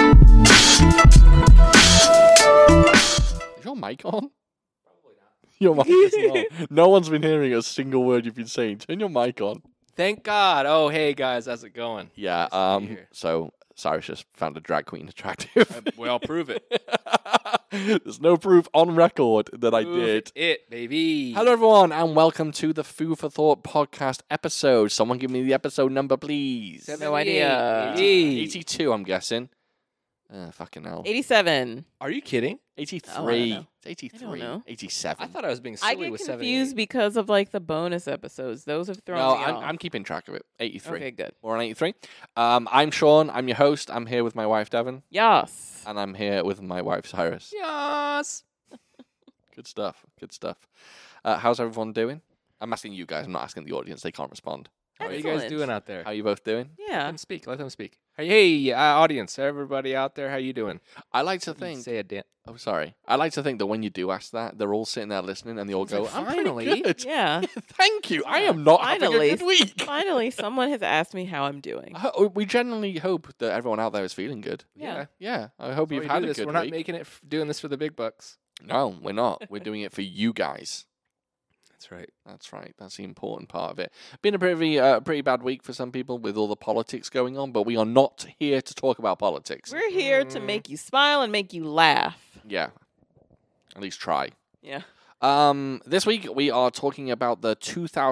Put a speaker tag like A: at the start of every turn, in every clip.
A: your mic is loud. No one's been hearing a single word you've been saying. Turn your mic on.
B: Thank God. Oh, hey guys, how's it going?
A: Yeah.
B: Nice to be
A: Um.
B: here.
A: So Cyrus just found a drag queen attractive.
B: Uh, Well, prove it.
A: There's no proof on record that I
B: Prove
A: did.
B: it, baby.
A: Hello, everyone, and welcome to the Food for Thought podcast episode. Someone give me the episode number, please.
B: Seven-
C: No idea.
B: 78.
A: 82, I'm guessing. Uh, fucking hell.
C: 87.
B: Are you kidding?
A: 83.
C: Oh, know.
A: It's 83.
C: know.
A: 87.
B: I thought I was being silly
C: I get
B: with
C: confused
B: 78.
C: because of like the bonus episodes. Those have thrown
A: no,
C: me
A: I'm,
C: off.
A: I'm keeping track of it. 83.
C: Okay, good.
A: We're on 83. Um, I'm Sean. I'm your host. I'm here with my wife, Devon.
C: Yes.
A: And I'm here with my wife, Cyrus.
B: Yes.
A: Good stuff. Good stuff. Uh, how's everyone doing? I'm asking you guys. I'm not asking the audience. They can't respond.
B: How are you guys
C: Excellent.
B: doing out there?
A: How are you both doing?
B: Let
C: Yeah.
B: them speak. Let them speak. Hey, hey, uh, audience, everybody out there, how you doing?
A: I like to
B: You
A: think.
B: Say a dan-
A: Oh, sorry. I like to think that when you do ask that, they're all sitting there listening and they all go,
B: Someone's like,
A: I'm pretty
B: "Finally."
A: good."
C: Yeah.
A: Thank you. I am not having
C: Finally.
A: a good week.
C: Finally, someone has asked me how I'm doing.
A: I ho- We generally hope that everyone out there is feeling good.
C: Yeah.
A: Yeah, I hope
B: That's why
A: you've
B: we
A: had
B: do
A: a
B: this.
A: good
B: We're not
A: week.
B: making it f- doing this for the big bucks.
A: no, we're not. We're doing it for you guys.
B: That's right.
A: That's right. That's the important part of it. Been a pretty, uh, pretty bad week for some people with all the politics going on, but we are not here to talk about politics.
C: We're here to
B: Mm.
C: make you smile and make you laugh.
A: yeah, at least try.
C: Yeah.
A: Um, this week we are talking about the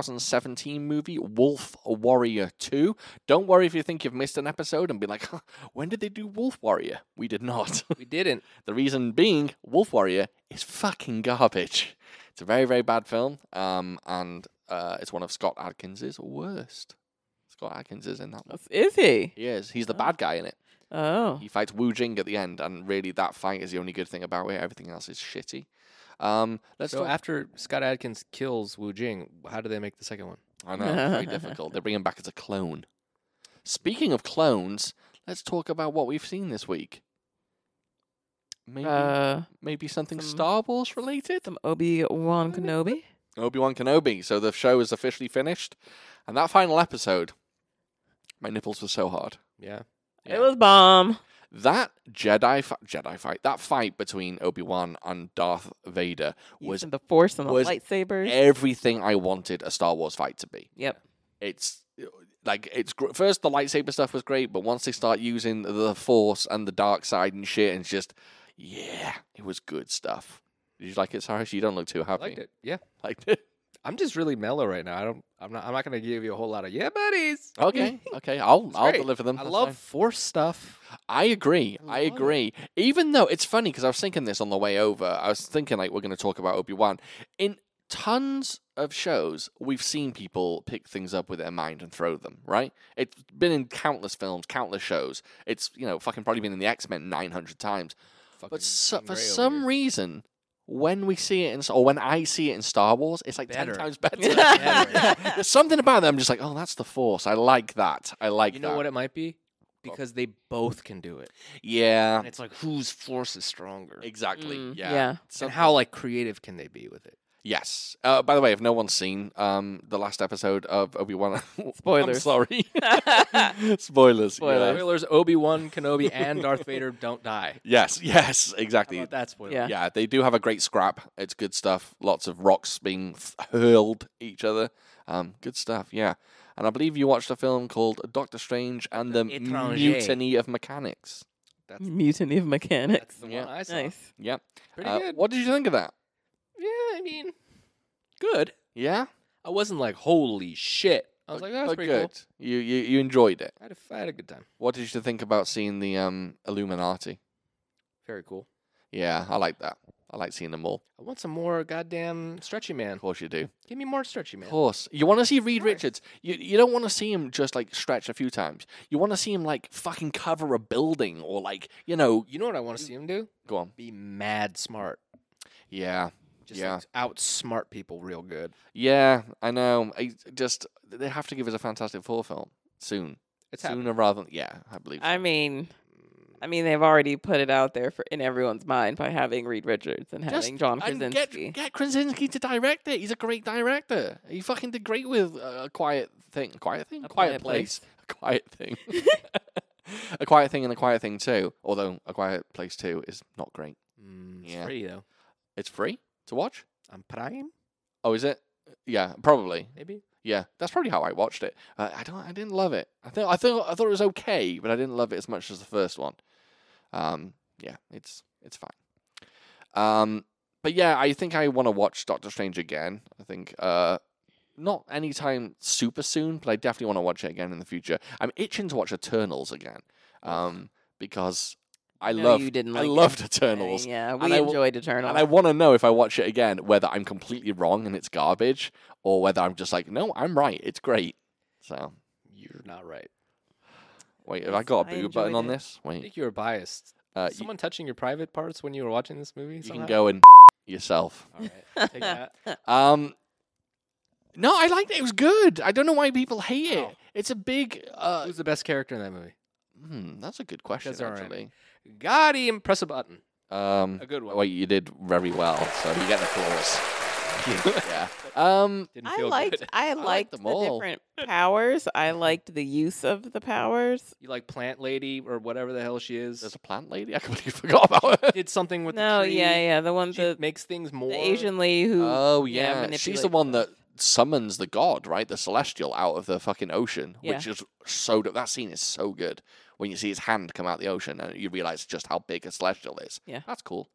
A: 2017 movie Wolf Warrior 2. Don't worry if you think you've missed an episode and be like, huh, when did they do Wolf Warrior? We did not.
B: We didn't.
A: the reason being, Wolf Warrior is fucking garbage. It's a very, very bad film, um, and uh, it's one of Scott Adkins's worst. Scott Adkins is in that one.
C: That's- Is he?
A: He is. He's the
C: Oh.
A: bad guy in it.
C: Oh.
A: He fights Wu Jing at the end, and really, that fight is the only good thing about it. Everything else is shitty. Um, let's
B: So
A: talk-
B: after Scott Adkins kills Wu Jing, how do they make the second one?
A: I know, it's very difficult. They bring him back as a clone. Speaking of clones, let's talk about what we've seen this week. Maybe,
C: Uh,
A: maybe something
C: some-
A: Star Wars related.
C: some Obi Wan Kenobi.
A: Obi Wan Kenobi. So the show is officially finished, and that final episode, my nipples were so hard.
B: Yeah.
A: Yeah.
C: It was bomb.
A: That Jedi fi- Jedi fight, that fight between Obi Wan and Darth Vader, was
C: Using the Force and the
A: was
C: lightsabers.
A: everything I wanted a Star Wars fight to be.
C: yep.
A: it's like it's gr- first the lightsaber stuff was great, but once they start using the force and the dark side and shit, and it's just yeah, it was good stuff. Did you like it, Cyrus? You don't look too
B: I
A: happy.
B: liked it. Yeah.
A: Liked it.
B: I'm just really mellow right now. I don't. I'm not. I'm not going to give you a whole lot of yeah, buddies.
A: Okay, okay, I'll
B: It's
A: I'll
B: great.
A: deliver them.
B: I
A: that's
B: love
A: fine.
B: force stuff.
A: I agree.
B: I
A: I
B: love it.
A: agree. Even though it's funny because I was thinking this on the way over, I was thinking like we're going to talk about Obi Wan. In tons of shows, we've seen people pick things up with their mind and throw them. Right? It's been in countless films, countless shows. It's you know fucking probably been in the X Men nine hundred times.
B: Fucking
A: But so,
B: Jean
A: for
B: Grey over
A: some
B: here.
A: reason, when we see it in s- or when I see it in Star Wars, it's like
B: Better.
A: ten times better.
B: Better.
A: There's something about them. I'm just like, oh, that's the Force. I like that. I like
B: you know
A: that.
B: what it might be because they both can do it.
A: yeah.
B: And it's like whose force is stronger
A: Exactly.
C: Mm,
A: yeah.
C: yeah.
B: and
A: Something-
B: how like creative can they be with it?
A: Yes. Uh, by the way, if no one's seen um, the last episode of Obi Wan,
C: Spoilers.
A: sorry. Spoilers.
C: Spoilers.
A: Yeah.
B: Spoilers: Obi Wan Kenobi and Darth Vader don't die.
A: Yes. Yes.
B: How
A: Exactly.
B: about that spoiler?
C: Yeah.
A: Yeah, they do have a great scrap. It's good stuff. Lots of rocks being th- hurled at each other. Um, good stuff. Yeah, and I believe you watched a film called Doctor Strange and the
B: Étranger.
A: Mutiny of Mechanics.
B: That's,
C: Mutiny of mechanics.
B: that's the
A: Yeah.
B: one I saw.
C: Nice.
A: Yep.
B: Pretty
A: Uh,
B: good.
A: What did you think of that?
B: Yeah, I mean, good.
A: Yeah,
B: I wasn't like holy shit. I was
A: But-
B: like that was
A: but
B: pretty cool.
A: good. You, you you enjoyed it.
B: I had, a, I had a good time.
A: What did you think about seeing the um Illuminati?
B: Very cool.
A: Yeah, I like that. I like seeing them all.
B: I want some more goddamn stretchy man.
A: Of course you do.
B: Give me more stretchy man.
A: Of course. You want to see Reed
B: course.
A: Richards. You you don't want to see him just like stretch a few times. You want to see him like fucking cover a building or like, you know,
B: You know what I want to see him do?
A: go on.
B: Be mad smart.
A: Yeah.
B: Just
A: Yeah.
B: like, outsmart people real good.
A: Yeah, I know. I just they have to give us a Fantastic Four film soon.
B: It's
A: Sooner
B: happening.
A: rather than yeah, I believe.
C: I mean, I mean, they've already put it out there for in everyone's mind by having Reed Richards and
A: Just-
C: having John
A: and get
C: Krasinski.
A: get Krasinski to direct it. He's a great director. He fucking did great with uh, a quiet thing, quiet thing,
C: A
A: quiet,
C: Quiet
A: place. a quiet thing, a quiet thing, and a quiet thing too. Although a quiet place too is not great.
B: Mm, it's
A: Yeah.
B: free though.
A: It's free to watch.
B: on Prime,
A: Oh, is it? Yeah, probably.
B: maybe.
A: Yeah, that's probably how I watched it. Uh, I don't. I didn't love it. I think. I thought. I thought it was okay, but I didn't love it as much as the first one. Um. Yeah. It's. It's fine. Um. But yeah, I think I want to watch Doctor Strange again. I think. Uh. Not anytime super soon, but I definitely want to watch it again in the future. I'm itching to watch Eternals again. Um. Because I
C: No,
A: loved.
C: you didn't
A: I
C: like it.
A: loved Eternals.
C: Yeah,
A: And
C: we
A: I will-
C: enjoyed Eternal.
A: And I want to know if I watch it again whether I'm completely wrong and it's garbage or whether I'm just like, no, I'm right. It's great. So,
B: You're not right.
A: wait, have I got a
C: I
A: boo button
C: enjoyed
A: on
C: it.
A: this?
B: I
A: Wait.
B: think you were biased.
A: Uh, you,
B: Someone touching your private parts when you were watching this movie.
A: you
B: somehow?
A: can go and yourself.
B: All right, take that.
A: Um, no, I liked it. It was good. I don't know why people hate it.
B: Oh.
A: It's a big. Uh,
B: Who's the best character in that movie?
A: hmm, that's a good question,
B: That's all right.
A: actually.
B: Got him. Press a button.
A: Um,
B: A good one.
A: well, you did very well, so you get an applause. yeah. Um,
B: Didn't
C: I
B: feel
C: liked.
B: good.
C: I liked,
A: them
C: the
A: all.
C: different powers. I liked the use of the powers.
B: You like Plant Lady or whatever the hell she
A: there's
B: is.
A: a plant lady. I completely forgot about her.
B: Did something with
C: no,
B: the tree.
C: yeah, yeah, the one
B: She
C: the,
B: makes things more
C: the Asian lady who.
A: Oh
C: yeah,
A: yeah, she's the
C: manipulates
A: one that
C: stuff.
A: summons the god, right? The celestial out of the fucking ocean, which is so do- that scene is so good when you see his hand come out the ocean and you realize just how big a celestial is.
C: Yeah.
A: that's cool.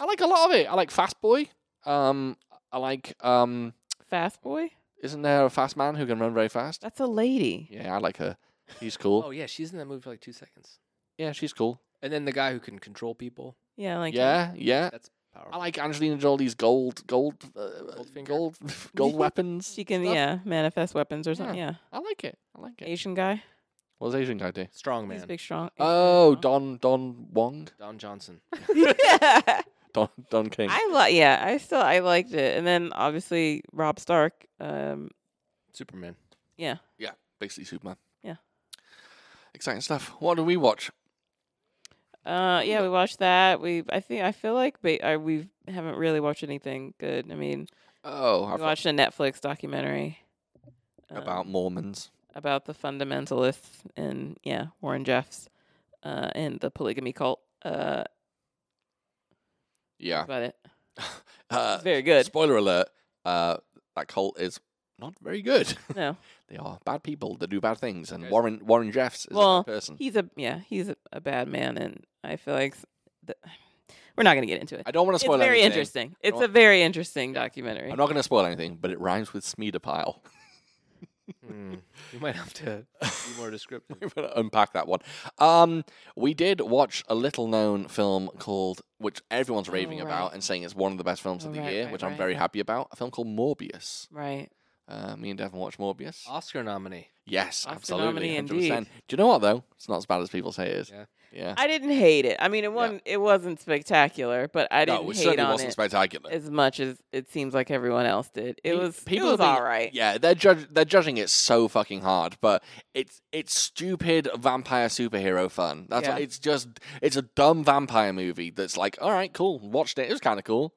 A: I like a lot of it. I like Fast Boy. Um, I like um,
C: Fast boy.
A: isn't there a fast man who can run very fast?
C: That's a lady.
A: Yeah, I like her. He's cool.
B: Oh yeah, she's in that movie for like two seconds.
A: Yeah, she's cool.
B: And then the guy who can control people.
C: Yeah, like
A: yeah, yeah.
B: That's powerful.
A: I like Angelina Jolie's gold, gold, uh,
B: Goldfinger.
A: gold, gold weapons.
C: She can,
A: stuff.
C: yeah, manifest weapons or something. Yeah,
A: I like it. I like it.
C: Asian guy.
A: What does Asian guy do?
B: strong
C: He's
B: man.
C: big, strong. Asian
A: Oh,
C: guy.
A: Don Don Wong,
B: Don Johnson.
C: yeah,
A: Don Don King.
C: I li- Yeah, I still I liked it. And then obviously Rob Stark. Um,
B: Superman.
C: yeah,
A: yeah, basically Superman.
C: Yeah.
A: Exciting stuff. What do we watch?
C: Uh, yeah, we watched that. We, I think, I feel like ba- I, we haven't really watched anything good. I mean,
A: Oh,
C: we
A: I've
C: watched a Netflix documentary um,
A: about Mormons.
C: about the fundamentalists and yeah, Warren Jeffs, uh, and the polygamy cult. Uh,
A: Yeah.
C: that's about it.
A: Uh,
C: It's very good.
A: Spoiler alert. Uh, that cult is not very good.
C: No,
A: they are bad people that do bad things, and
B: Guys-
A: Warren Warren Jeffs is a
C: Well,
A: bad person.
C: he's a yeah, he's a, a bad man, and I feel like s- the, we're not gonna get into it.
A: I don't want to
C: It's
A: spoil
C: very
A: anything.
C: interesting. It's
A: want-
C: a very interesting documentary.
A: I'm not going to spoil anything, but it rhymes with Smeedapile.
B: Hmm. You might have to be more descriptive.
A: We're gonna unpack that one. Um, we did watch a little-known film called, which everyone's
C: Oh,
A: raving about
C: right.
A: and saying it's one of the best films
C: Oh,
A: of the
C: right,
A: year,
C: right,
A: which I'm
C: right.
A: very happy about. A film called Morbius.
C: right.
A: Uh, me and Devon watched Morbius.
B: Oscar nominee.
A: yes,
C: Oscar
A: absolutely,
C: nominee
A: hundred percent.
C: indeed.
A: Do you know what though? It's not as bad as people say it is.
B: Yeah.
A: yeah.
C: I didn't hate it. I mean, it
A: Yeah.
C: wasn't. It wasn't spectacular, but I didn't
A: no, it
C: hate
A: certainly
C: on
A: wasn't
C: it.
A: spectacular.
C: as much as it seems like everyone else did. It
A: Pe-
C: was
A: people
C: it was
A: have been-
C: all right.
A: Yeah, they're judge they're judging it so fucking hard, but it's it's stupid vampire superhero fun. That's what,
C: Yeah.
A: it's just it's a dumb vampire movie that's like, all right, cool, watched it. It was kind of cool.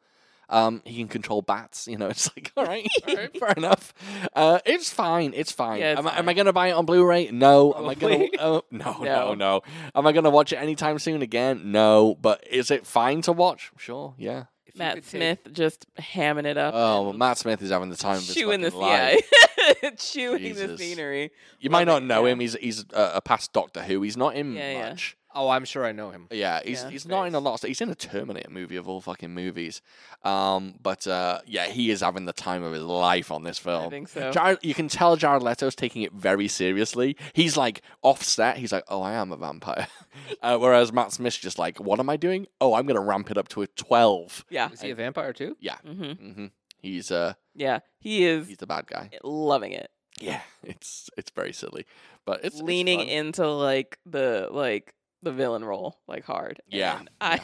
A: Um, he can control bats. You know, it's like, all right, all right fair enough. Uh, it's fine. It's fine.
C: Yeah, it's
A: am, I- am I
C: fine.
A: gonna buy it on Blu-ray? No. Am I
B: Probably.
A: gonna? Uh, no, no,
C: No.
A: no. Am I gonna watch it anytime soon again? No. But is it fine to watch? Sure. Yeah.
B: If you
C: Matt
B: could take-
C: Smith just hamming it up.
A: Oh, Matt Smith is having the time of his
C: chewing
A: fucking
C: the
A: life.
C: yeah, chewing
A: Jesus.
C: the scenery.
A: You might not
C: Love it,
A: know
C: yeah.
A: him. He's he's a, a past Doctor Who. He's not in
C: Yeah, yeah.
A: much.
B: Oh, I'm sure I know him.
A: Yeah, he's
C: Yeah.
A: he's not in a lot. Of, stuff. he's in a Terminator movie of all fucking movies. Um, but uh, yeah, he is having the time of his life on this
C: I
A: film.
C: think so.
A: Jared, you can tell Jared Leto's taking it very seriously. He's like offset. He's like, "Oh, I am a vampire," uh, whereas Matt Smith's just like, "What am I doing? Oh, I'm gonna ramp it up to a 12.
C: yeah,
B: Is he a vampire too?
C: hmm
A: Mm-hmm. He's uh,
C: yeah. He is
A: he's the bad guy.
C: loving it,
A: Yeah, it's it's very silly, but it's it's
C: leaning
A: fun.
C: into like the like the villain role like hard.
A: Yeah,
C: And I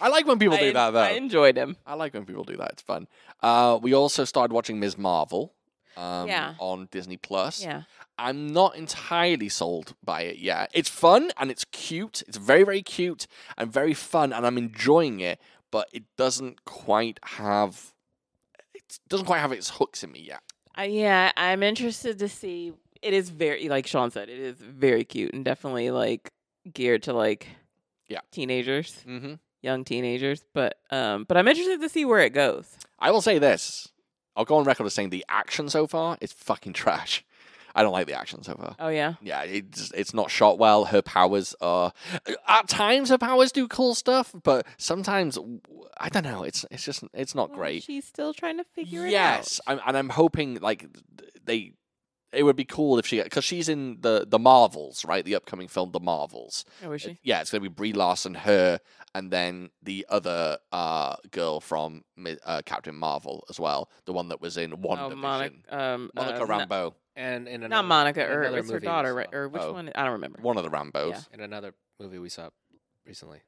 A: I like when people
C: I,
A: do that though.
C: I enjoyed him.
A: I like when people do that. It's fun. Uh, we also started watching Ms. Marvel. Um,
C: Yeah.
A: On Disney Plus.
C: Yeah,
A: I'm not entirely sold by it yet. It's fun and it's cute. It's very, very cute and very fun, and I'm enjoying it, but it doesn't quite have. It doesn't quite have its hooks in me yet.
C: I, yeah. I'm interested to see. It is very like Sean said. It is very cute and definitely like geared to like
A: Yeah.
C: teenagers.
A: Mm-hmm.
C: young teenagers, but um, but I'm interested to see where it goes.
A: I will say this. I'll go on record as saying the action so far is fucking trash. I don't like the action so far.
C: Oh yeah.
A: Yeah, it's it's not shot well. Her powers are at times her powers do cool stuff, but sometimes I don't know. It's it's just it's not
C: Well,
A: great.
C: She's still trying to figure
A: yes,
C: it out.
A: I'm, and I'm hoping like th- they. It would be cool if she because she's in the the Marvels, right? The upcoming film, The Marvels.
C: Oh, is she?
A: Yeah, it's gonna be Brie Larson, her, and then the other uh girl from Mi- uh, Captain Marvel as well, the one that was in One
C: oh, Monica. Um, uh,
A: Monica
C: no-
A: Rambeau,
B: And in another,
C: Not Monica, or
B: another
C: it's her
B: movie we
C: daughter,
B: saw.
C: right? Or which
A: Oh.
C: one? I don't remember.
A: one of the Rambos.
C: Yeah.
B: in another movie we saw recently.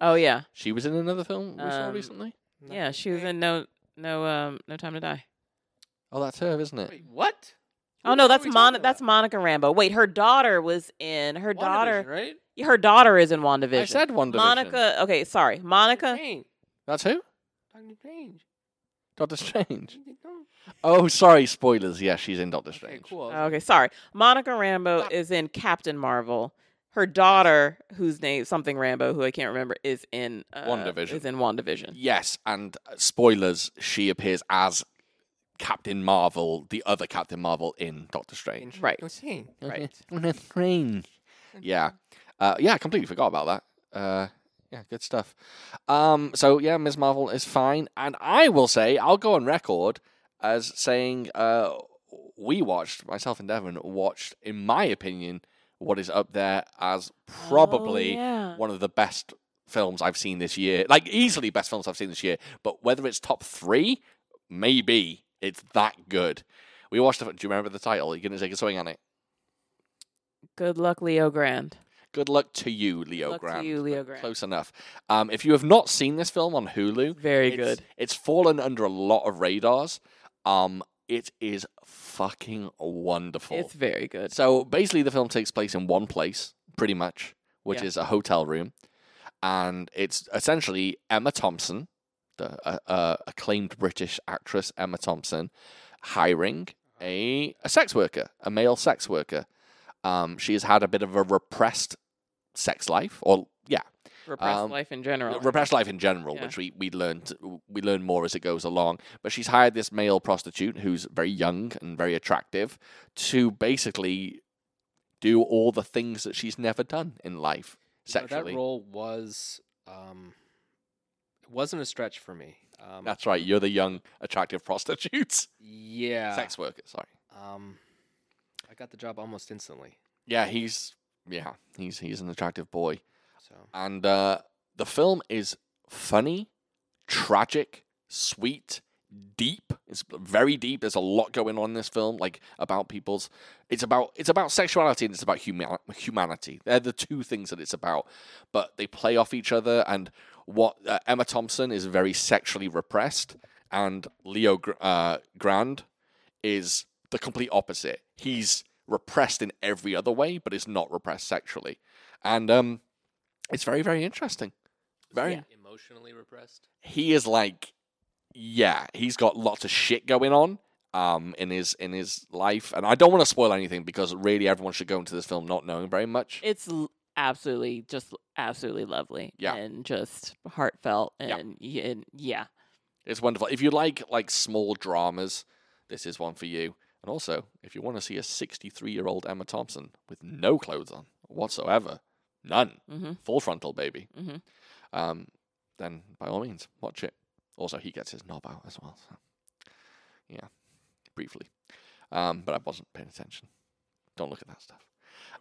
C: Oh yeah,
A: She was in another film we saw
C: Um,
A: recently.
C: yeah. She was in no, no, um, no time to die.
A: Oh, that's her, isn't it?
B: what?
C: Oh no, that's Mon. That's Monica Rambo. Wait, her daughter was in. Her daughter.
B: right?
C: Her daughter is in WandaVision.
A: I said One Division.
C: Monica. Okay, sorry, Monica.
B: Strange.
A: That's who?
B: Doctor Strange.
A: Doctor Strange.
B: No.
A: Oh, sorry, spoilers. Yeah, she's in Doctor
B: Okay,
A: Strange.
B: cool.
C: Okay, sorry. Monica Rambo is in Captain Marvel. Her daughter, whose name something Rambo, who I can't remember, is in uh,
A: WandaVision.
C: Is in WandaVision.
A: Yes, and uh, spoilers. She appears as Captain Marvel, the other Captain Marvel in Doctor Strange.
C: Right.
B: Insane.
C: Right.
A: Doctor Strange. Yeah. Uh, yeah, I completely forgot about that. Uh, yeah, good stuff. Um, so yeah, Ms. Marvel is fine, and I will say I'll go on record as saying uh, we watched myself and Devon watched, in my opinion, what is up there as probably
C: Oh, yeah.
A: one of the best films I've seen this year. Like easily best films I've seen this year. But whether it's top three, maybe it's that good. We watched. The, do you remember the title? You're gonna take a swing on it.
C: Good luck, Leo Grand.
A: Good luck to you, Leo
C: Luck to
A: Grant.
C: you, Leo
A: but
C: Grant.
A: Close enough. Um, if you have not seen this film on Hulu,
C: Very
A: it's,
C: good.
A: It's fallen under a lot of radars. Um, it is fucking wonderful.
C: It's very good.
A: So basically, the film takes place in one place, pretty much, which
C: Yeah.
A: is a hotel room, and it's essentially Emma Thompson, the uh, uh, acclaimed British actress Emma Thompson, hiring a a sex worker, a male sex worker. Um, she has had a bit of a repressed sex life, or yeah,
C: Repressed
A: um,
C: life in general.
A: repressed life in general,
C: Yeah.
A: which we we learned we learn more as it goes along. But she's hired this male prostitute who's very young and very attractive to basically do all the things that she's never done in life
B: You know,
A: sexually.
B: that role was um, it wasn't a stretch for me. Um,
A: That's right. You're the young attractive prostitutes,
B: yeah.
A: sex worker. Sorry.
B: Um, I got the job almost instantly.
A: Yeah, he's yeah he's he's an attractive boy.
B: So
A: And uh, the film is funny, tragic, sweet, deep. It's very deep. There's a lot going on in this film, like about people's. It's about it's about sexuality and it's about huma- humanity. They're the two things that it's about. But they play off each other. And what uh, Emma Thompson is very sexually repressed, and Leo Gr- uh, Grand is the complete opposite. He's repressed in every other way, but is not repressed sexually. And um, it's very, very interesting. Very.
B: emotionally repressed.
A: He is like, yeah, he's got lots of shit going on um in his in his life, and I don't want to spoil anything because really everyone should go into this film not knowing very much.
C: it's l- absolutely just l- absolutely lovely.
A: Yeah.
C: And just heartfelt
A: Yeah.
C: and yeah. and yeah.
A: It's wonderful. If you like like small dramas, this is one for you. And also, if you want to see a 63 year old Emma Thompson with no clothes on whatsoever, none,
C: Mm-hmm.
A: full frontal baby,
C: Mhm.
A: um, then by all means, watch it. Also, he gets his knob out as well. So. Yeah, briefly. Um, but I wasn't paying attention. Don't look at that stuff.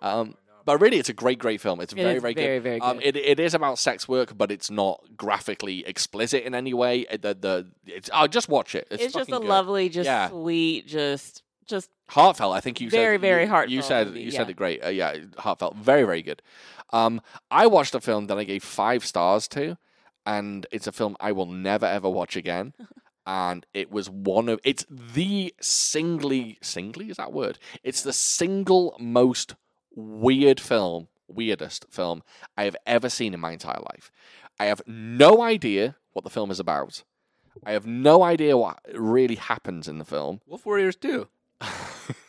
A: Um, but really, it's a great, great film. It's very, very good.
C: very, very good.
A: Um, it, it is about sex work, but it's not graphically explicit in any way. It- the the it's, oh, just watch it. It's,
C: it's just a
A: fucking good.
C: lovely, just
A: Yeah.
C: sweet, just just
A: heartfelt. I think you
C: Very,
A: said,
C: very
A: you, You
C: heartfelt
A: said
C: movie,
A: you said
C: yeah.
A: it great. Uh, yeah, heartfelt. Very very good. Um, I watched a film that I gave five stars to, and it's a film I will never ever watch again. and it was one of it's the singly singly is that a word? It's the single most weird film, weirdest film I have ever seen in my entire life. I have no idea what the film is about. I have no idea what really happens in the film.
B: Wolf Warriors too.
A: no,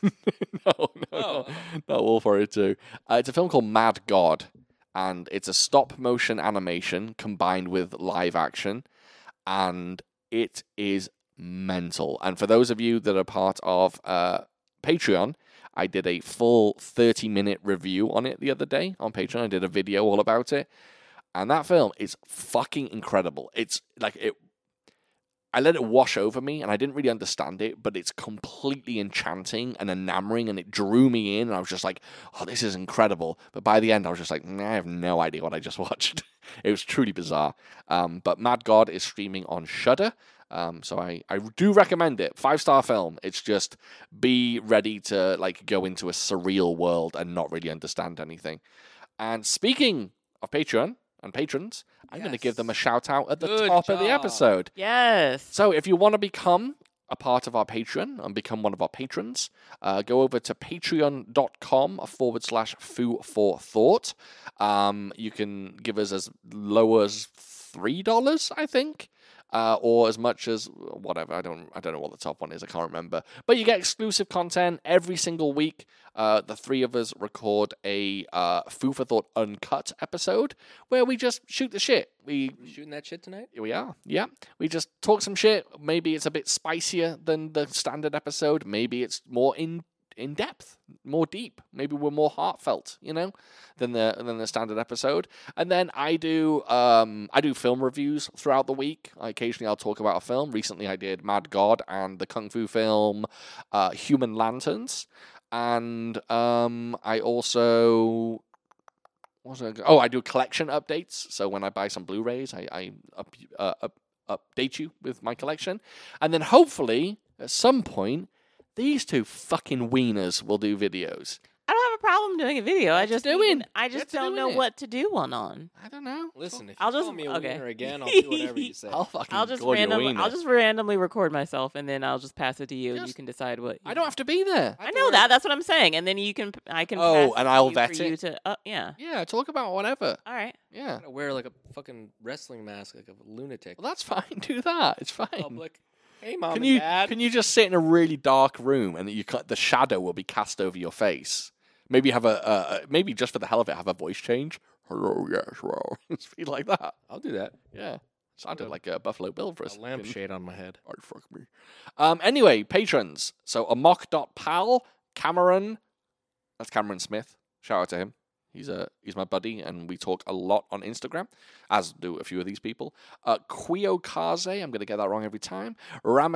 A: no, no, not Wolf Warrior Two. Uh, it's a film called Mad God, and it's a stop motion animation combined with live action, and It is mental. And for those of you that are part of uh, Patreon, I did a full 30 minute review on it the other day on Patreon. I did a video all about it. And that film is fucking incredible. It's like it I let it wash over me and I didn't really understand it, but it's completely enchanting and enamoring and it drew me in and I was just like, oh, this is incredible. But by the end, I was just like, nah, I have no idea what I just watched. it was truly bizarre. Um, but Mad God is streaming on Shudder. Um, so I, I do recommend it. Five star film. It's just be ready to like go into a surreal world and not really understand anything. And speaking of Patreon and patrons, I'm going to give them a
B: Yes.
A: shout out at the
B: Good
A: top of the
B: job.
A: episode.
C: Yes.
A: So if you want to become a part of our Patreon and become one of our patrons, uh, go over to patreon.com forward slash foo for thought. Um, you can give us as low as three dollars, I think. Uh, or as much as whatever I don't I don't know what the top one is I can't remember but you get exclusive content every single week uh, the three of us record a uh, Foo for Thought uncut episode where we just shoot the shit we
B: Shooting that shit tonight?
A: we are. Yeah. We just talk some shit. Maybe it's a bit spicier than the standard episode. Maybe it's more in in depth, more deep. Maybe we're more heartfelt, you know, than the than the standard episode. And then I do um I do film reviews throughout the week. I, occasionally I'll talk about a film. Recently I did Mad God and the Kung Fu film uh Human Lanterns. And um I also what was I go- oh, I do collection updates. So when I buy some Blu-rays, I, I up, uh, up, update you with my collection, and then hopefully at some point, these two fucking wieners will do videos.
C: I don't have a problem doing a video. I just
A: doing.
C: I just
A: You're
C: don't know
A: doing it.
C: what to do one on.
A: I don't know.
B: Listen, if you
C: I'll
B: call
C: just-
B: me a
C: okay.
B: wiener again, I'll do whatever you say.
A: I'll fucking
C: I'll just
A: gorge your
C: randomly
A: wiener.
C: I'll just randomly record myself and then I'll just pass it to you and you
A: Just-
C: can decide what.
A: I
C: you-
A: don't have to be there.
C: I know that. That's what I'm saying. And then you can. I can.
A: Oh,
C: pass
A: and
C: it to
A: I'll
C: you for
A: vet it?
C: You to. Uh, yeah.
A: Yeah, talk about whatever.
C: All right.
A: Yeah.
B: I'm gonna wear like a fucking wrestling mask, like a lunatic.
A: Well, that's fine. Do that. It's fine.
B: Public. Hey, mom
A: Can
B: and
A: you
B: dad.
A: can you just sit in a really dark room and you cut the shadow will be cast over your face? Maybe have a uh, maybe just for the hell of it have a voice change. Hello, yes, well, just be like that.
B: I'll do that.
A: Yeah, sounded like a Buffalo Bill for a
B: A
A: second.
B: lampshade on my head.
A: Oh, fuck me. Um, anyway, patrons. So Amok.pal, Cameron. That's Cameron Smith. Shout out to him. He's a he's my buddy, and we talk a lot on Instagram, as do a few of these people. Uh, Quio Kaze, I'm gonna get that wrong every time.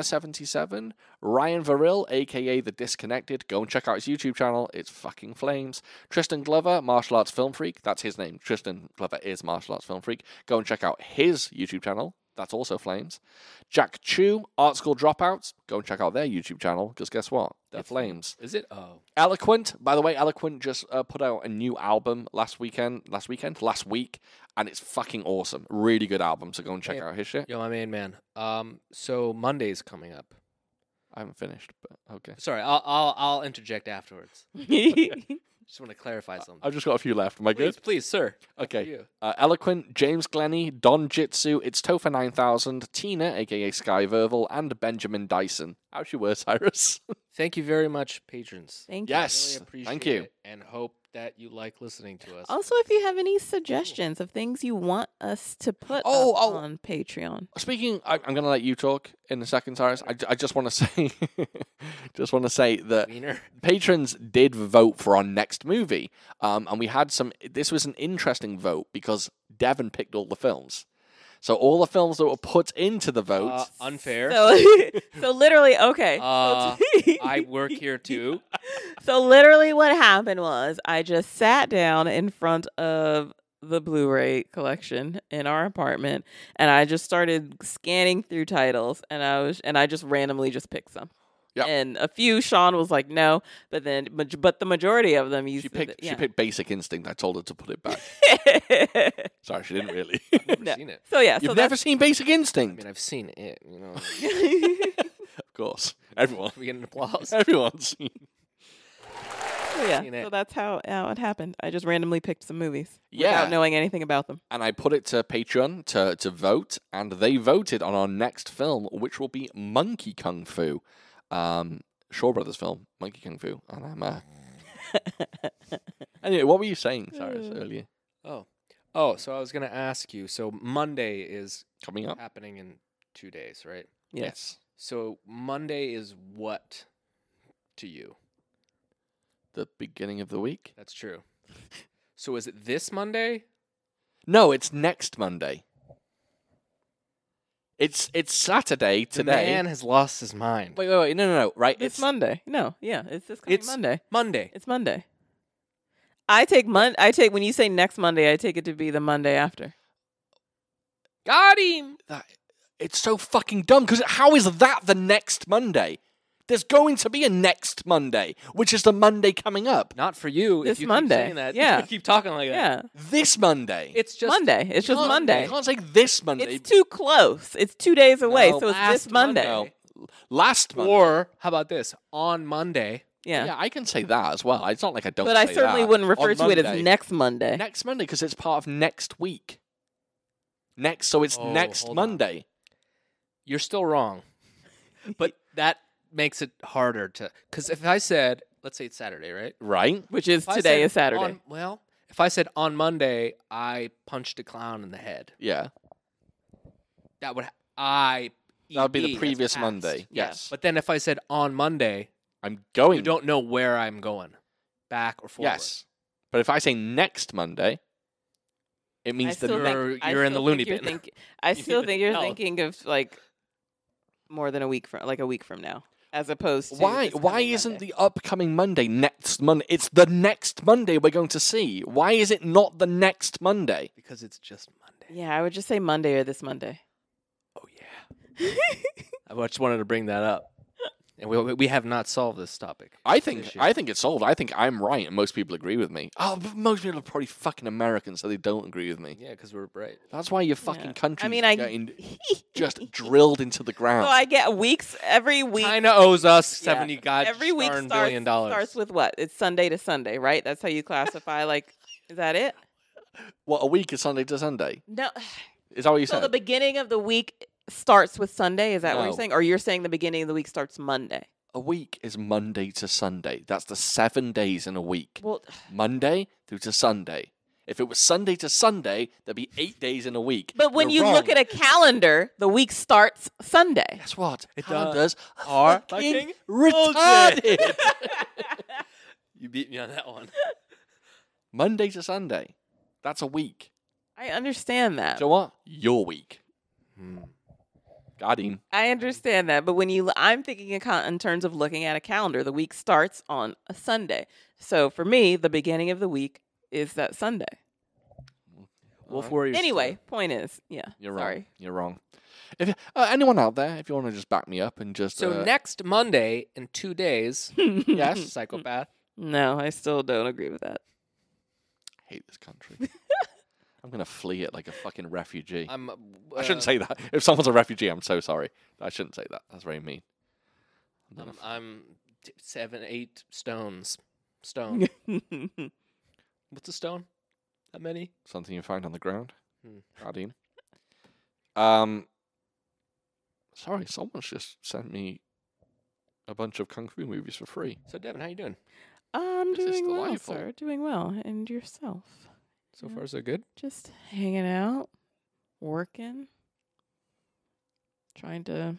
A: Rama77, Ryan Varil, aka the Disconnected. Go and check out his YouTube channel. It's fucking flames. Tristan Glover, martial arts film freak. That's his name. Tristan Glover is martial arts film freak. Go and check out his YouTube channel. That's also flames. Jack Chu, Art School Dropouts. Go and check out their YouTube channel because guess what? They're flames.
B: Is it? Oh,
A: Eloquent, by the way, Eloquent just uh, put out a new album last weekend, last weekend, last week, and it's fucking awesome. Really good album. So go and check
B: Yeah.
A: out his shit.
B: yo, my main man. Um, so Monday's coming up.
A: I haven't finished, but okay.
B: Sorry, I'll I'll, I'll interject afterwards. Just want to clarify something.
A: I've just got a few left. Am I
B: please,
A: Uh, good?
B: please, sir.
A: Okay.
B: You.
A: Uh, Eloquent, James Glennie, Don Jitsu, It's Topher 9000, Tina, aka Sky Verval, and Benjamin Dyson. How's your word, Cyrus?
B: Thank you very much, patrons.
C: Thank
A: Yes.
C: you.
A: Thank
B: Really appreciate
A: you.
B: it and hope that you like listening to us.
C: Also, if you have any suggestions of things you want us to put
A: Oh,
C: up
A: oh.
C: on Patreon,
A: Speaking, I, I'm going to let you talk in a second, Cyrus. I, I just want to say, just want to say that
B: wiener.
A: patrons did vote for our next movie, um, and we had some. This was an interesting vote because Devin picked all the films, so all the films that were put into the vote.
B: Uh, unfair.
C: so so literally okay. so
B: Uh,
C: t-
B: I work here too.
C: So literally what happened was I just sat down in front of the Blu-ray collection in our apartment and I just started scanning through titles and I was and I just randomly just picked some.
A: Yep.
C: And a few Sean was like no, but then maj- but the majority of them you
A: she
C: said
A: picked.
C: that- yeah.
A: She picked Basic Instinct. I told her to put it back. Sorry, she didn't really.
B: Never
C: No.
B: seen it.
C: so yeah, so
A: You've
C: that's
A: never seen Basic
B: I
A: Instinct,
B: mean, I've seen it. You know,
A: of course. Everyone,
B: we get an applause.
A: everyone's seen.
C: so yeah,
B: seen it.
C: so that's how how it happened. I just randomly picked some movies
A: Yeah.
C: without knowing anything about them.
A: and I put it to Patreon to, to vote, and they voted on our next film, which will be Monkey Kung Fu, um, Shaw Brothers film, Monkey Kung Fu, and I'm uh... anyway. What were you saying, Cyrus,
B: Mm.
C: Uh.
A: earlier?
B: Oh, oh. So I was gonna ask you. So Monday is
A: Coming up,
B: happening in two days, right?
C: Yes.
B: So Monday is what to you?
A: The beginning of the week?
B: That's true. so is it this Monday?
A: No, it's next Monday. It's it's Saturday
B: The
A: today.
B: man has lost his mind.
A: Wait, wait, wait. No, no, no. Right.
C: It's,
A: it's
C: Monday. No, yeah, it's this coming
B: It's-
C: Monday.
B: Monday.
C: It's Monday. I take Mon. I take when you say next Monday, I take it to be the Monday after.
B: Got him.
A: that, it's so fucking dumb because how is that the next Monday? There's going to be a next Monday, which is the Monday coming up.
B: Not for you.
C: This
B: if you
C: Monday.
B: Keep saying that.
C: Yeah.
B: You keep talking like that.
C: Yeah,
A: This Monday.
B: It's just
C: Monday. It's
A: You
C: just
A: can't-
C: Monday.
A: You can't say this Monday.
C: It's too close. It's two days away,
B: No,
C: so it's
B: last
C: this Monday.
A: no. Last Monday.
B: Or how about this? On Monday.
C: Yeah.
A: Yeah, I can say that as well. It's not like I don't.
C: but I
A: say
C: certainly
A: that.
C: wouldn't refer
A: On
C: to it as
A: Monday.
C: next Monday.
A: next Monday because it's part of next week. Next, so it's
B: Oh,
A: next
B: hold on.
A: Monday.
B: You're still wrong. But that makes it harder to because if I said, let's say it's Saturday, right?
A: Right?
C: which is
B: If I
C: today
B: said
C: is Saturday.
B: on- well, if I said on Monday, I punched a clown in the head.
A: Yeah.
B: That would ha- I.
A: That would be
B: EP,
A: the
B: that's
A: previous
B: E past.
A: Monday.
C: Yeah.
A: Yes.
B: But then if I said on Monday,
A: I'm going.
B: you don't know where I'm going, back or forward.
A: Yes. But if I say next Monday, it
C: I
A: means the
C: still
A: next.
C: think-
B: You're-
C: I
B: you're in the
C: still
B: loony
C: think you're
B: bin.
C: thinking- I still think you're
B: No.
C: thinking of like more than a week from, like a week from now, as opposed to
A: Why?
C: this coming
A: Why isn't
C: Monday.
A: the upcoming Monday next Monday? It's the next Monday we're going to see. Why is it not the next Monday?
B: Because it's just Monday.
C: Yeah, I would just say Monday or this Monday.
B: Oh yeah. I just wanted to bring that up, and we we have not solved this topic.
A: I think
B: This year.
A: I think it's sold. I think I'm right, and most people agree with me. Oh, but most people are probably fucking American, so they don't agree with me.
B: Yeah, because we're right.
A: That's why your fucking
C: Yeah.
A: country.
C: I mean, I
A: getting just drilled into the ground.
C: So I get weeks every week.
B: China owes us
C: Yeah.
B: seventy god
C: every week
B: darn
C: starts,
B: billion dollars.
C: starts with what? It's Sunday to Sunday, right? That's how you classify. Like, is that it?
A: what a week is Sunday to Sunday.
C: No.
A: Is that what you
C: So
A: said?
C: the beginning of the week starts with Sunday. Is that what you're
A: No.
C: saying? Or you're saying the beginning of the week starts Monday?
A: a week is Monday to Sunday. That's the seven days in a week.
C: Well,
A: Monday through to Sunday. If it was Sunday to Sunday, there'd be eight days in a week.
C: but when
A: You're
C: you look
A: wrong.
C: at a calendar, the week starts Sunday.
A: guess what?
B: It
A: Calendars
B: are
A: fucking
B: fucking
A: retarded.
B: Oh, you beat me on that one.
A: Monday to Sunday. That's a week.
C: I understand that.
A: So what? Your week.
B: Hmm.
A: Got him.
C: I understand that, but when you, I'm thinking in, con- in terms of looking at a calendar. The week starts on a Sunday, so for me, the beginning of the week is that Sunday.
A: Uh-huh.
B: Wolf Warriors.
C: Anyway, point is, yeah,
A: You're wrong.
C: sorry.
A: You're wrong. If uh, anyone out there, if you want to just back me up and just
B: So
A: uh,
B: next Monday in two days,
A: yes,
B: psychopath.
C: no, I still don't agree with that.
A: I hate this country. I'm gonna flee it like a fucking refugee.
B: I'm. Uh,
A: I shouldn't say that. If someone's a refugee, I'm so sorry. I shouldn't say that. That's very mean. I'm gonna
B: I'm,
A: f-
B: I'm t- seven, eight stones. Stone. What's a stone? That many?
A: something you find on the ground.
B: Hmm.
A: Radine. Um, sorry, someone's just sent me a bunch of kung fu movies for free.
B: So Devin, how you doing?
C: I'm
A: This is
C: doing well,
A: delightful.
C: sir. Doing well, and yourself?
B: So
C: Yeah.
B: far, so good.
C: Just hanging out, working, trying to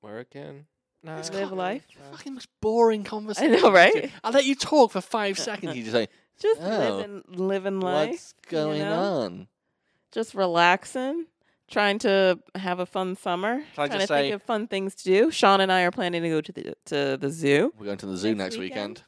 B: Working.
A: It's
C: live
A: cool.
C: life.
A: Fucking most boring conversation.
C: right?
A: I let you talk for five seconds. You just say,
C: Just
A: Oh.
C: living, living life.
A: "What's going
C: know?
A: on?"
C: just relaxing, trying to have a fun summer,
A: Can I
C: trying
A: just
C: to
A: say-
C: think of fun things to do. Sean and I are planning to go to the to the zoo.
A: We're going to the zoo
C: Next
A: next
C: weekend?
A: weekend.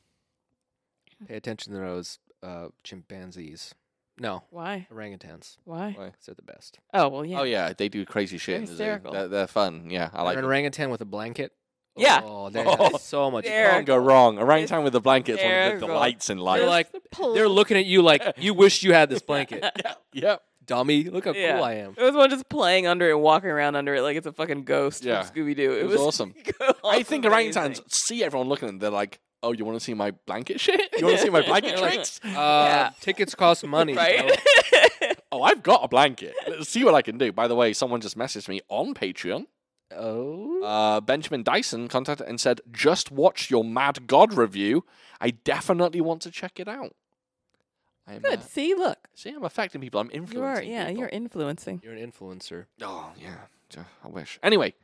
B: Pay attention to those uh, chimpanzees. No,
C: Why?
B: orangutans.
C: Why?
A: Why?
B: 'cause They're the best.
C: Oh well, yeah.
A: Oh yeah, they do crazy shit in the zoo.
C: hysterical.
A: They're, they're fun. Yeah, I like.
B: an
A: them.
B: orangutan with a blanket.
C: Yeah.
B: Oh, they have so much.
C: They're-
B: fun.
A: Can't go wrong. Orangutan with the blanket is one of the
C: hysterical.
A: delights in
B: They're
A: life.
B: like-
C: pl-
B: They're looking at you like you wish you had this blanket,
A: yep.
B: dummy. Look how
C: Yeah.
B: cool I am.
C: It was one just playing under it and walking around under it like it's a fucking ghost
A: Yeah.
C: from Scooby Doo. It,
A: It was awesome. I think orangutans see everyone looking at them. They're like, oh, you want to see my blanket shit? You want to see my blanket
B: They're like,
A: tricks?
B: Uh,
C: Yeah.
B: Tickets cost money.
C: right?
B: bro.
A: Oh, I've got a blanket. Let's see what I can do. By the way, someone just messaged me on Patreon.
B: Oh.
A: Uh, Benjamin Dyson contacted and said, just watch your Mad God review. I definitely want to check it out. I'm, uh,
C: Good. See, look,
A: see, I'm affecting people. I'm
C: you are.
A: influencing
C: Yeah,
A: people.
C: you're influencing.
B: You're an influencer.
A: Oh, yeah. Duh, I wish. Anyway,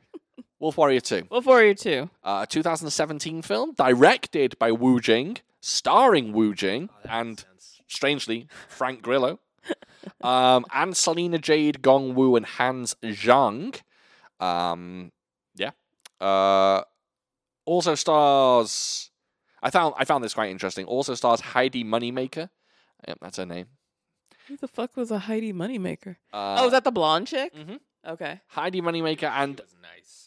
A: Wolf Warrior 2,
C: Wolf Warrior 2.
A: uh, a 2017 film directed by Wu Jing, starring Wu Jing
C: Oh,
A: and strangely Frank Grillo, um, and Selena Jade, Gong Wu, and Hans Zhang. Um, yeah. Uh, also stars. I found I found this quite interesting. Also stars Heidi Moneymaker. Yep, that's her name.
C: Who the fuck was a Heidi Moneymaker?
A: Uh,
C: oh, is that the blonde chick?
A: mhm.
C: Okay.
A: Heidi Moneymaker and
B: was nice,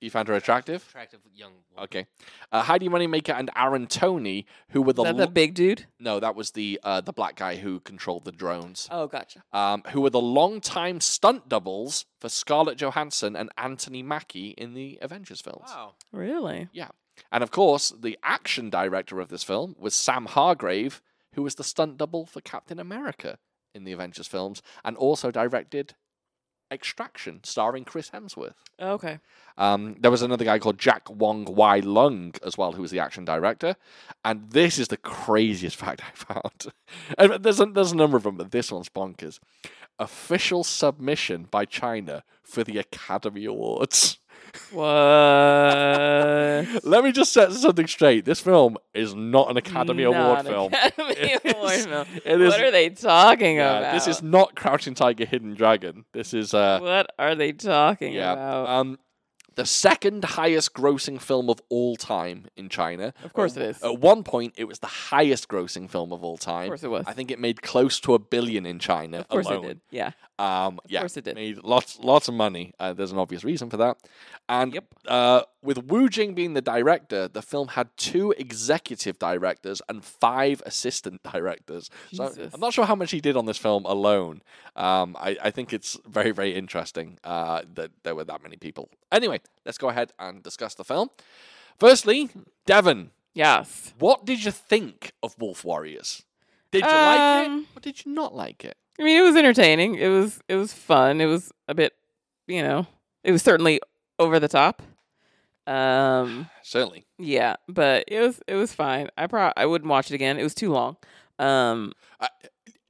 A: you found her attractive.
B: attractive young. Woman.
A: Okay, uh, Heidi Moneymaker and Aaron Tony, who were the
C: Is that
A: l-
C: the big dude?
A: no, that was the uh, the black guy who controlled the drones.
C: Oh, gotcha.
A: um, who were the longtime stunt doubles for Scarlett Johansson and Anthony Mackie in the Avengers films.
B: Wow.
C: Really?
A: And of course, the action director of this film was Sam Hargrave, who was the stunt double for Captain America in the Avengers films and also directed Extraction, starring Chris Hemsworth.
C: Okay.
A: Um, there was another guy called Jack Wong Wai Lung as well, who was the action director. And this is the craziest fact I found. And there's a, there's a number of them, but this one's bonkers. Official submission by China for the Academy Awards.
C: What?
A: Let me just set something straight. This film is not an Academy Award
C: Not
A: film.
C: Academy
A: It
C: Award
A: is-
C: film.
A: it is-
C: what are they talking
A: yeah,
C: about?
A: Uh, this is not Crouching Tiger, Hidden Dragon. This is uh,
C: what are they talking
A: yeah.
C: about?
A: Um, the second highest grossing film of all time in China.
C: Of course it is.
A: At one point, it was the highest grossing film of all
C: of
A: time.
C: course it was.
A: I think it made close to a billion in China
C: of course
A: alone.
C: it did. Yeah.
A: Um, yeah,
C: course it did.
A: Made lots, lots of money. Uh, there's an obvious reason for that. And
B: Yep.
A: uh, with Wu Jing being the director, the film had two executive directors and five assistant directors. So
C: Jesus.
A: I'm not sure how much he did on this film alone. Um, I, I think it's very, very interesting uh, that there were that many people. Anyway, let's go ahead and discuss the film. Firstly, Devon,
C: Yes.
A: what did you think of Wolf Warriors? Did you like it
C: Um,
A: or did you not like it?
C: I mean, it was entertaining. It was it was fun. It was a bit, you know, it was certainly over the top. Um,
A: Certainly.
C: yeah, but it was it was fine. I pro I wouldn't watch it again. It was too long. Um,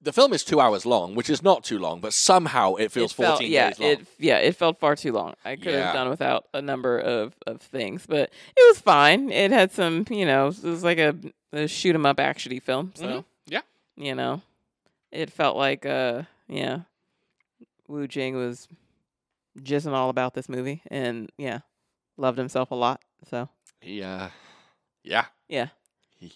A: The film is two hours long, which is not too long, but somehow it feels
C: it felt,
A: 14
C: yeah,
A: days long.
C: It, yeah, it felt far too long. I could
A: Yeah.
C: have done without a number of, of things, but it was fine. It had some, you know, it was like a, a shoot 'em up actiony film. So
A: Mhm. Yeah.
C: you
B: Mm-hmm.
C: know, it felt like uh, yeah, Wu Jing was jizzing all about this movie, and yeah, loved himself a lot. So
A: He, uh, yeah.
C: Yeah.
A: He,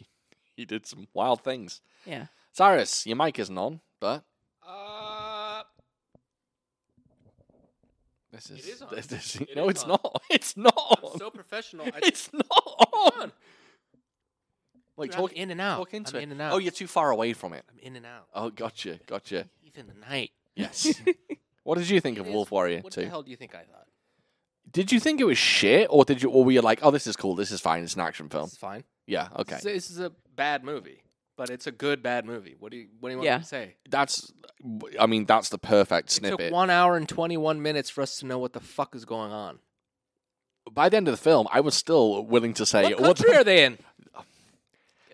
A: he did some wild things.
C: yeah,
A: Cyrus, your mic isn't on, but
B: Uh,
A: this
B: It
A: is.
B: is on.
A: this- this-
B: It
A: no,
B: is
A: it's
B: on.
A: not. It's not.
B: I'm so professional. I
A: it's not on. Wait,
B: Dude, I'm
A: talk,
B: in and out.
A: talk into
B: I'm
A: it.
B: in and out.
A: Oh, you're too far away from it.
B: I'm in and out.
A: Oh, gotcha. Gotcha.
B: Even the night.
A: Yes. what did you think of
B: It is-
A: Wolf Warrior
B: What
A: 2?
B: the hell do you think I thought?
A: Did you think it was shit, or did you, or were you like, oh, this is cool, this is fine, it's an action film?
B: It's fine.
A: Yeah, okay.
B: This, this is a bad movie, but it's a good bad movie. What do you What do you want
C: Yeah.
B: me to say?
A: That's, I mean, that's the perfect
B: It took
A: snippet.
B: one hour and twenty one minutes for us to know what the fuck is going on.
A: By the end of the film, I was still willing to say,
B: What country
A: the-
B: are they in?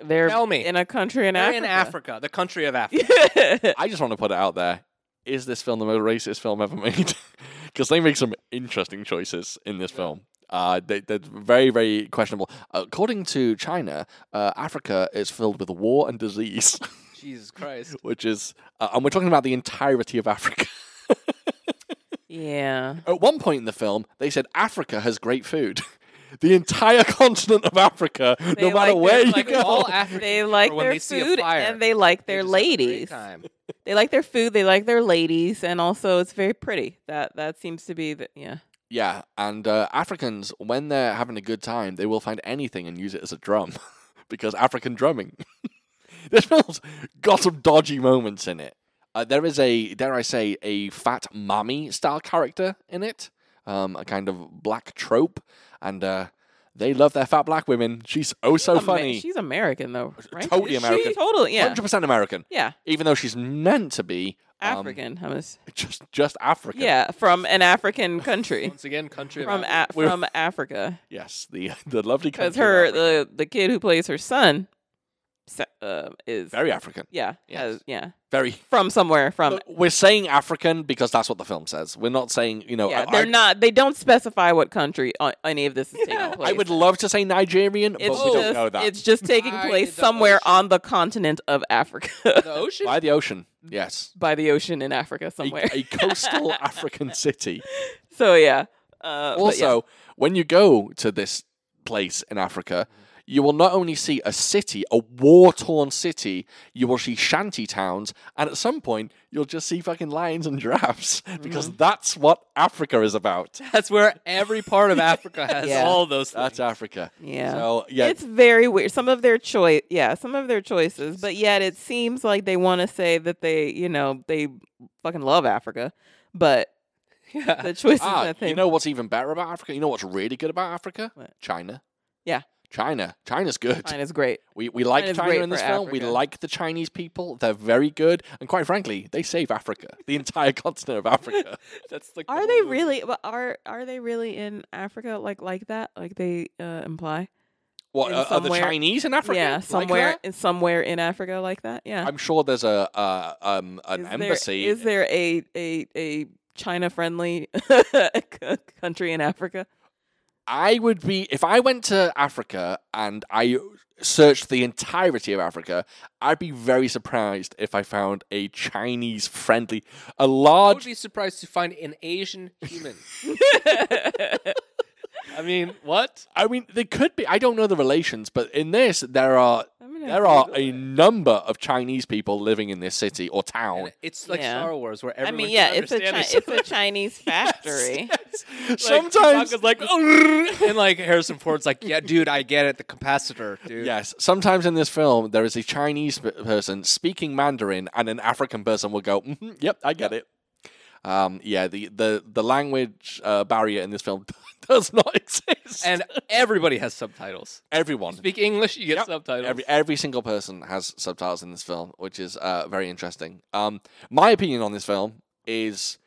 C: they're
B: Tell me.
C: in a country in
B: They're
C: Africa.
B: in Africa, the country of Africa.
C: Africa.
A: I just want to put it out there. Is this film the most racist film ever made? Because they make some interesting choices in this film. Uh, they, they're very, very questionable. According to China, uh, Africa is filled with war and disease,
B: Jesus Christ.
A: which is, uh, and we're talking about the entirety of Africa.
C: yeah.
A: At one point in the film, they said Africa has great food. The entire continent of Africa, no
C: They
A: matter
C: like
A: where
C: their-
A: you
B: like
A: go.
B: all African
C: They
B: people,
C: like
B: when
C: their
B: they see a
C: food
B: fire,
C: and they like
B: they
C: their
B: just have a great
C: ladies.
B: time.
C: They like their food. They like their ladies, and also it's very pretty. That that seems to be the yeah.
A: Yeah, and uh, Africans, when they're having a good time, they will find anything and use it as a drum because African drumming. this film's got some dodgy moments in it. Uh, there is a, dare I say, a fat mommy style character in it, um, a kind of black trope, and uh, they love their fat black women. She's oh so
C: Ama-
A: funny.
C: She's American though, right?
A: Totally
C: Is she?
A: American.
C: Totally, yeah,
A: 100% American,
C: yeah.
A: even though she's meant to be um,
C: African. I was,
A: just just African.
C: yeah, from an African country,
B: Once again, country of
C: from
B: Africa.
C: a-
A: We're-
C: from Africa.
A: Yes, the the lovely
C: Because
A: country. of
C: her
A: Africa.
C: the the kid who plays her son se- uh, is
A: Very African.
C: yeah
A: Yes.
C: has- yeah
A: Very.
C: from somewhere from
A: Look, Um, we're saying African because that's what the film says. We're not saying you know.
C: yeah
A: I,
C: they're
A: I-
C: not they don't specify what country o- any of this is
A: Yeah,
C: taking place.
A: I would love to say Nigerian,
C: It's
A: but we don't
C: just-
A: know that.
C: It's just taking
B: By
C: place
B: the
C: somewhere
B: ocean.
C: on the continent of Africa,
B: The ocean.
A: by the ocean. Yes.
C: by the ocean in Africa
A: A,
C: somewhere.
A: a coastal African city.
C: so yeah. Uh, but yeah.
A: Also, when you go to this place in Africa, you will not only see a city, a war torn city, you will see shanty towns, and at some point, you'll just see fucking lions and giraffes because
C: Mm-hmm.
A: that's what Africa is about.
B: That's where every part of Africa has
C: Yeah.
B: all those things.
A: That's Africa.
C: yeah.
A: So, yeah.
C: It's very weird. Some of their choice, yeah, some of their choices, but yet it seems like they want to say that they, you know, they fucking love Africa, but
B: yeah.
C: the choices
A: ah,
C: that they,
A: you know what's even better about Africa? You know what's really good about Africa?
C: What?
A: China.
C: Yeah.
A: China. China's good.
C: China's great.
A: We, we like
C: China's
A: China
C: great
A: in this
C: for
A: film. We
C: Africa.
A: like the Chinese people. They're very good. And quite frankly, they save Africa, the entire continent of Africa.
B: That's like. the
C: Are
B: whole
C: they
B: movie.
C: really? But are are they really in Africa like like that? Like they uh, imply?
A: What
C: In
A: uh, are the
C: somewhere-
A: Chinese in Africa?
C: yeah,
A: like
C: somewhere
A: that?
C: in somewhere in Africa like that. Yeah.
A: I'm sure there's a uh, um an
C: Is there-
A: embassy.
C: is there a a a China friendly country in Africa?
A: I would be if I went to Africa and I searched the entirety of Africa. I'd be very surprised if I found a Chinese friendly, a
B: I would
A: large.
B: be surprised to find an Asian human. I mean, what?
A: I mean, there could be. I don't know the relations, but in this, there are
C: I'm gonna
A: there are
C: Google
A: a
C: it.
A: number of Chinese people living in this city or town.
B: And It's like
C: Yeah.
B: Star Wars, where
C: I
B: everyone.
C: mean,
B: can
C: yeah, it's a
B: understand
C: Chi-
B: each
C: it's a Chinese factory.
A: Sometimes
B: Chewbacca's like, "Urgh," and like Harrison Ford's like, yeah, dude, I get it. The capacitor, dude.
A: Yes, sometimes in this film there is a Chinese p- person speaking Mandarin, and an African person will go, "Mhm, "Yep, I get it." Um, yeah, the the the language uh, barrier in this film does not exist.
B: And everybody has subtitles.
A: everyone,
B: Speak English, you get
A: Yep.
B: subtitles.
A: every every single person has subtitles in this film, which is uh, very interesting. Um, my opinion on this film is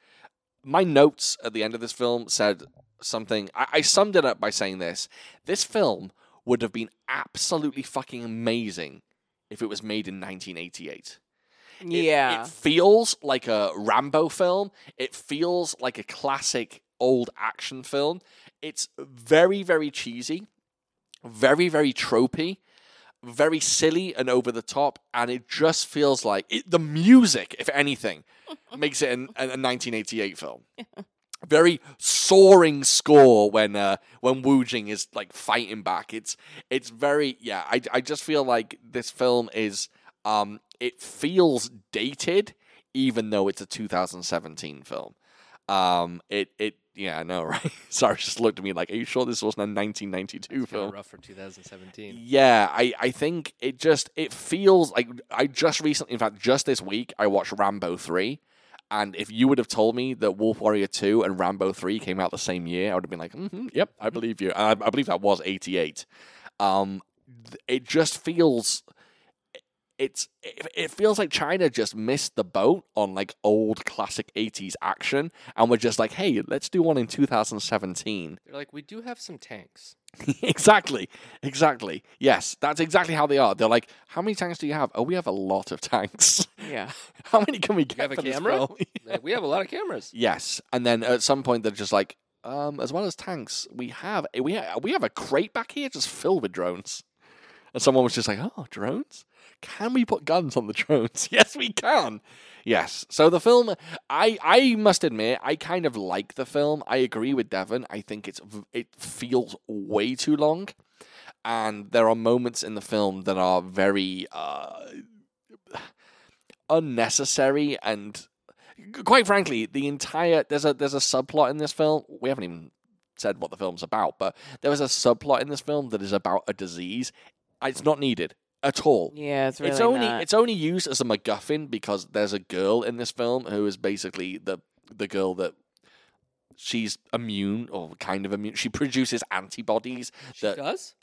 A: my notes at the end of this film said something. I, I summed it up by saying this: this film would have been absolutely fucking amazing if it was made in 1988. It-
C: yeah.
A: It feels like a Rambo film. It feels like a classic old action film. It's very, very cheesy, very, very tropey, very silly and over the top. And it just feels like it, the music, if anything, makes it an, a a 1988 film. Very soaring score when uh, when Wu Jing is like fighting back. It's it's very yeah. I, I just feel like this film is um, it feels dated, even though it's a 2017 film. Um, it it yeah, I know, right? Sorry, just looked at me like, are you sure this wasn't a 1992
B: Kinda
A: film?
B: rough for 2017.
A: Yeah, I, I think it just it feels like I just recently, in fact, just this week, I watched Rambo three, and if you would have told me that Wolf Warrior two and Rambo three came out the same year, I would have been like, hmm yep, I believe you. And I, I believe that was eighty eight. Um, th- it just feels it's it, it feels like China just missed the boat on like old classic eighties action, and we're just like, hey, let's do one in two thousand seventeen.
B: They're like, we do have some tanks.
A: exactly. Exactly. Yes, that's exactly how they are. They're like, how many tanks do you have? Oh, we have a lot of tanks.
C: yeah.
A: how many can we get
B: have a
A: for this
B: camera?
A: film?"
B: Like, we have a lot of cameras.
A: yes, and then at some point they're just like, um, as well as tanks, we have we have, we have a crate back here just filled with drones. And someone was just like, "Oh, drones? Can we put guns on the drones? yes, we can. Yes. So the film, I I must admit, I kind of like the film. I agree with Devon. I think it's v- it feels way too long, and there are moments in the film that are very uh, unnecessary and. Quite frankly, the entire there's a there's a subplot in this film. We haven't even said what the film's about, but there is a subplot in this film that is about a disease. It's not needed at all
C: Yeah, it's really
A: it's only
C: not.
A: it's only used as a MacGuffin because there's a girl in this film who is basically the the girl that she's immune or kind of immune. She produces antibodies.
B: She
A: That-
B: does?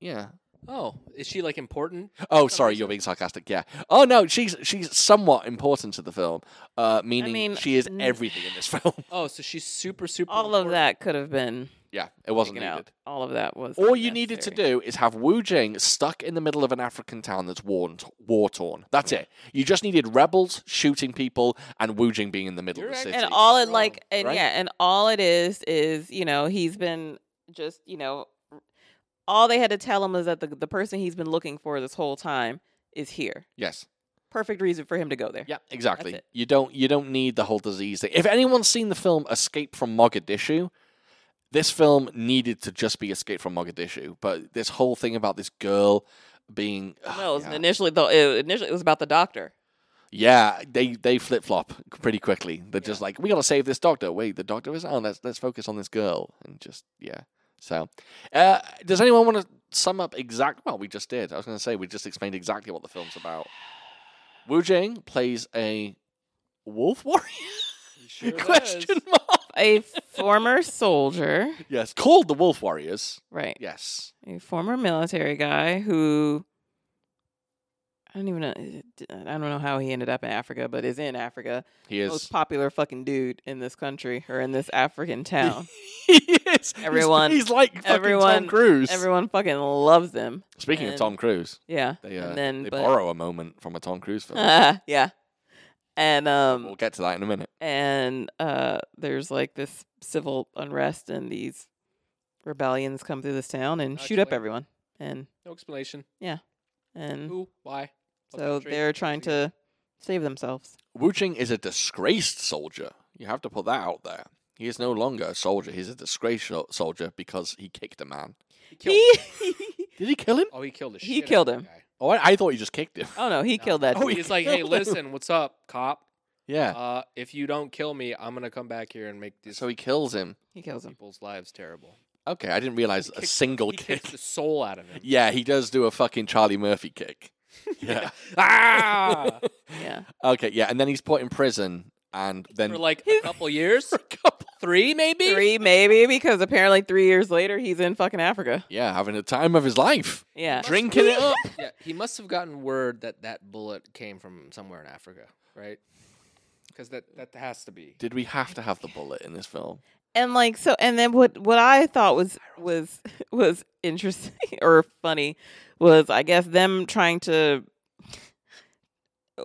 A: Yeah.
B: Oh, is she like important?
A: Oh,
B: Some
A: sorry, you're being sarcastic. Yeah. Oh no, she's she's somewhat important to the film, uh, meaning
C: mean,
A: she is
C: n-
A: everything in this film.
B: Oh, so she's super, super.
C: all of
B: important.
C: that could have been
A: Yeah, it wasn't
C: taken out.
A: needed.
C: All of that was.
A: All you needed to do
C: unnecessary.
A: is have Wu Jing stuck in the middle of an African town that's war war torn. That's it. You just needed rebels shooting people and Wu Jing being in the middle
B: You're
A: of the
B: right.
A: city.
C: and all it
B: wrong,
C: like and
A: right?
C: yeah and all it is is you know he's been just you know all they had to tell him is that the, the person he's been looking for this whole time is here
A: yes.
C: perfect reason for him to go there
A: Yeah, exactly.
C: it.
A: You don't you don't need the whole disease thing. If anyone's seen the film Escape from Mogadishu, this film needed to just be Escape from Mogadishu. But this whole thing about this girl being
C: no it was
A: yeah.
C: initially though it, initially it was about the doctor
A: Yeah, they they flip flop pretty quickly. They're just like, we gotta save this doctor. Wait, the doctor is on. Let's let's focus on this girl and just yeah. So, uh, does anyone want to sum up exact? Well, we just did. I was gonna say we just explained exactly what the film's about. Wu Jing plays a wolf warrior. Question mark.
C: a former soldier
A: Yes, called the Wolf Warriors.
C: right
A: Yes.
C: a former military guy who I don't even know. I don't know how he ended up in Africa, but is in Africa.
A: He is.
C: Most popular fucking dude in this country or in this African town.
A: he is. He's-
C: Everyone-
A: He's, like fucking Tom
C: everyone-
A: Cruise.
C: Everyone fucking loves him.
A: Speaking of
C: and-
A: Tom Cruise,
C: Yeah.
A: they uh,
C: and then
A: they
C: but, Um,
A: borrow a moment from a Tom Cruise film.
C: yeah. And
A: We'll
C: um
A: get to that in a minute.
C: and uh there's like this civil unrest and these rebellions come through this town and
B: Not
C: shoot up
B: explained.
C: everyone. And
B: No explanation.
A: Mm-hmm.
C: and
B: Who? Why? what
C: so
B: country,
C: they're
B: what's
C: trying
B: he-
C: to save themselves.
A: Wu Jing is a disgraced soldier. You have to put that out there. He is no longer a soldier. He's a disgraced sol- soldier because he kicked a man.
B: He killed
C: He,
A: Did he kill him?
B: Oh, he killed the
C: He
B: shit out of
C: killed
B: that
C: him.
B: guy.
A: Oh, I, I thought he just kicked him.
C: oh no, he
B: No.
C: killed that
A: Oh,
C: dude.
A: he
B: He's like, hey,
A: killed him."
B: listen, what's up, cop?
A: Yeah.
B: Uh, if you don't kill me, I'm gonna come back here and make these
A: Uh, so he kills him.
C: He kills him.
B: people's lives terrible.
A: Okay, I didn't realize
B: He
A: a
B: kicks-
A: single
B: He
A: kick.
B: kicks the soul out of him.
A: Yeah, he does do a fucking Charlie Murphy kick. Yeah.
B: ah!
C: Yeah.
A: okay, yeah, and then he's put in prison, and then
B: For like a couple years, three maybe.
C: Three maybe because apparently three years later he's in fucking Africa.
A: yeah, having a time of his life,
C: Yeah.
B: Must
A: drinking it up.
B: Yeah, he must have gotten word that that bullet came from somewhere in Africa, right? Because that that has to be.
A: Did we have to have the bullet in this film?
C: and like so and then what what i thought was was was interesting or funny was i guess them trying to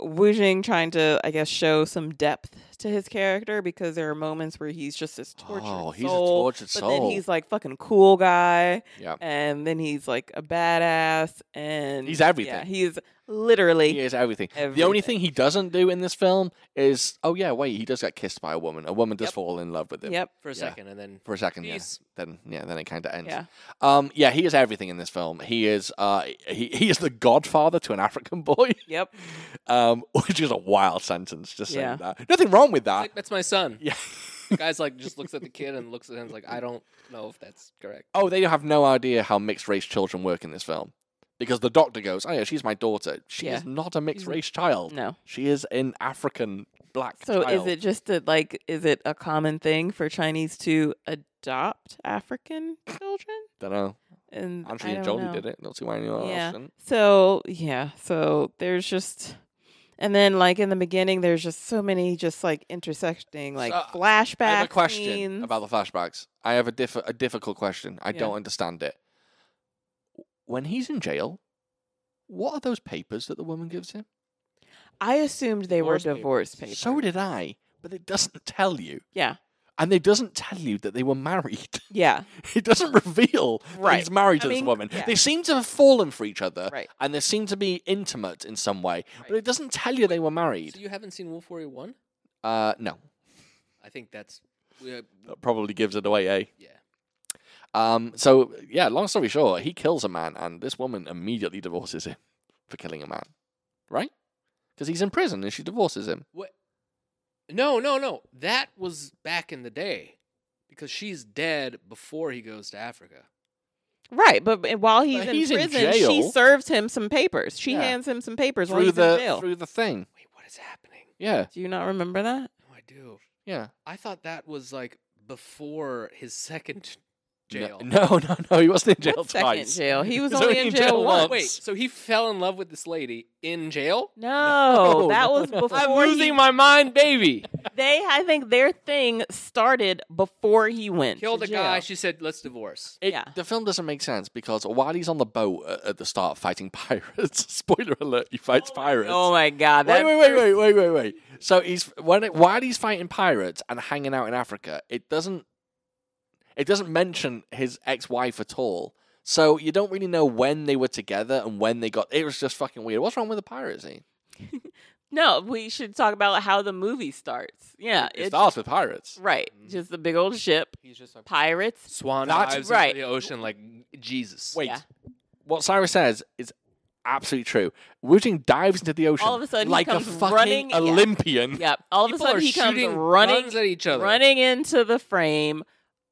C: Wu Jing trying to i guess show some depth to his character because there are moments where he's just this tortured
A: oh, he's a
C: soul,
A: tortured
C: but
A: soul.
C: then he's like fucking cool guy
A: yeah,
C: and then he's like a badass and
A: He's
C: yeah
A: everything.
C: he's literally
A: he is everything. The only thing
C: everything.
A: he doesn't do in this film is oh yeah, wait, he does get kissed by a woman. A woman does
B: Yep.
A: fall in love with him
C: yep
B: for a
A: Yeah.
B: second, and then
A: for a second. Yeah.
B: peace.
A: Then yeah, then it kind of ends.
C: yeah
A: Um, yeah, he is everything in this film. He is uh, he he is the godfather to an African boy,
C: yep
A: um, which is a wild sentence. Just saying
C: Yeah.
A: that. Nothing wrong with
B: He's
A: that.
B: like, that's my son.
A: Yeah.
B: The guy's like just looks at the kid and looks at him like I don't know if that's correct.
A: Oh, they have no idea how mixed race children work in this film. Because the doctor goes, Oh, yeah, she's my daughter. She is not a mixed
C: She's a-
A: race child.
C: no
A: She is an African black
C: So
A: child.
C: is it just that like is it a common thing for Chinese to adopt African children?
A: Dunno.
C: And I
A: Angelina
C: don't
A: Jolie
C: know.
A: did it. Don't see why anyone
C: Yeah.
A: else didn't.
C: So yeah, so there's just and then like in the beginning there's just so many just like intersecting like
A: So,
C: flashback
A: I have a question
C: scenes.
A: about the flashbacks. I have a diff- a difficult question. I
C: Yeah.
A: don't understand it. When he's in jail, what are those papers that the woman gives him?
C: I assumed they were
B: Divorce papers.
C: divorce papers.
A: So did I, but it doesn't tell you.
C: Yeah.
A: And it doesn't tell you that they were married.
C: Yeah.
A: It doesn't reveal that he's
C: Right.
A: married
C: I
A: to this
C: mean,
A: woman.
C: yeah.
A: They seem to have fallen for each other,
C: Right.
A: and they seem to be intimate in some way. But
B: Right.
A: it doesn't tell you they were married.
B: So you haven't seen Wolf Warrior One?
A: Uh, no,
B: I think that's uh, yeah,
A: that probably gives it away, eh?
B: yeah.
A: Um, so yeah, long story short, he kills a man, and this woman immediately divorces him for killing a man, right? Because he's in prison, and she divorces him.
B: What? No, no, no. That was back in the day, because she's dead before he goes to Africa.
C: Right, but, but while he's,
A: But
C: in
A: he's in
C: prison, she
A: jail.
C: serves him some papers. She
A: Yeah.
C: hands him some papers while
A: through
C: he's
A: the
C: in jail.
A: through the thing.
B: Wait, what is happening?
A: Yeah,
C: Do you not remember that?
B: No, I do.
A: yeah.
B: I thought that was like before his second jail.
A: No, no, no. He wasn't in jail
C: What second
A: twice.
C: jail. He was
A: He's
C: only in jail
A: once.
C: once.
B: Wait, so he fell in love with this lady in jail?
C: No,
A: No,
C: that
A: no,
C: was
A: no.
C: before
B: I'm
C: he-
B: losing my mind, baby.
C: they. I think their thing started before he went.
B: Killed
C: to
B: a guy.
C: jail.
B: She said, "Let's divorce."
A: It-
C: Yeah.
A: The film doesn't make sense because while he's on the boat a- at the start fighting pirates, spoiler alert, he fights pirates.
C: Oh my god!
A: Wait,
C: That
A: wait, wait, wait, wait, wait, wait. So he's when it, while he's fighting pirates and hanging out in Africa, it doesn't it doesn't mention his ex-wife at all. So you don't really know when they were together and when they got. It was just fucking weird. What's wrong with the piracy?
C: No, we should talk about how the movie starts. Yeah,
A: It starts with pirates.
C: right. Just the big old ship,
B: He's just a
C: pirates.
B: swan
A: That's
B: dives
C: right.
B: into the ocean like Jesus.
A: Wait,
C: Yeah.
A: what Cyrus says is absolutely true. Wu Jing dives into the ocean
C: All of a sudden, he
A: like a
C: comes
A: fucking
C: running- yeah.
A: Olympian.
C: Yep. All of a
B: People
C: sudden,
B: are
C: he comes
B: shooting
C: running,
B: guns at each other.
C: running into the frame,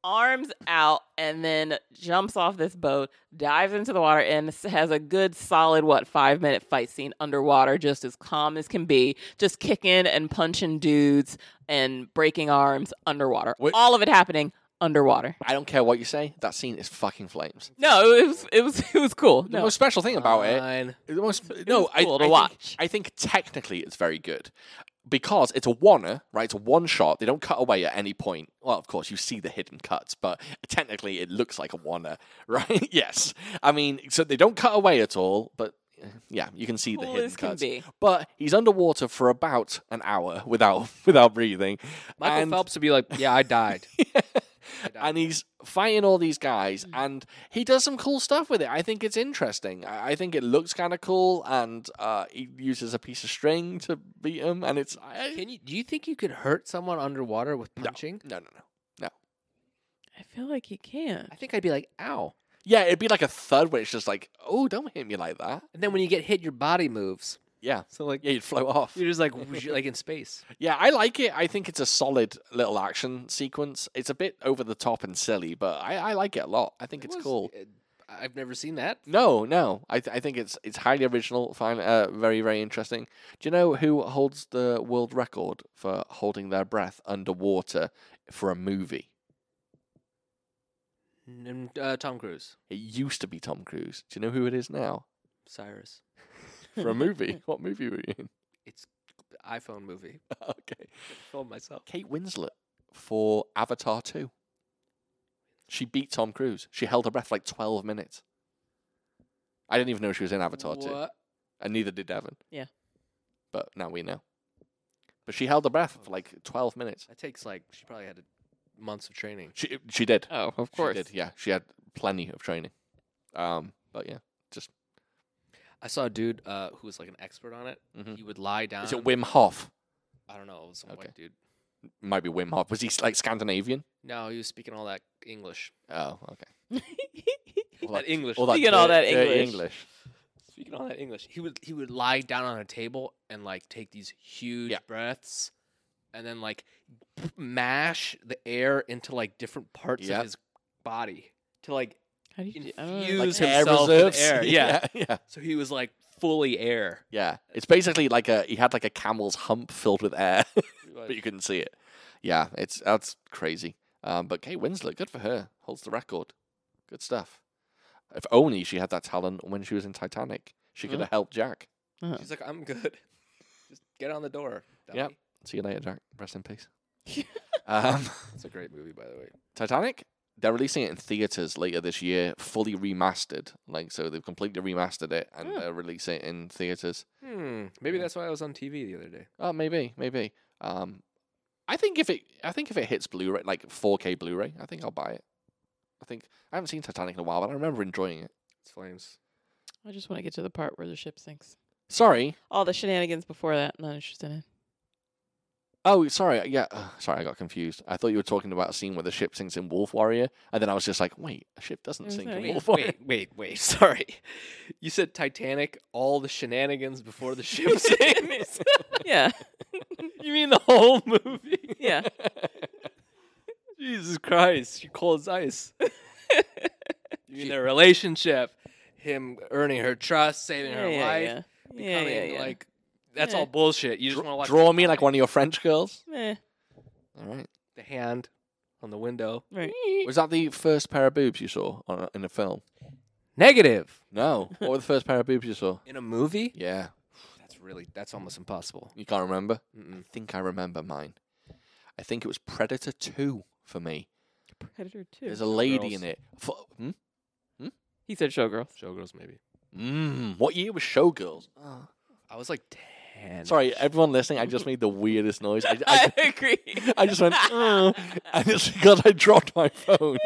C: arms out, and then jumps off this boat, dives into the water, and s- has a good solid what five minute fight scene underwater, just as calm as can be, just kicking and punching dudes and breaking arms underwater.
A: Wait.
C: All of it happening underwater.
A: I don't care what you say. That scene is fucking flames.
C: No, it was it was it was cool.
A: The
C: No, Uh,
A: most special thing about it
B: Fine.
A: The most, no, I,
C: cool
A: I
C: to
A: think-
C: watch.
A: I think technically it's very good because it's a one right? It's a one shot. They don't cut away at any point. Well, of course, you see the hidden cuts, but technically it looks like a one right? yes. I mean, so they don't cut away at all, but eh, yeah, you can see the
C: cool
A: hidden
C: as can
A: cuts.
C: be.
A: But he's underwater for about an hour without without breathing.
B: Michael
A: and,
B: Phelps would be like, "Yeah, I died."
A: and he's fighting all these
B: Mm.
A: guys and he does some cool stuff with it i think it's interesting i, I think it looks kind of cool and uh, he uses a piece of string to beat him and it's I,
B: Can you? Do you think you could hurt someone underwater with punching?
A: no no no
C: I feel like he can't.
B: I think I'd be like, "Ow!"
A: yeah it'd be like a thud where it's just like oh don't hit me like that
B: And then when you get hit, your body moves.
A: yeah
B: So like,
A: yeah you'd float off
B: you're just like, whoosh, like in space.
A: yeah i like it i think it's a solid little action sequence it's a bit over the top and silly but i, I like it a lot i think
B: It
A: it's
B: was-
A: cool
B: it- I've never seen that.
A: No, no. I th- I think it's it's highly original, fine, uh, very very interesting. Do you know who holds the world record for holding their breath underwater for a movie?
B: And, uh, Tom Cruise,
A: It used to be Tom Cruise. Do you know who it is now?
B: Cyrus.
A: For a movie? what movie were you in?
B: It's iPhone movie.
A: okay.
B: I filmed myself.
A: Kate Winslet for Avatar 2. She beat Tom Cruise. She held her breath for like 12 minutes. I didn't even know she was in Avatar 2.
B: What?
A: and neither did Devon.
C: Yeah.
A: But now we know. But she held her breath for like 12 minutes.
B: That takes like she probably had a, months of training.
A: She she did.
C: Oh, of
A: She did. Yeah, she had plenty of training. Um, but yeah,
B: I saw a dude uh, who was like an expert on it.
A: Mhm.
B: He would lie down.
C: Um,
A: is it Wim Hof?
B: I don't know. It was some
A: Okay.
B: white dude.
A: Might be Wim Hof. Was he s- like Scandinavian?
B: No, he was speaking all that English.
A: Oh, okay. All
B: that English.
A: all that
C: Speaking all
A: dirty-
C: that
A: dirty
C: English.
A: English.
B: Speaking all that English, he would he would lie down on a table and like take these huge
A: Yeah.
B: breaths, and then like mash the air into like different parts
A: Yep.
B: of his body to like
C: How do you? I don't know.
B: infuse
A: Like air
B: himself with
A: reserves.
B: air. Yeah.
A: yeah, yeah,
B: So he was like fully air.
A: yeah. It's basically like a he had like a camel's hump filled with air, but you
B: Like,
A: couldn't see it. Yeah, it's that's crazy. Um, but Kate Winslet, good for her, holds the record. Good stuff. If only she had that talent when she was in Titanic, she could
C: Yeah.
A: have helped Jack.
B: She's like, I'm good. Just get on the door.
A: Yep.
B: dummy."
A: See you later, Jack. Rest in peace. um,
B: It's a great movie, by the way.
A: Titanic. They're releasing it in theaters later this year, fully remastered. Like so, they've completely remastered it and
C: Hmm.
A: they're releasing it in theaters.
B: Hmm. Maybe
A: Yeah.
B: that's why I was on TV the other day.
A: Oh, maybe, maybe. Um, I think if it, I think if it hits Blu-ray, like 4K Blu-ray, I think I'll buy it. I think I haven't seen Titanic in a while, but I remember enjoying it.
B: It's flames.
C: I just want to get to the part where the ship sinks.
A: Sorry.
C: All the shenanigans before that, not interested in.
A: Oh, sorry. Yeah, ugh, sorry. I got confused. I thought you were talking about a scene where the ship sinks in Wolf Warrior, and then I was just like, wait, a ship doesn't
C: There's
A: sink
C: no-
A: in
C: Wait,
A: Wolf Warrior.
B: Wait, wait, wait. Sorry. You said Titanic, all the shenanigans before the ship sinks.
C: Yeah,
B: you mean the whole movie?
C: yeah.
B: Jesus Christ, you're cold as ice. you mean their relationship, him earning her trust, saving her
C: yeah,
B: life,
C: yeah, yeah.
B: becoming
C: yeah, yeah.
B: like that's
C: Yeah.
B: all bullshit. You just
A: Dra-
B: want to watch
A: draw me like one of your French girls.
C: Eh.
A: All right.
B: the hand. on the window.
C: Right.
A: Was that the first pair of boobs you saw on a, in a film?
B: Negative.
A: No. What were the first pair of boobs you saw?
B: In a movie?
A: Yeah.
B: That's really that's almost impossible.
A: You can't remember? I
B: Mm-mm.
A: think I remember mine. I think it was Predator 2 for me.
C: Predator
A: There's a
C: 2.
A: lady
B: Showgirls.
A: in it. Fo- hmm?
C: He said Showgirls.
B: Showgirls maybe.
A: Mm, what year was Showgirls?
B: I was like ten.
A: Sorry, everyone listening, I just made the weirdest noise. I, I,
C: agree.
A: I just went, "Mm," and it's because I dropped my phone.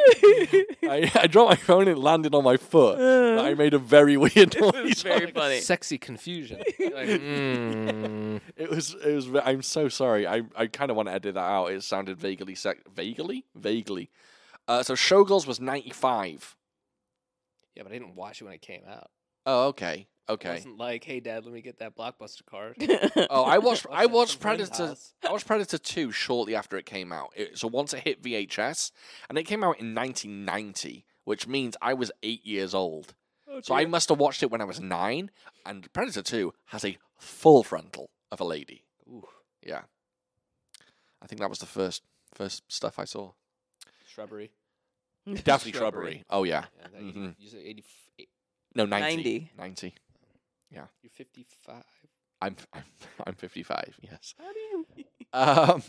A: I, I dropped my phone and it landed on my foot.
C: Uh,
A: I made a very weird noise.
C: this is very funny.
B: Sexy confusion. Like, mm.
A: It was. It was. ve- I'm so sorry. I. I kind of want to edit that out. It sounded vaguely sex. Vaguely. Vaguely. Uh, so Showgirls was 95.
B: Yeah, but I didn't watch it when it came out.
A: Oh, okay.
B: It
A: Okay.
B: wasn't like, hey dad, let me get that blockbuster card.
A: Oh, I watched.
B: Watch
A: I
B: it at
A: watched
B: some friend's
A: Predator.
B: house.
A: I watched Predator Two shortly after it came out. It, so once it hit VHS, and it came out in 1990, which means I was eight years old.
B: Oh,
A: So I must have watched it when I was nine. And Predator Two has a full frontal of a lady.
B: Ooh,
A: Yeah. I think that was the first first stuff I saw.
B: shrubbery.
A: Definitely
B: Shrubbery.
A: shrubbery. Oh yeah.
B: Yeah, that you-
A: Mhm.
B: You said 80, eight-
A: No, 90.
C: 90.
A: 90.
B: you're 55.
A: I'm, I'm, I'm 55, yes.
C: How do you...
A: Um,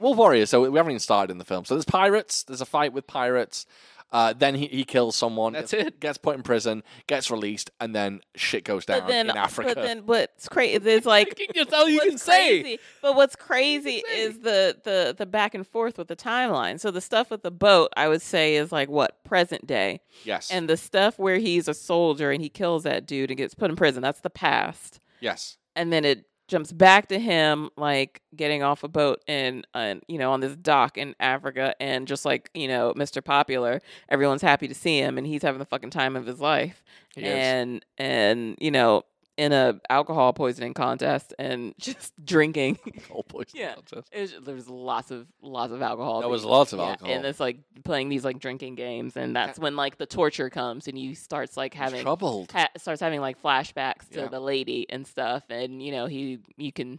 A: Wolf Warrior, so we haven't even started in the film. So there's pirates, there's a fight with pirates. Uh, then he, he kills someone.
B: That's
A: gets-
B: it.
A: Gets put in prison, gets released, and then shit goes down
C: but then,
A: in Africa.
C: But then what's crazy is like
B: That's all you
C: what's
B: can say.
C: crazy- But what's crazy
B: say.
C: is the the the back and forth with the timeline. So the stuff with the boat, I would say, is like what present day,
A: yes.
C: and the stuff where he's a soldier and he kills that dude and gets put in prison. That's the past,
A: yes.
C: and then it jumps back to him like getting off a boat in uh, you know on this dock in Africa and just like you know Mr. Popular everyone's happy to see him and he's having the fucking time of his life
A: He is.
C: and and you know in a alcohol poisoning contest and just drinking
A: All boys
C: Yeah.
A: contest.
C: it was, there was lots of lots of alcohol
A: There was
C: being-
A: lots of
C: yeah,
A: alcohol.
C: and it's like playing these like drinking games and that's when like the torture comes and you starts like
A: He's
C: having
A: troubled.
C: ha- starts having like flashbacks to
A: Yeah.
C: the lady and stuff and you know he you can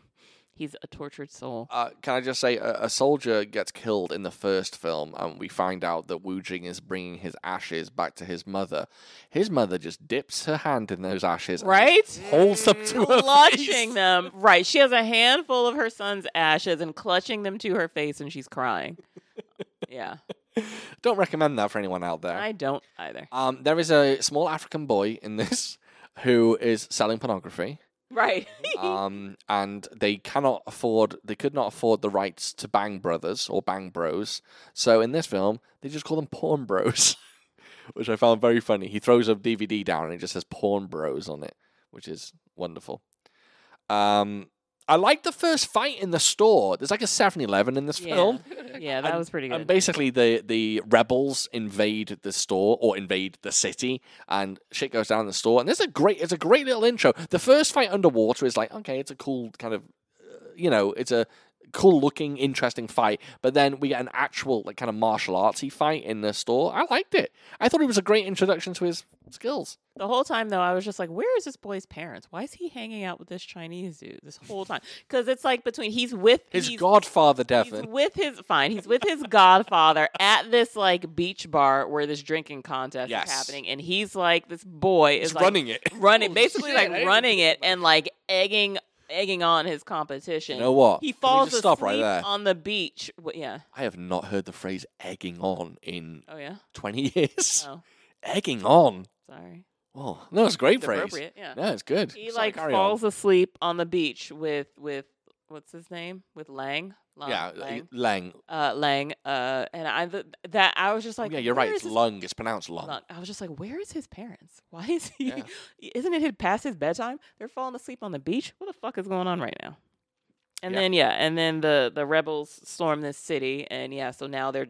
C: he's a tortured soul
A: Uh, can I just say, a, a soldier gets killed in the first film, and we find out that Wu Jing is bringing his ashes back to his mother. His mother just dips her hand in those ashes, and just
C: right
A: holds them to her
C: clutching
A: face.
C: them right she has a handful of her son's ashes and clutching them to her face and she's crying yeah
A: Don't recommend that for anyone out there.
C: i don't either
A: Um, there is a small African boy in this who is selling pornography.
C: right
A: um, and they cannot afford, they could not afford the rights to Bang Brothers or Bang Bros. So in this film, they just call them Porn Bros, which I found very funny. He throws a DVD down and it just says Porn Bros on it, which is wonderful. Um, I like the first fight in the store. There's like a 7 Eleven in this
C: Yeah.
A: film.
C: yeah that
A: And-
C: was pretty good
A: And basically, the, the rebels invade the store or invade the city, and shit goes down in the store. And there's a great, it's a great little intro. The first fight underwater is like, okay, it's a cool kind of, uh, you know, it's a cool looking, interesting fight. But then we get an actual like kind of martial artsy fight in the store. I liked it. I thought it was a great introduction to his skills.
C: The whole time though, I was just like, "Where is this boy's parents? Why is he hanging out with this Chinese dude this whole time?" Because it's like between he's with
A: His
C: he's,
A: godfather,
C: he's
A: Devon.
C: with his fine, he's with his godfather at this like beach bar where this drinking contest
A: Yes.
C: is happening, and he's like, this boy is
A: He's
C: like,
A: running it.
C: running,
B: Holy
C: basically
B: shit, I didn't
C: like
B: even
C: running
B: think
C: it
B: about
C: and
B: that.
C: like egging egging on his competition.
A: You know what?
C: He
A: Can we
C: falls
A: just
C: asleep
A: stop right there.
C: on the beach. Wh- yeah.
A: I have not heard the phrase egging on in
C: Oh yeah.
A: 20 years.
C: Oh,
A: Egging on.
C: sorry.
A: Oh, no, it's a great
C: It's
A: phrase.
C: appropriate. Yeah.
A: No, it's good.
C: He
A: Sorry,
C: like
A: carry
C: falls asleep on the beach with with what's his name with Lang.
A: On.
C: Lang
A: Yeah,
C: Lang.
A: Lang. Lang.
C: Uh, Lang. Uh, and I th- that I was just like,
A: Oh, yeah, you're
C: "Where
A: right.
C: is
A: It's
C: his
A: lung. It's pronounced lung.
C: Lang?" I was just like, where is his parents? Why is he?
A: Yeah.
C: Isn't it his- past his bedtime? They're falling asleep on the beach. What the fuck is going on right now? And
A: Yeah.
C: then yeah, and then the the rebels storm this city, and yeah, so now they're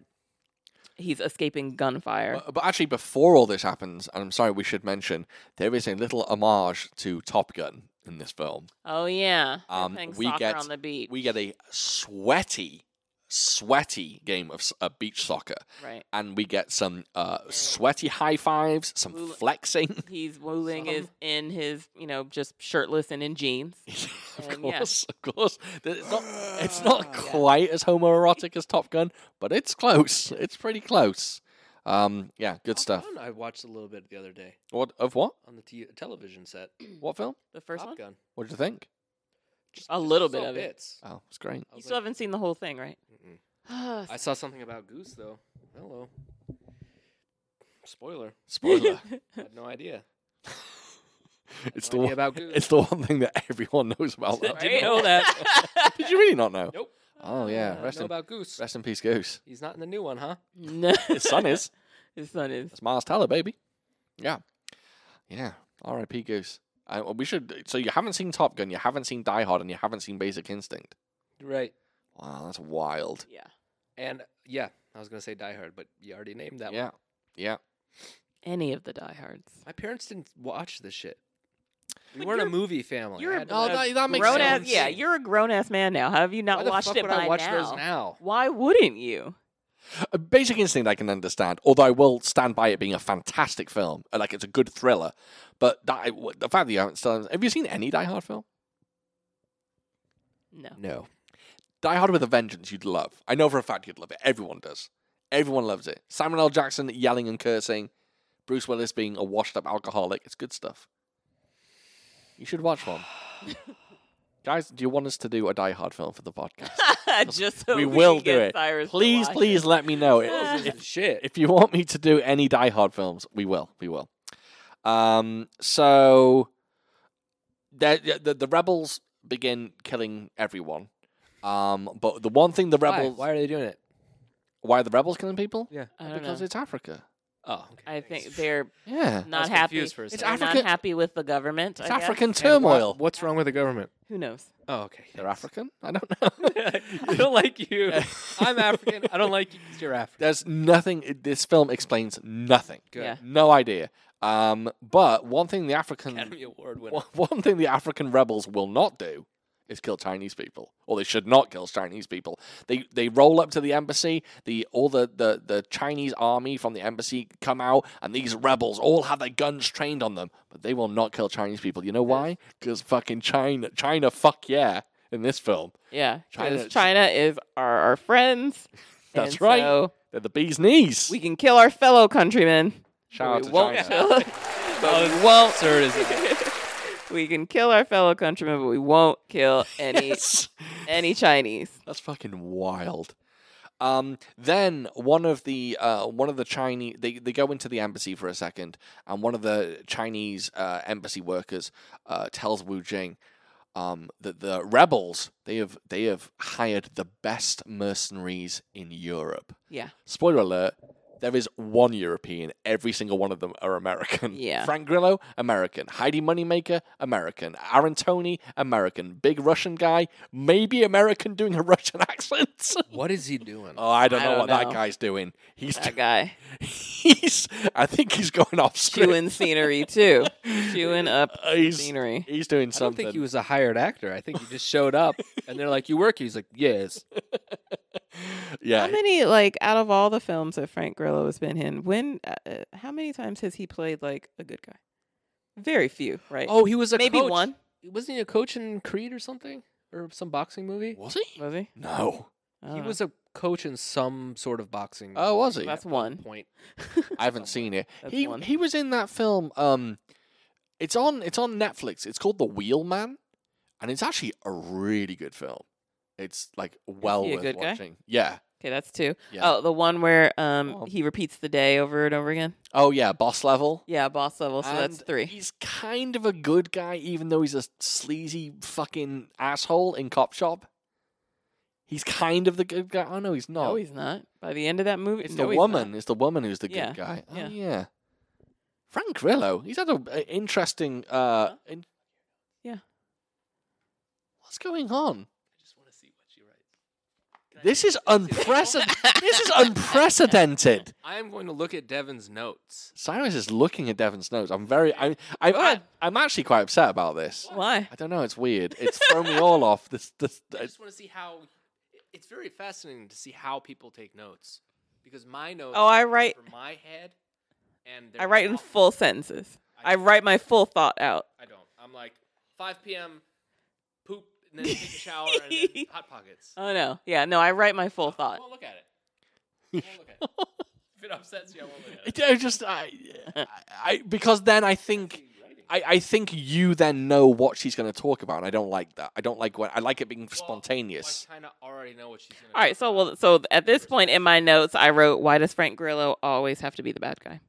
C: he's escaping gunfire.
A: But, but actually, before all this happens, and I'm sorry, we should mention there is a little homage to Top Gun in this film.
C: oh yeah, They're
A: Um,
C: playing
A: we
C: soccer
A: get-
C: on the beach.
A: We get a sweaty, sweaty game of s- uh, beach soccer,
C: right.
A: and we get some uh, sweaty high fives, some
C: Ooh.
A: flexing.
C: He's Wuling is
A: Some-
C: in his, you know, just shirtless and in jeans.
A: Of
C: And yeah.
A: course, of course. Th- It's not, it's not quite as homoerotic as Top Gun, but it's close. It's pretty close. Um, yeah, good stuff.
B: Top Gun I watched a little bit the other day
A: What of what?
B: on the t- television set.
A: What film?
C: The first
B: Top
C: one?
B: Gun.
A: What did you think?
B: Just-
C: A
B: just
C: little
B: saw
C: bit of it.
B: bits.
A: Oh, it's great.
B: I
C: You
B: was
C: still
B: like,
C: haven't seen the whole thing, right?
B: "Mm-mm."
C: I
B: I saw something about Goose though. Hello. Spoiler.
A: Spoiler.
B: I had no idea.
A: it's the
B: No
A: one,
B: idea about Goose.
A: it's the one thing that everyone knows about.
B: Didn't
A: Did you-
B: know
C: that.
A: Did you really not know?
B: Nope.
A: Oh yeah,
C: Uh,
A: rest in,
B: know about Goose.
A: rest in peace, Goose.
B: He's not in the new one, huh?
C: no.
A: His son is.
C: His son is.
A: It's Miles Teller, baby. Yeah, yeah. R.I.P. Goose. I, we should. So you haven't seen Top Gun, you haven't seen Die Hard, and you haven't seen Basic Instinct.
B: Right.
A: Wow, that's wild.
C: Yeah.
B: And yeah, I was gonna say Die Hard, but you already named that
A: yeah,
B: one.
A: yeah.
C: Any of the diehards.
B: My parents didn't watch this shit. We
C: But
B: weren't a
C: you're-
B: movie family.
C: you're
B: I
C: a-
B: had-
C: Oh,
B: I had
A: that- that makes
C: Grown
A: sense.
C: ass. Yeah, you're a grown ass man now. How have you not
B: Why the
C: watched
B: fuck
C: it
B: would
C: by
B: I watch
C: now?
B: those now?
C: Why wouldn't you?
A: A basic instinct I can understand, although I will stand by it being a fantastic film. Uh, Like it's a good thriller, but that, the fact that you haven't still have you seen any Die Hard film?
C: No.
B: No.
A: Die Hard with a Vengeance, you'd love. I know for a fact you'd love it. Everyone does. Everyone loves it. Samuel L. Jackson yelling and cursing, Bruce Willis being a washed-up alcoholic. It's good stuff. You should watch one, guys. Do you want us to do a Die Hard film for the podcast?
C: Just so
A: we
C: we,
A: will
C: can
A: do
C: get
A: it.
C: Cyrus to
A: Please,
C: watch
A: please let me know.
C: Well,
A: If,
C: this
A: if
B: This is shit.
A: if you want me to do any Die Hard films, we will. We will. Um, so the, the the rebels begin killing everyone. Um, but the one thing the
B: Why?
A: rebels
B: Why?
A: why,
B: are they doing it?
A: are the rebels killing people?
B: Yeah.
C: I don't
A: because
C: know.
A: it's Africa.
B: Oh. okay,
C: I
B: thanks.
C: think they're
A: Yeah,
C: not
B: was
C: happy.
B: confused for a
C: They're
B: second.
A: It's
C: not
A: African-
C: happy with the government.
A: it's
C: I Hmm, guess.
A: African
B: And wha-
A: turmoil.
B: what's wrong with the government?
C: Who knows?
B: Oh, okay.
A: They're African. I don't know.
B: I don't like you. I'm African. I don't like you 'cause you're African.
A: There's nothing. it- This film explains nothing.
B: Good.
C: Yeah.
A: No idea. Um, but one thing the African
B: Academy Award winner.
A: One- One thing the African rebels will not do is kill Chinese people, or they should not kill Chinese people. They they roll up to the embassy. The all the, the, the Chinese army from the embassy come out, and these rebels all have their guns trained on them, but they will not kill Chinese people. You know why? Because fucking China, China, fuck yeah, in this film,
C: Yeah.
A: China-
C: 'cause China is our, our friends.
A: That's
C: and
A: right.
C: So
A: they're the bee's knees.
C: we can kill our fellow countrymen.
A: Shout out
C: but we
A: to
C: won't
A: China.
C: kill.
B: Oh, well, sir, is it?
C: we can kill our fellow countrymen, but we won't kill any
A: Yes.
C: any Chinese.
A: That's fucking wild. Um, then one of the uh, one of the Chinese they, they go into the embassy for a second, and one of the Chinese uh, embassy workers uh, tells Wu Jing um, that the rebels they have they have hired the best mercenaries in Europe.
C: Yeah.
A: Spoiler alert: there is one European. Every single one of them are American.
C: Yeah.
A: Frank Grillo, American. Heidi Moneymaker, American. Aaron Tony, American. Big Russian guy, maybe American doing a Russian accent.
B: What is he doing?
A: Oh, I don't
C: I
A: know
C: don't
A: what that
C: know.
A: guy's doing. He's
C: That guy
A: he's. I think he's going off script.
C: chewing scenery too, chewing up
A: Uh, he's,
C: scenery.
A: he's doing
B: I don't
A: something.
B: think he was a hired actor. I think he just showed up and they're like, "You work?" here?" He's like, "Yes."
A: yeah,
C: How many like out of all the films that Frank Grillo has been in? When uh, uh, how many times has he played like a good guy? Very few, right?
B: Oh, he was a
C: maybe
B: coach.
C: one
B: Wasn't he a coach in Creed or something or some boxing movie?
A: was he?
C: was he? Oh.
A: No,
C: I
B: He
C: don't
B: was a coach in some sort of boxing.
A: Oh, was he?
B: movie
C: know.
B: at
C: that's one.
B: Point.
A: I haven't seen it.
C: That's
A: He
C: one.
A: he was in that film. Um, it's on it's on Netflix. It's called The Wheelman, and it's actually a really good film. It's like well
C: he a
A: worth
C: good guy?
A: watching. Yeah,
C: Okay, that's two.
A: yeah.
C: Oh, the one where um
A: Oh.
C: he repeats the day over and over again.
A: Oh yeah, boss level.
C: Yeah, boss level. So that's
A: And
C: three.
A: He's kind of a good guy, even though he's a sleazy fucking asshole in Cop Shop. He's kind of the good guy. Oh no, he's not.
C: No, he's not. By the end of that movie,
A: it's
C: no,
A: the
C: he's
A: woman.
C: not.
A: It's the woman who's the
C: Yeah,
A: good guy. Oh, yeah.
C: yeah.
A: Frank Grillo. He's had an interesting. Uh, in-
C: Yeah.
A: What's going on?
B: I just want to see what you write.
A: This is unprecedented. this is unprecedented.
B: I am going to look at Devin's notes.
A: Cyrus is looking at Devon's nose. I'm very. I'm. I'm,
C: What?
A: I'm actually quite upset about this.
C: Why?
A: I don't know. It's weird. It's thrown me all off. This, this,
B: I just want to see how. It's very fascinating to see how people take notes because my notes.
C: Oh, I
B: are
C: write-
B: for my head, and
C: I
B: they're
C: write in
B: awful.
C: full sentences. I write my full thought out.
B: I don't. I'm like 5 p.m. poop, and then take a shower, and then hot pockets.
C: Oh no. Yeah, no, I write my full
B: I
C: thought.
B: won't look at it. I won't look at it. if it upsets you, I won't look at it.
A: I just I, I because then I think
B: Keep writing.
A: I, I think you then know what she's going to talk about, and I don't like that. I don't like when I like it being
B: Well,
A: spontaneous.
B: I kind of already know what she's gonna.
C: All right,
B: talk
C: so
B: about.
C: well so at this point in my notes I wrote why does Frank Grillo always have to be the bad guy?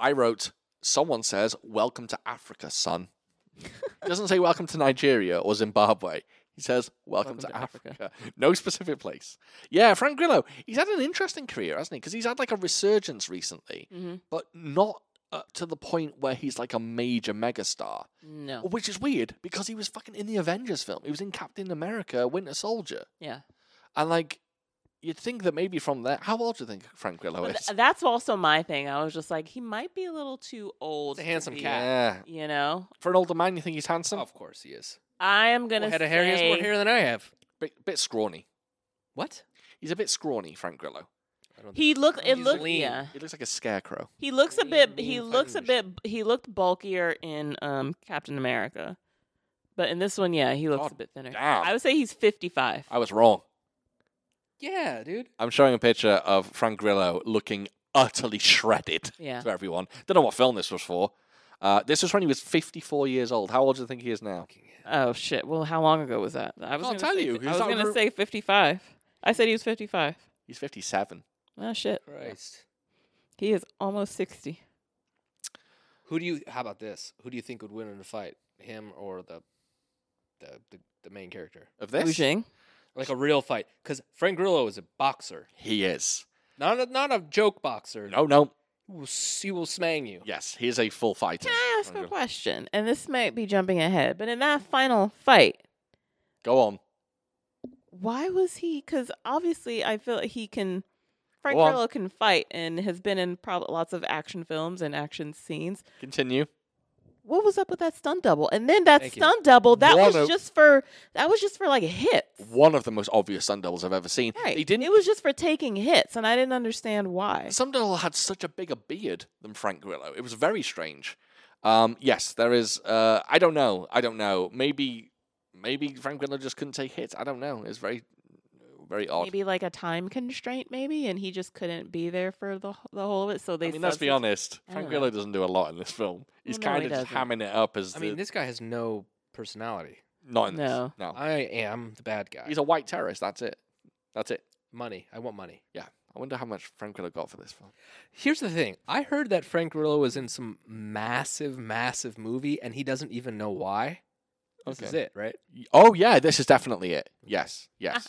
A: I wrote, someone says, "Welcome to Africa, son." He doesn't say "Welcome to Nigeria" or Zimbabwe. He says, "Welcome, to, Africa. No specific place. Yeah, Frank Grillo. He's had an interesting career, hasn't he? Because he's had like a resurgence recently,
C: Mhm.
A: but not uh, to the point where he's like a major megastar.
C: No.
A: Which is weird because he was fucking in the Avengers film. He was in Captain America, Winter Soldier.
C: Yeah.
A: And like, you'd think that maybe from there, how old do you think Frank Grillo
C: But
A: is?
C: th- that's also my thing. I was just like he might be a little too old.
B: He's a
C: to
B: handsome
C: be-
B: cat.
A: yeah.
C: You know?
A: For an older man, you think he's handsome?
B: of course he is.
C: I am going to
B: Well, head
C: say
B: of hair. He has more hair than I have.
A: Bit, bit scrawny.
B: What?
A: He's a bit scrawny, Frank Grillo.
B: I don't
C: He
B: think-
C: look it
B: He's
C: looked
B: lean.
C: yeah.
A: He looks like a scarecrow.
C: He looks a
B: Lean,
C: bit he
B: mean
C: looks a
B: fighting
C: bit he looked bulkier in um Captain America. But in this one, yeah, he looks
A: God
C: a bit thinner.
A: damn.
C: I would say he's 55.
A: I was wrong.
B: Yeah, dude.
A: I'm showing a picture of Frank Grillo looking utterly shredded
C: Yeah.
A: to everyone. Don't know what film this was for. Uh, this was when he was 54 years old. How old do you think he is now?
C: Oh shit. Well, how long ago was that? I was
A: I'll
C: gonna
A: tell
C: say,
A: you,
C: I
A: he's
C: was
A: not
C: going to
A: re-
C: say 55. I said he was 55.
A: He's 57.
C: Oh shit.
B: Christ.
C: He is almost 60.
B: Who do you? How about this? Who do you think would win in a fight, him or the, the the, the main character?
A: Of
C: Wu
A: this?
C: Jing.
B: Like a real fight, because Frank Grillo is a boxer,
A: He is.
B: not a, not a joke boxer.
A: No, no.
B: He will, s- he will smang you.
A: Yes, he is a full fighter.
C: Can I ask
A: Frank
C: a
A: Grillo.
C: question? And this might be jumping ahead, but in that final fight,
A: Go on.
C: why was he? Because obviously, I feel he can. Frank
A: Go on.
C: Grillo can fight and has been in prob- lots of action films and action scenes.
A: Continue.
C: What was up with that stunt double? And then that
B: Thank you.
C: stunt double that
A: One
C: was
A: of-
C: just for that was just for like hits.
A: One of the most obvious sun devils I've ever seen.
C: Right.
A: They didn't.
C: It was just for taking hits, and I didn't understand why.
A: Sun devil had such a bigger beard than Frank Grillo. It was very strange. Um, yes, there is. Uh, I don't know. I don't know. Maybe, maybe Frank Grillo just couldn't take hits. I don't know. It's very, very odd.
C: Maybe like a time constraint, maybe, and he just couldn't be there for the the whole of it. So they.
A: I mean, let's be
C: substitute-
A: honest.
C: I
A: Frank
C: don't
A: Grillo doesn't do a lot in this film. He's
C: Well, no,
A: kind
C: he
A: of just
C: doesn't.
A: hamming it up as
B: I
A: the
B: mean, this guy has no personality.
A: not in this.
C: No.
A: no.
B: I am the bad guy.
A: Oh. He's a white terrorist. That's it. That's it.
B: money. I want money.
A: Yeah. I wonder how much Frank Grillo got for this film.
B: Here's the thing. I heard that Frank Grillo was in some massive, massive movie, and he doesn't even know why. This is it, right?
A: Y- Oh yeah, this is definitely it. Yes, yes.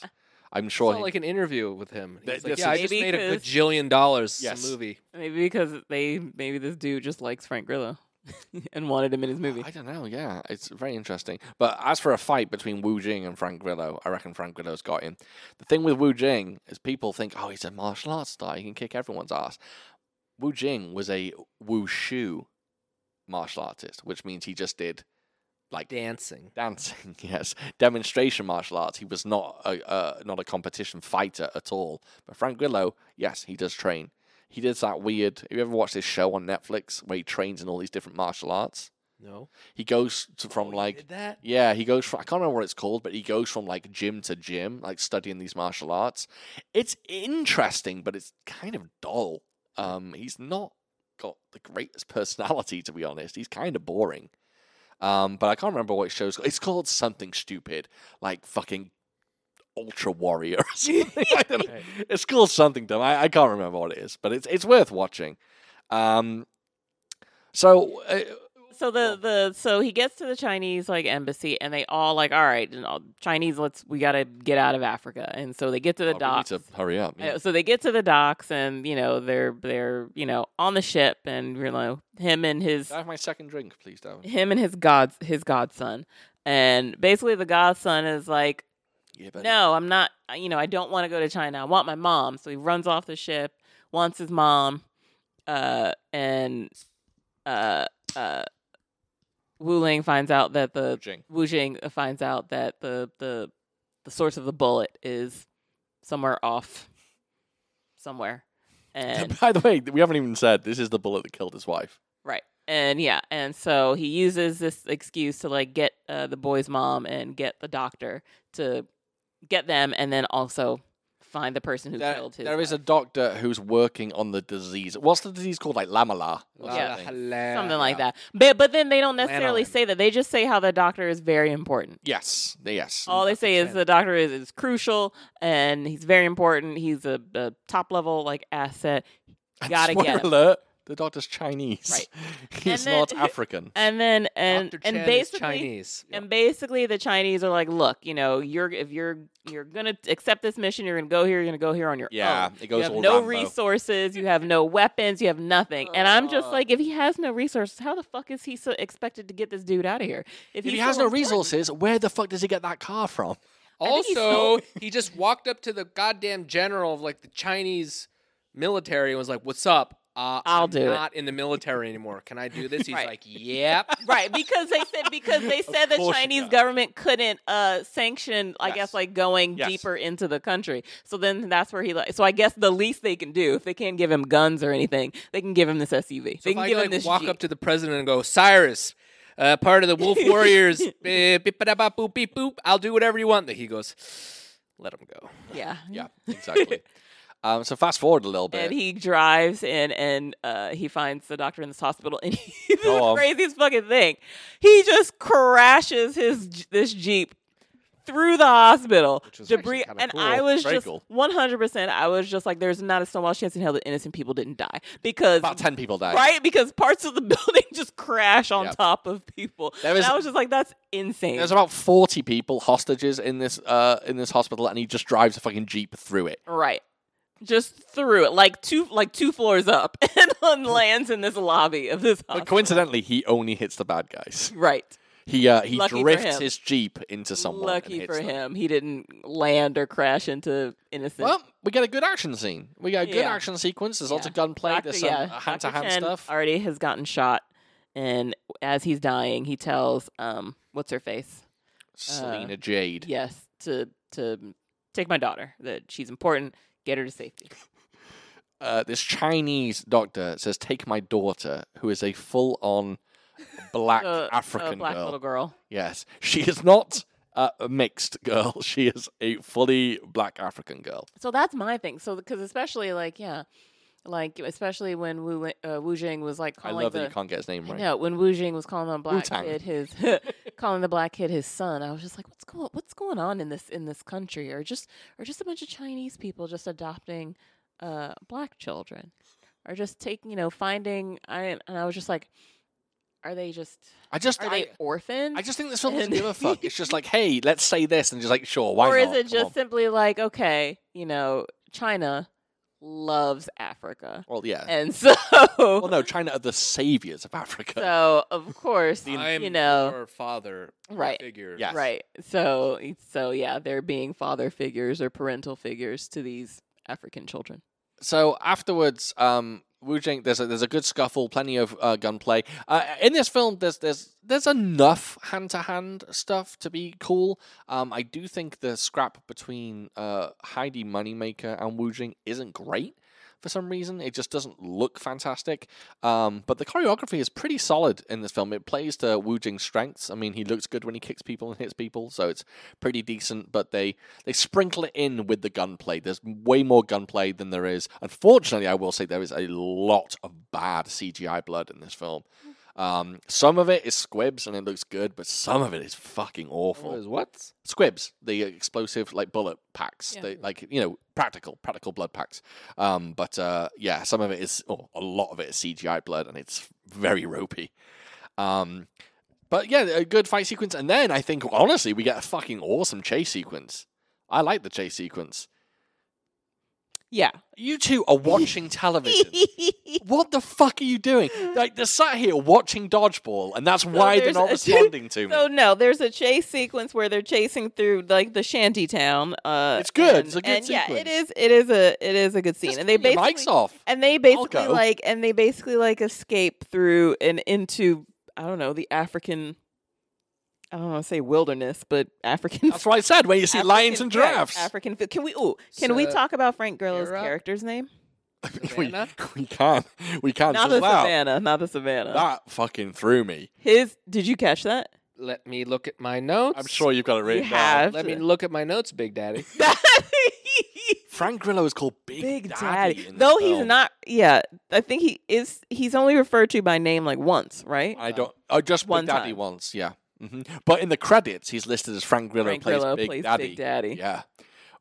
A: I'm
B: It's
A: sure.
B: not
A: he-
B: like an interview with him.
A: Th-
B: He's like,
A: this
B: yeah, I
A: is-
B: just
C: Maybe
B: made a
C: 'cause-
B: bajillion dollars. Yes.
A: Yes.
B: movie.
C: Maybe because they maybe this dude just likes Frank Grillo, and wanted him in his movie.
A: I don't know. Yeah, it's very interesting. But as for a fight between Wu Jing and Frank Grillo, I reckon Frank Grillo's got him. The thing with Wu Jing is people think, oh, he's a martial arts star. He can kick everyone's ass. Wu Jing was a wushu martial artist, which means he just did like
B: Dancing.
A: dancing. Yes, demonstration martial arts. He was not a uh, not a competition fighter at all. But Frank Grillo, yes, he does train. He does that weird. Have you ever watched this show on Netflix where he trains in all these different martial arts?
B: No.
A: He goes to, from
B: Oh, he
A: like
B: did that.
A: yeah, he goes from I can't remember what it's called, but he goes from like gym to gym, like studying these martial arts. It's interesting, but it's kind of dull. Um, he's not got the greatest personality, to be honest. He's kind of boring. Um, but I can't remember what show's called. It's called something stupid, like fucking Ultra Warrior or something. I don't know.
B: Right.
A: It's called something dumb. I, I can't remember what it is, but it's it's worth watching. Um, so uh,
C: So the the so he gets to the Chinese like embassy, and they all like, all right, and all, Chinese, let's we got to get out of Africa, and so they get to the
A: oh,
C: docks.
A: we need to hurry up. yeah.
C: Uh, So they get to the docks, and you know they're they're you know on the ship, and you know him and his
A: Can I have my second drink, please, Darren?
C: him and his gods his godson, and basically the godson is like,
A: Yeah,
C: no, I'm not. I- You know, I don't want to go to China. I want my mom. So he runs off the ship, wants his mom, uh, and uh, uh, Wu Ling finds out that the
A: Jing.
C: Wu Jing finds out that the the the source of the bullet is somewhere off, somewhere, and
A: By the way, we haven't even said this is the bullet that killed his wife.
C: right. And yeah, and so he uses this excuse to like get uh, the boy's mom and get the doctor to get them, and then also find the person who
A: There-
C: killed his.
A: there is a
C: wife.
A: doctor who's working on the disease. What's the disease called? Like lamellar. or
B: Yeah.
A: something?
C: something like that, but but then they don't
B: Land on
C: necessarily
B: him.
C: say that. They just say how the doctor is very important.
A: Yes. Yes.
C: All they
B: fucking
C: say is
B: sense.
C: the doctor is, is crucial and he's very important. He's a, a top level like asset.
A: And
C: gotta
A: spoiler
C: get 'em.
A: alert, the doctor's Chinese. He's
C: then-
A: not African.
C: And then and
B: Dr.
C: and
B: Chen is
C: basically
B: Chinese.
C: and basically the Chinese are like, look, you know, you're if you're you're gonna accept this mission, you're gonna go here, you're gonna go here on your
A: Yeah,
C: own.
A: it
C: Oh, You
A: goes
C: have
A: all
C: no
A: Rambo.
C: resources. You have no weapons. You have nothing. And I'm just
B: Ugh.
C: like, if he has no resources, how the fuck is he so expected to get this dude out of here?
A: If he
C: he's
A: has
C: so
A: no
C: important-
A: resources, where the fuck does he get that car from?
C: I think he's
B: Also, he just walked up to the goddamn general of like the Chinese military and was like, "What's up? Uh,
C: I'll
B: I'm
C: do it."
B: Not in the military anymore. Can I do this?" He's
C: Right.
B: like, "Yep."
C: right because they said because they
A: Of
C: said the
A: course you
C: chinese
A: got it.
C: government couldn't uh sanction i
A: Yes.
C: guess like going
A: Yes.
C: deeper into the country so then that's where he like so i guess the least they can do if they can't give him guns or anything they can give him this suv
B: So
C: they
B: if
C: can
B: I
C: give
B: like
C: him this
B: walk
C: Jeep.
B: up to the president and go, "Cyrus, uh, part of the Wolf Warriors, eh, beep, ba, da, ba, boop, beep, boop. I'll do whatever you want." That he goes, "Let him go."
C: yeah
A: Yeah, exactly. um, so fast forward a little bit.
C: and he drives in and uh, he finds the doctor in this hospital and he, this is
A: Go
C: the
A: on.
C: craziest fucking thing he just crashes his j- this jeep through the hospital
B: was actually
C: debris
B: kinda
C: and
B: cool.
C: i was
A: Very
C: just
A: cool.
C: 100% i was just like there's not a snowball's chance in hell that innocent people didn't die because
A: About ten people died.
C: right because parts of the building just crash on
A: Yep.
C: top of people
A: There
C: and
A: was-
C: i was just like that's insane
A: There's about forty people hostages in this uh, in this hospital, and he just drives a fucking jeep through it.
C: Right. Just threw it like two like two floors up and then lands in this lobby of this
A: But
C: hospital.
A: coincidentally, he only hits the bad guys.
C: Right.
A: He uh, he
C: Lucky for
A: drifts
C: him.
A: his jeep into someone. and
C: Lucky
A: hits
C: for
A: them.
C: him, he didn't land or crash into innocent.
A: Well, we get a good action scene. We get a good
C: Yeah.
A: action sequence. There's lots
C: Yeah.
A: of gunplay.
C: Doctor-
A: There's some
C: yeah,
A: hand to hand
C: Dr. Chen
A: stuff.
C: Already has gotten shot, and as he's dying, he tells um, what's her face? uh,
A: Selena Jade.
C: Yes, to to take my daughter. That she's important. Get her to safety.
A: uh, this Chinese doctor says, "Take my daughter, who is a full-on black
C: Uh,
A: African
C: a black
A: girl.
C: little girl.
A: Yes, she is not uh, a mixed girl. She is a fully black African girl.
C: So that's my thing. So because especially like yeah, like especially when Wu Wei- uh, Wu Jing was like
A: I
C: calling
A: love
C: the,
A: that you can't get his name
C: I
A: right.
C: know when Wu Jing was calling the black
A: Wu-Tang.
C: kid his calling the black kid his son. I was just like, what's going what's going on in this in this country, or just or just a bunch of Chinese people just adopting uh, black children, or just taking you know finding. I and I was just like, are they just
A: I just,
C: are
A: I,
C: they orphans?
A: I just think this film doesn't
C: And-
A: give a fuck. It's just like, hey, let's say this, and just like, sure, why
C: or
A: not?
C: is it
A: Come on.
C: just simply like okay, you know, China loves Africa,
A: Well, yeah.
C: and so
A: Uh, well, no, China are the saviors of Africa.
C: so of course
B: I'm
C: you know
B: your father
C: right.
B: figure.
A: Yes.
C: Right. So so yeah, they're being father figures or parental figures to these African children.
A: So afterwards, um, Wu Jing, there's a, there's a good scuffle, plenty of uh, gunplay. Uh, in this film, there's there's there's enough hand to hand stuff to be cool. Um, I do think the scrap between uh, Heidi Moneymaker and Wu Jing isn't great for some reason. It just doesn't look fantastic. Um, but the choreography is pretty solid in this film. It plays to Wu Jing's strengths. I mean, he looks good when he kicks people and hits people, so it's pretty decent. But they they sprinkle it in with the gunplay. There's way more gunplay than there is. Unfortunately, I will say there is a lot of bad CGI blood in this film. Um, some of it is squibs and it looks good, but some of it is fucking awful
B: what?
A: squibs, the explosive like bullet packs,
C: Yeah.
A: they, like you know practical practical blood packs. Um, but uh, yeah, some of it is oh, a lot of it is CGI blood, and it's very ropey. Um, but yeah, a good fight sequence, and then I think honestly we get a fucking awesome chase sequence. I like the chase sequence.
C: Yeah.
A: You two are watching television. What the fuck are you doing? Like they're sat here watching dodgeball, and that's why they're
C: there's
A: not
C: a-
A: responding to me.
C: so no, there's a chase sequence where they're chasing through like the shanty town. Uh,
A: It's good.
C: and-
A: It's a good
C: and, Yeah,
A: sequence.
C: it is. It is a. It is a good scene.
A: Just
C: and they
A: turn your
C: basically
A: mics off.
C: and they basically
A: go.
C: like and they basically like escape through and into I don't know the African. I don't want to say wilderness, but African
A: That's what I said when you see lions
C: African-
A: and
C: right,
A: giraffes.
C: African food. Can we? Ooh, can we
B: So,
C: talk about Frank Grillo's
B: Europe?
C: character's name?
A: we,
B: Savannah?
A: we can't. We can't.
C: Not the
A: just laugh.
C: Savannah. Not the Savannah.
A: That fucking threw me.
C: His. Did you catch that?
B: Let me look at my notes.
A: I'm sure you've got it
C: You
A: written down.
C: have.
B: Let me
C: to.
B: look at my notes, Big Daddy.
A: Frank Grillo is called Big,
C: Big
A: Daddy.
C: Daddy.
A: in this
C: Though he's
A: film.
C: not. Yeah, I think he is. He's only referred to by name like once, right?
A: I don't. Oh, just
C: One
A: Big Daddy
C: time.
A: once, yeah. hmm But in the credits, he's listed as Frank Grillo
C: Frank
A: plays,
C: Grillo
A: Big,
C: plays
A: Daddy.
C: Big Daddy.
A: Yeah,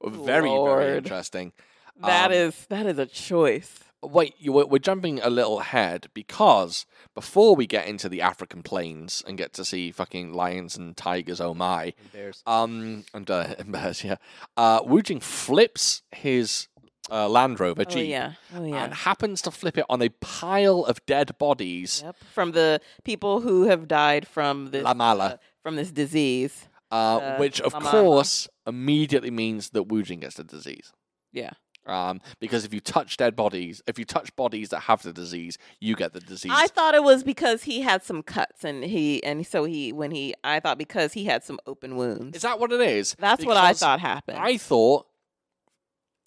A: very very
C: Lord.
A: interesting.
C: That
A: Um,
C: is that is a choice.
A: Wait, you, we're, we're jumping a little ahead because before we get into the African plains and get to see fucking lions and tigers, oh my,
B: Bears.
A: um, and uh, bears, yeah, uh, Wu Jing flips his uh, Land Rover
C: Oh
A: Jeep
C: yeah. Oh yeah.
A: and happens to flip it on a pile of dead bodies.
C: Yep. From the people who have died from this
A: La Mala.
C: uh, from this disease.
A: Uh,
C: uh,
A: which of
C: La Mala.
A: course immediately means that Wu Jing gets the disease.
C: Yeah.
A: Um, because if you touch dead bodies, if you touch bodies that have the disease, you get the disease.
C: I thought it was because he had some cuts and he and so he when he I thought because he had some open wounds.
A: Is that what it is?
C: That's what I
A: Because
C: thought happened.
A: I thought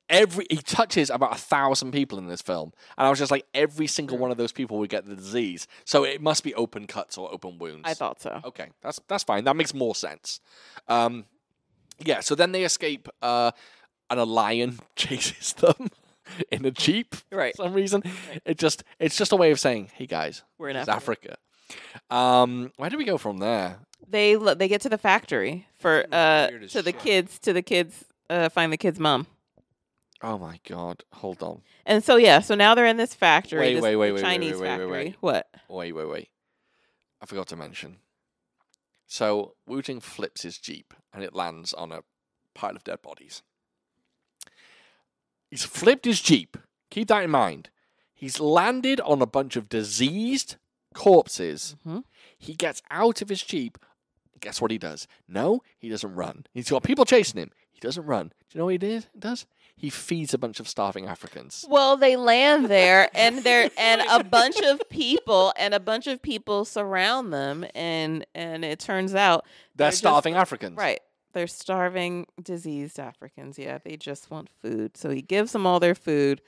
A: every he touches about a thousand people in this film, and I was just like, every single one of those people would get the disease. So it must be open cuts or open wounds.
C: I thought so.
A: Okay, that's that's fine. That makes more sense. Um, yeah. So then they escape, uh, and a lion chases them in a jeep.
C: Right.
A: For some reason, it just it's just a way of saying, "Hey guys,
C: We're in
A: it's
C: Africa.
A: Africa." Um, where do we go from there?
C: They lo- they get to the factory for
B: Seems
C: uh
B: weird as
C: to the
B: shit.
C: kids to the kids uh find the kids mom.
A: Oh my god! Hold on.
C: And so yeah, so now they're in this factory,
A: Wait,
C: this
A: wait, wait, wait, wait,
C: Chinese
A: wait, wait, wait,
C: factory.
A: wait.
C: What?
A: Wait, wait, wait. I forgot to mention. So Wu Ting flips his Jeep and it lands on a pile of dead bodies. He's flipped his Jeep. Keep that in mind. He's landed on a bunch of diseased corpses.
C: Mhm.
A: He gets out of his Jeep. Guess what he does? No, he doesn't run. He's got people chasing him. He doesn't run. Do you know what he did? does? He feeds a bunch of starving Africans.
C: Well, they land there, and there and a bunch of people and a bunch of people surround them, and and it turns out
A: They're,
C: They're just-
A: starving Africans.
C: right they're starving, diseased Africans. Yeah, they just want food, so he gives them all their food.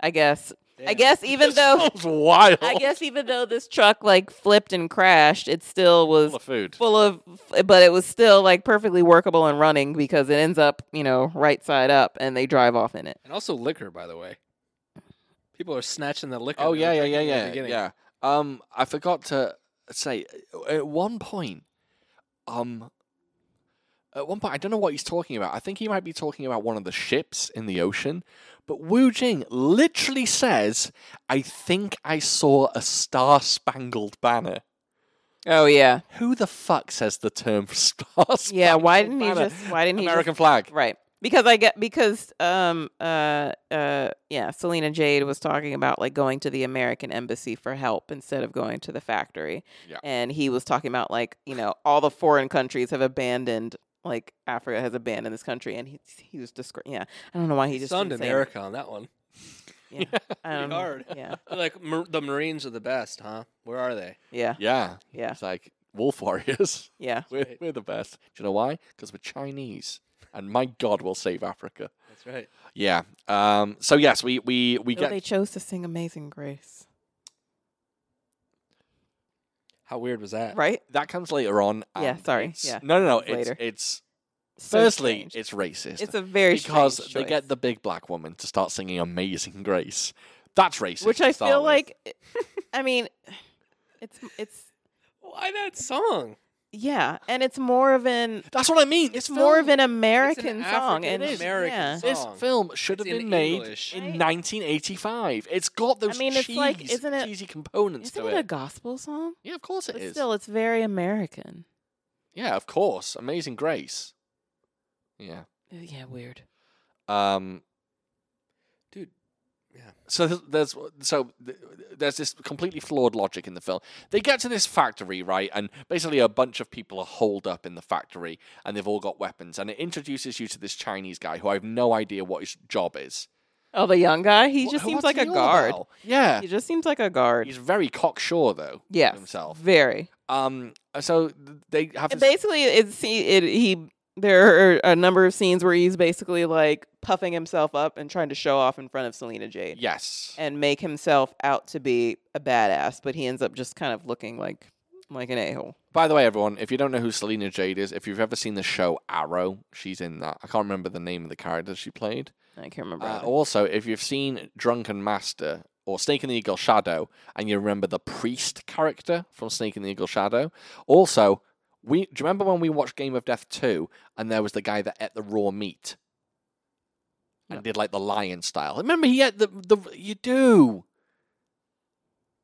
C: I guess. I guess even
A: This
C: though
A: sounds wild.
C: I guess even though this truck like flipped and crashed, it still was
A: full of food.
C: full of, but it was still like perfectly workable and running because it ends up you know right side up, and they drive off in it.
B: And also liquor, by the way. People are snatching the liquor.
A: Oh
B: they
A: yeah,
B: were
A: yeah, yeah,
B: drinking at the
A: yeah,
B: beginning.
A: yeah. Um, I forgot to say uh, at one point, um, at one point I don't know what he's talking about. I think he might be talking about one of the ships in the ocean. But Wu Jing literally says, "I think I saw a star-spangled banner."
C: Oh yeah,
A: Who the fuck says the term star-spangled?
C: yeah. Why didn't he
A: banner?
C: just? Why didn't he just
A: American flag?
C: Right. Because I get because um uh uh yeah, Selena Jade was talking about like going to the American embassy for help instead of going to the factory.
A: Yeah.
C: And he was talking about like, you know, all the foreign countries have abandoned like Africa has abandoned this country and he he was discre- yeah. I don't know why he just
B: Sunned
C: didn't say
B: America on that one.
C: Yeah. I don't know.
B: hard.
C: Yeah.
B: Like mar- the Marines are the best, huh? Where are they?
C: Yeah.
A: Yeah,
C: Yeah.
A: it's like wolf warriors.
C: Yeah.
A: We're,
B: right.
A: we're the best. Do you know why? Because we're Chinese, and my God, we'll save Africa.
B: That's right.
A: Yeah. Um. So yes, we we we
C: Though
A: get
C: they chose to sing Amazing Grace.
B: How weird was
A: Uh,
B: that?
C: Right?
A: that comes later on.
C: Yeah,
A: and
C: sorry,
A: it's-
C: yeah,
A: No, no, no.
C: comes
A: It's
C: later.
A: it's
C: So
A: firstly
C: strange.
A: it's racist.
C: it's a very
A: because
C: strange
A: they
C: choice.
A: get the big black woman to start singing "Amazing Grace." That's racist.
C: which
A: to
C: I
A: start
C: feel
A: with.
C: like eh, I mean it's it's
B: Why that song?
C: Yeah, and it's more of an
A: that's what I mean. It's
C: it's more of
A: film-
C: an American song, and
B: African American
C: yeah.
B: song.
A: This film should have
B: It's in
A: been made
B: English.
A: in
C: Right.
A: 1985. It's got those
C: mean, it's
A: cheese,
C: like- isn't it-
A: cheesy components
C: Isn't
A: to
C: it
A: it.
C: a gospel song?
A: yeah, of course it
C: but
A: is.
C: still, it's very American.
A: Yeah, of course. Amazing Grace. Yeah.
C: Uh, Yeah, weird.
A: Um,
B: Dude,
A: so th- there's so th- there's this completely flawed logic in the film. They get to this factory, right, and basically a bunch of people are holed up in the factory, and they've all got weapons, and it introduces you to this Chinese guy who I have no idea what his job is.
C: Oh, the young guy, he
A: Wha-
C: just seems
A: what's
C: like a
A: he all
C: guard.
A: about? Yeah,
C: He just seems like a guard.
A: he's very cocksure though. of
C: Yes,
A: himself.
C: very.
A: Um, so th- they have
C: And
A: this,
C: basically, it's he. It, he There are a number of scenes where he's basically like puffing himself up and trying to show off in front of Selena Jade
A: Yes.
C: and make himself out to be a badass, but he ends up just kind of looking like like an a hole.
A: By the way, everyone, if you don't know who Selena Jade is, if you've ever seen the show Arrow, she's in that. I can't remember the name of the character she played.
C: I can't remember.
A: Uh,
C: either.
A: also, if you've seen Drunken Master or Snake and the Eagle Shadow, and you remember the priest character from Snake and the Eagle Shadow, also, we do you remember when we watched Game of Death two, and there was the guy that ate the raw meat and
C: No.
A: did like the lion style. Remember, he ate the the you do.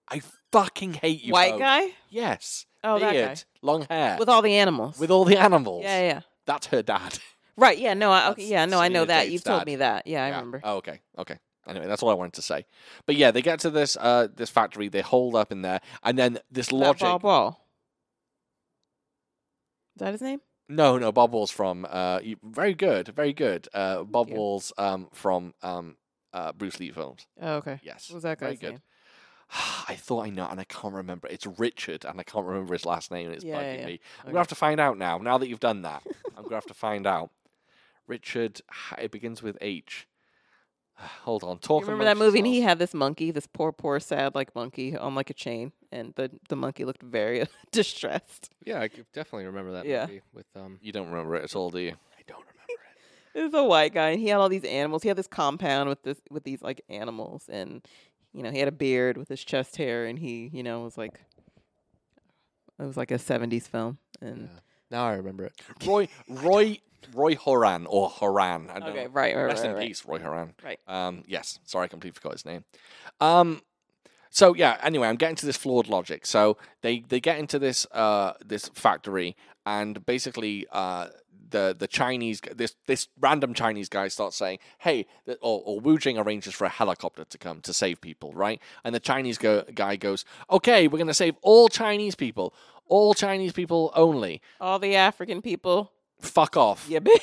A: I fucking hate you,
C: White
A: folk.
C: guy?
A: Yes,
C: Oh,
A: beard,
C: that guy.
A: long hair,
C: With all the animals.
A: uh, with all the animals.
C: yeah, yeah, yeah.
A: That's her dad.
C: Right, yeah, no, I, okay,
A: That's
C: yeah, no, I know
A: Selena
C: that.
A: Jade's
C: You've told
A: dad.
C: me that. Yeah, I
A: Yeah.
C: remember.
A: Oh, okay. Okay. Anyway, that's all I wanted to say. But yeah, they get to this uh this factory, they hold up in there, and then this
C: Not
A: logic.
C: Ball Ball. Is that his name?
A: No, no, Bob Wall's from uh you- very good, very good. Uh Bob
C: you.
A: Wall's um from um uh Bruce Lee films.
C: Oh, okay.
A: Yes.
C: What was that
A: Very
C: guy's
A: good.
C: name?
A: I thought I know and I can't remember. It's Richard and I can't remember his last name and it's
C: Yeah, yeah,
A: bugging
C: yeah.
A: me. I'm gonna have to find out now. Now that you've done that, I'm gonna have to find out. Richard it begins with H. Hold on,
C: You
A: talk
C: remember that movie? And he
A: had.
C: had this monkey, this poor, poor, sad, like monkey on like a chain, and the the monkey looked very distressed.
B: Yeah, I could definitely remember that
C: Yeah.
B: movie with um
A: You don't remember it at all, do you?
B: I don't remember it.
C: It was a white guy, and he had all these animals. He had this compound with this with these like animals, and you know he had a beard with his chest hair, and he you know was like it was like a '70s film, and
B: Yeah. Now I remember it.
A: Roy Roy Roy Horan or Horan. I don't
C: okay,
A: know.
C: right, right,
A: Rest
C: right,
A: in
C: right.
A: peace, Roy Horan.
C: Right.
A: Um, yes. Sorry, I completely forgot his name. Um so yeah, anyway, I'm getting to this flawed logic. So they, they get into this uh this factory and basically uh the, the Chinese g- this this random Chinese guy starts saying, "Hey," th- or, or Wu Jing arranges for a helicopter to come to save people, right? And the Chinese go, guy goes, "Okay, we're going to save all Chinese people, all Chinese people only.
C: All the African people,
A: Fuck off."
C: yeah, ba-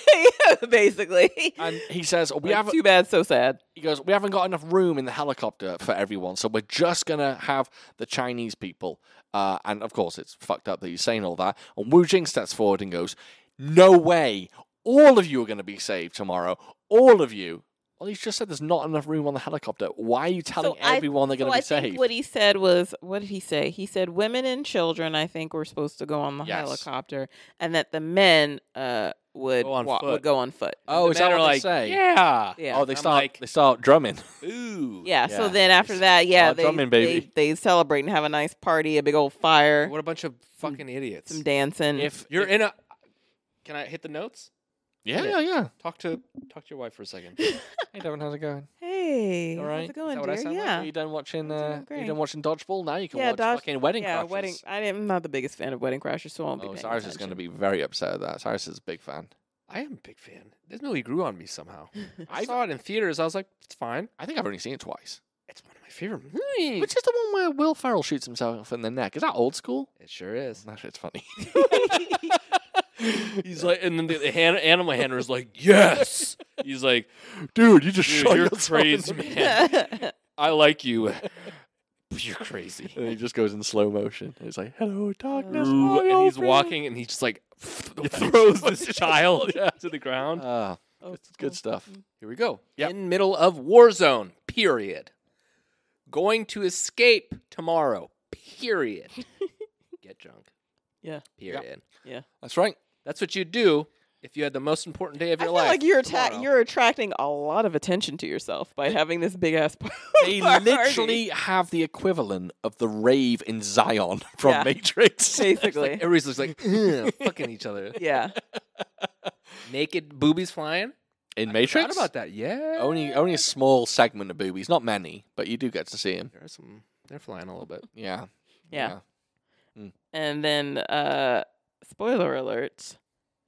C: basically.
A: And he says, "We
C: Like,
A: haven't."
C: too bad, so sad.
A: He goes, "We haven't got enough room in the helicopter for everyone, so we're just gonna have the Chinese people." Uh, and of course, it's fucked up that he's saying all that. And Wu Jing steps forward and goes, "No way! All of you are gonna be saved tomorrow. All of you." Well, he's just said there's not enough room on the helicopter. Why are you telling
C: I-
A: everyone they're
C: So
A: gonna
C: I
A: be saved?
C: think what he said was, what did he say? He said women and children, I think, were supposed to go on the
A: Yes.
C: helicopter, and that the men uh, would
B: Go on
C: wa- would
B: foot.
C: go on foot.
A: oh,
B: the
A: is that
B: men
A: what
B: are
A: they
B: like,
A: say?
B: Yeah.
C: Yeah.
A: Oh, they
B: I'm
A: start
B: like-
A: they start drumming.
B: Ooh.
C: yeah, So
A: yeah.
C: then after
A: It's
C: that, yeah,
A: all
C: they,
A: drumming,
C: they
A: baby.
C: they celebrate and have a nice party, a big old fire,
B: What a bunch of fucking idiots.
C: some dancing.
A: if
B: You're
A: if-
B: in a Can I hit the notes?
A: yeah, yeah, yeah.
B: Talk to talk to your wife for a second.
A: Hey, Devin, how's it going?
C: hey,
A: All
C: how's
A: right.
C: it going,
B: that what I
C: dear?
B: sound like?
C: yeah,
A: Are you done watching?
C: I'm doing
A: Uh, you
C: great.
A: done watching dodgeball? Now you can
C: Yeah,
A: watch
C: dodge-
A: fucking wedding
C: yeah.
A: crashes.
C: Wedding. I am not the biggest fan of wedding crashes, so I won't be.
A: Oh,
C: paying
A: Cyrus is going to
C: attention.
A: be very upset at that. Cyrus is a big fan.
B: I am a big fan. This movie grew on me somehow. I
A: I've-
B: saw it in theaters. I was like, it's fine.
A: I think I've only seen it twice.
B: It's one of my favorite movies.
A: Which is the one where Will Ferrell shoots himself in the neck? Is that old school?
B: It sure is.
A: That shit's funny.
B: He's like, and then the, the han- animal handler's like, yes. He's like,
A: Dude, you just
B: Dude,
A: shot
B: you're
A: yourself in
B: crazy,
A: the-
B: man. I like you. But You're crazy.
A: And he just goes in slow motion. He's like, "Hello, darkness."
B: Ooh,
A: my
B: and he's
A: old friend."
B: walking and he just like throws this child
A: Yeah.
B: to the ground.
A: Ah,
C: Oh,
A: it's good stuff.
B: Here we go.
A: Yep.
B: In middle of war zone. Period. Going to escape tomorrow. Period. Get drunk.
C: Yeah.
B: Period.
A: That's right.
B: That's what you do if you had the most important day of
C: I
B: your
C: feel
B: life.
C: like you're atta-
B: tomorrow.
C: you're attracting a lot of attention to yourself by having this big ass party.
A: They literally have the equivalent of the rave in Zion from
C: Yeah.
A: Matrix.
C: basically,
B: Like, everybody's just like "Ugh," fucking each other.
C: yeah.
B: Naked boobies flying.
A: In
B: Forgot
A: Matrix,
B: about that. Yeah.
A: only only a small segment of boobies, not many, but you do get to see him.
B: There are some. They're flying a little bit.
A: Yeah.
C: Yeah. And then, uh, spoiler alert,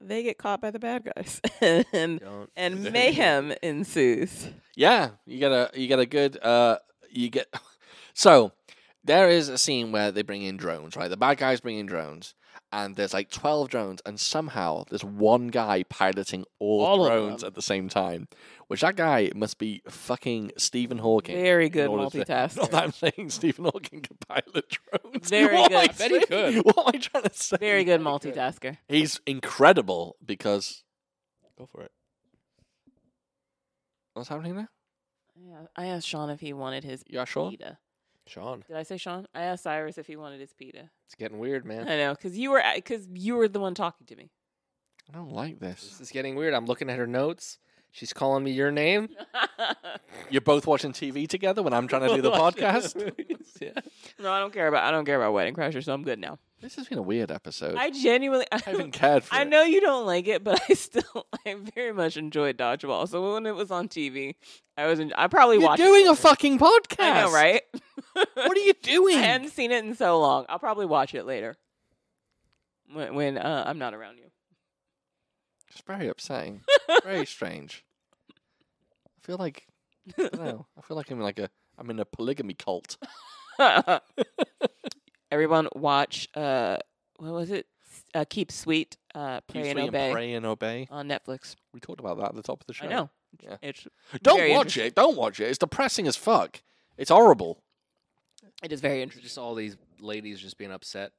C: they get caught by the bad guys, and
B: Don't.
C: and mayhem ensues.
A: Yeah, you get a you get a good uh you get so there is a scene where they bring in drones, right? The bad guys bring in drones, and there's like twelve drones, and somehow there's one guy piloting all,
B: All of
A: drones
B: them.
A: at the same time. Which that guy must be fucking Stephen Hawking.
C: Very good
A: in order to-
C: multitasker.
A: Not that I'm saying Stephen Hawking can pilot drones.
C: Very
A: What am I
C: good.
B: I bet
A: saying?
B: he could.
A: What am I trying to say?
C: Very good
B: Very good.
C: multitasker.
A: He's incredible because Go for it. What's happening now?
C: Yeah, I asked Sean if he wanted his
A: You are Sean?
C: pita.
B: Sean,
C: Did I say Sean? I asked Cyrus if he wanted his pita.
B: it's getting weird, man.
C: I know, cause you were, cause you were the one talking to me.
A: I don't like
B: This
A: this.
B: is getting weird. I'm looking at her notes. She's calling me your name.
A: You're both watching TV together when I'm trying to do the
B: Watching
A: podcast.
B: movies, yeah.
C: no, I don't care about, I don't care about Wedding Crasher, so I'm good now.
A: This has been a weird episode. I,
C: I genuinely, I,
A: haven't cared for
C: I
A: it.
C: know you don't like it, but I still, I very much enjoyed Dodgeball. So when it was on TV, I was, en- I probably
A: You're
C: watched.
A: doing
C: it.
A: a fucking podcast.
C: I know, right?
A: What are you doing?
C: I hadn't seen it in so long. I'll probably watch it later when, when uh, I'm not around you.
A: It's very upsetting. very strange. I feel like I don't know. I feel like I'm in like a I'm in a polygamy cult.
C: Everyone watch uh what was it? S- Uh, Keep Sweet, uh, Pray
A: Usually
C: and
A: in
C: Obey
A: Pray and obey.
C: on Netflix.
A: We talked about that at the top of the show.
C: I know.
A: Yeah.
C: It's
A: Don't
C: Very
A: watch it. Don't watch it. It's depressing as fuck. It's horrible.
C: it is very interesting.
B: Just all these ladies just being upset.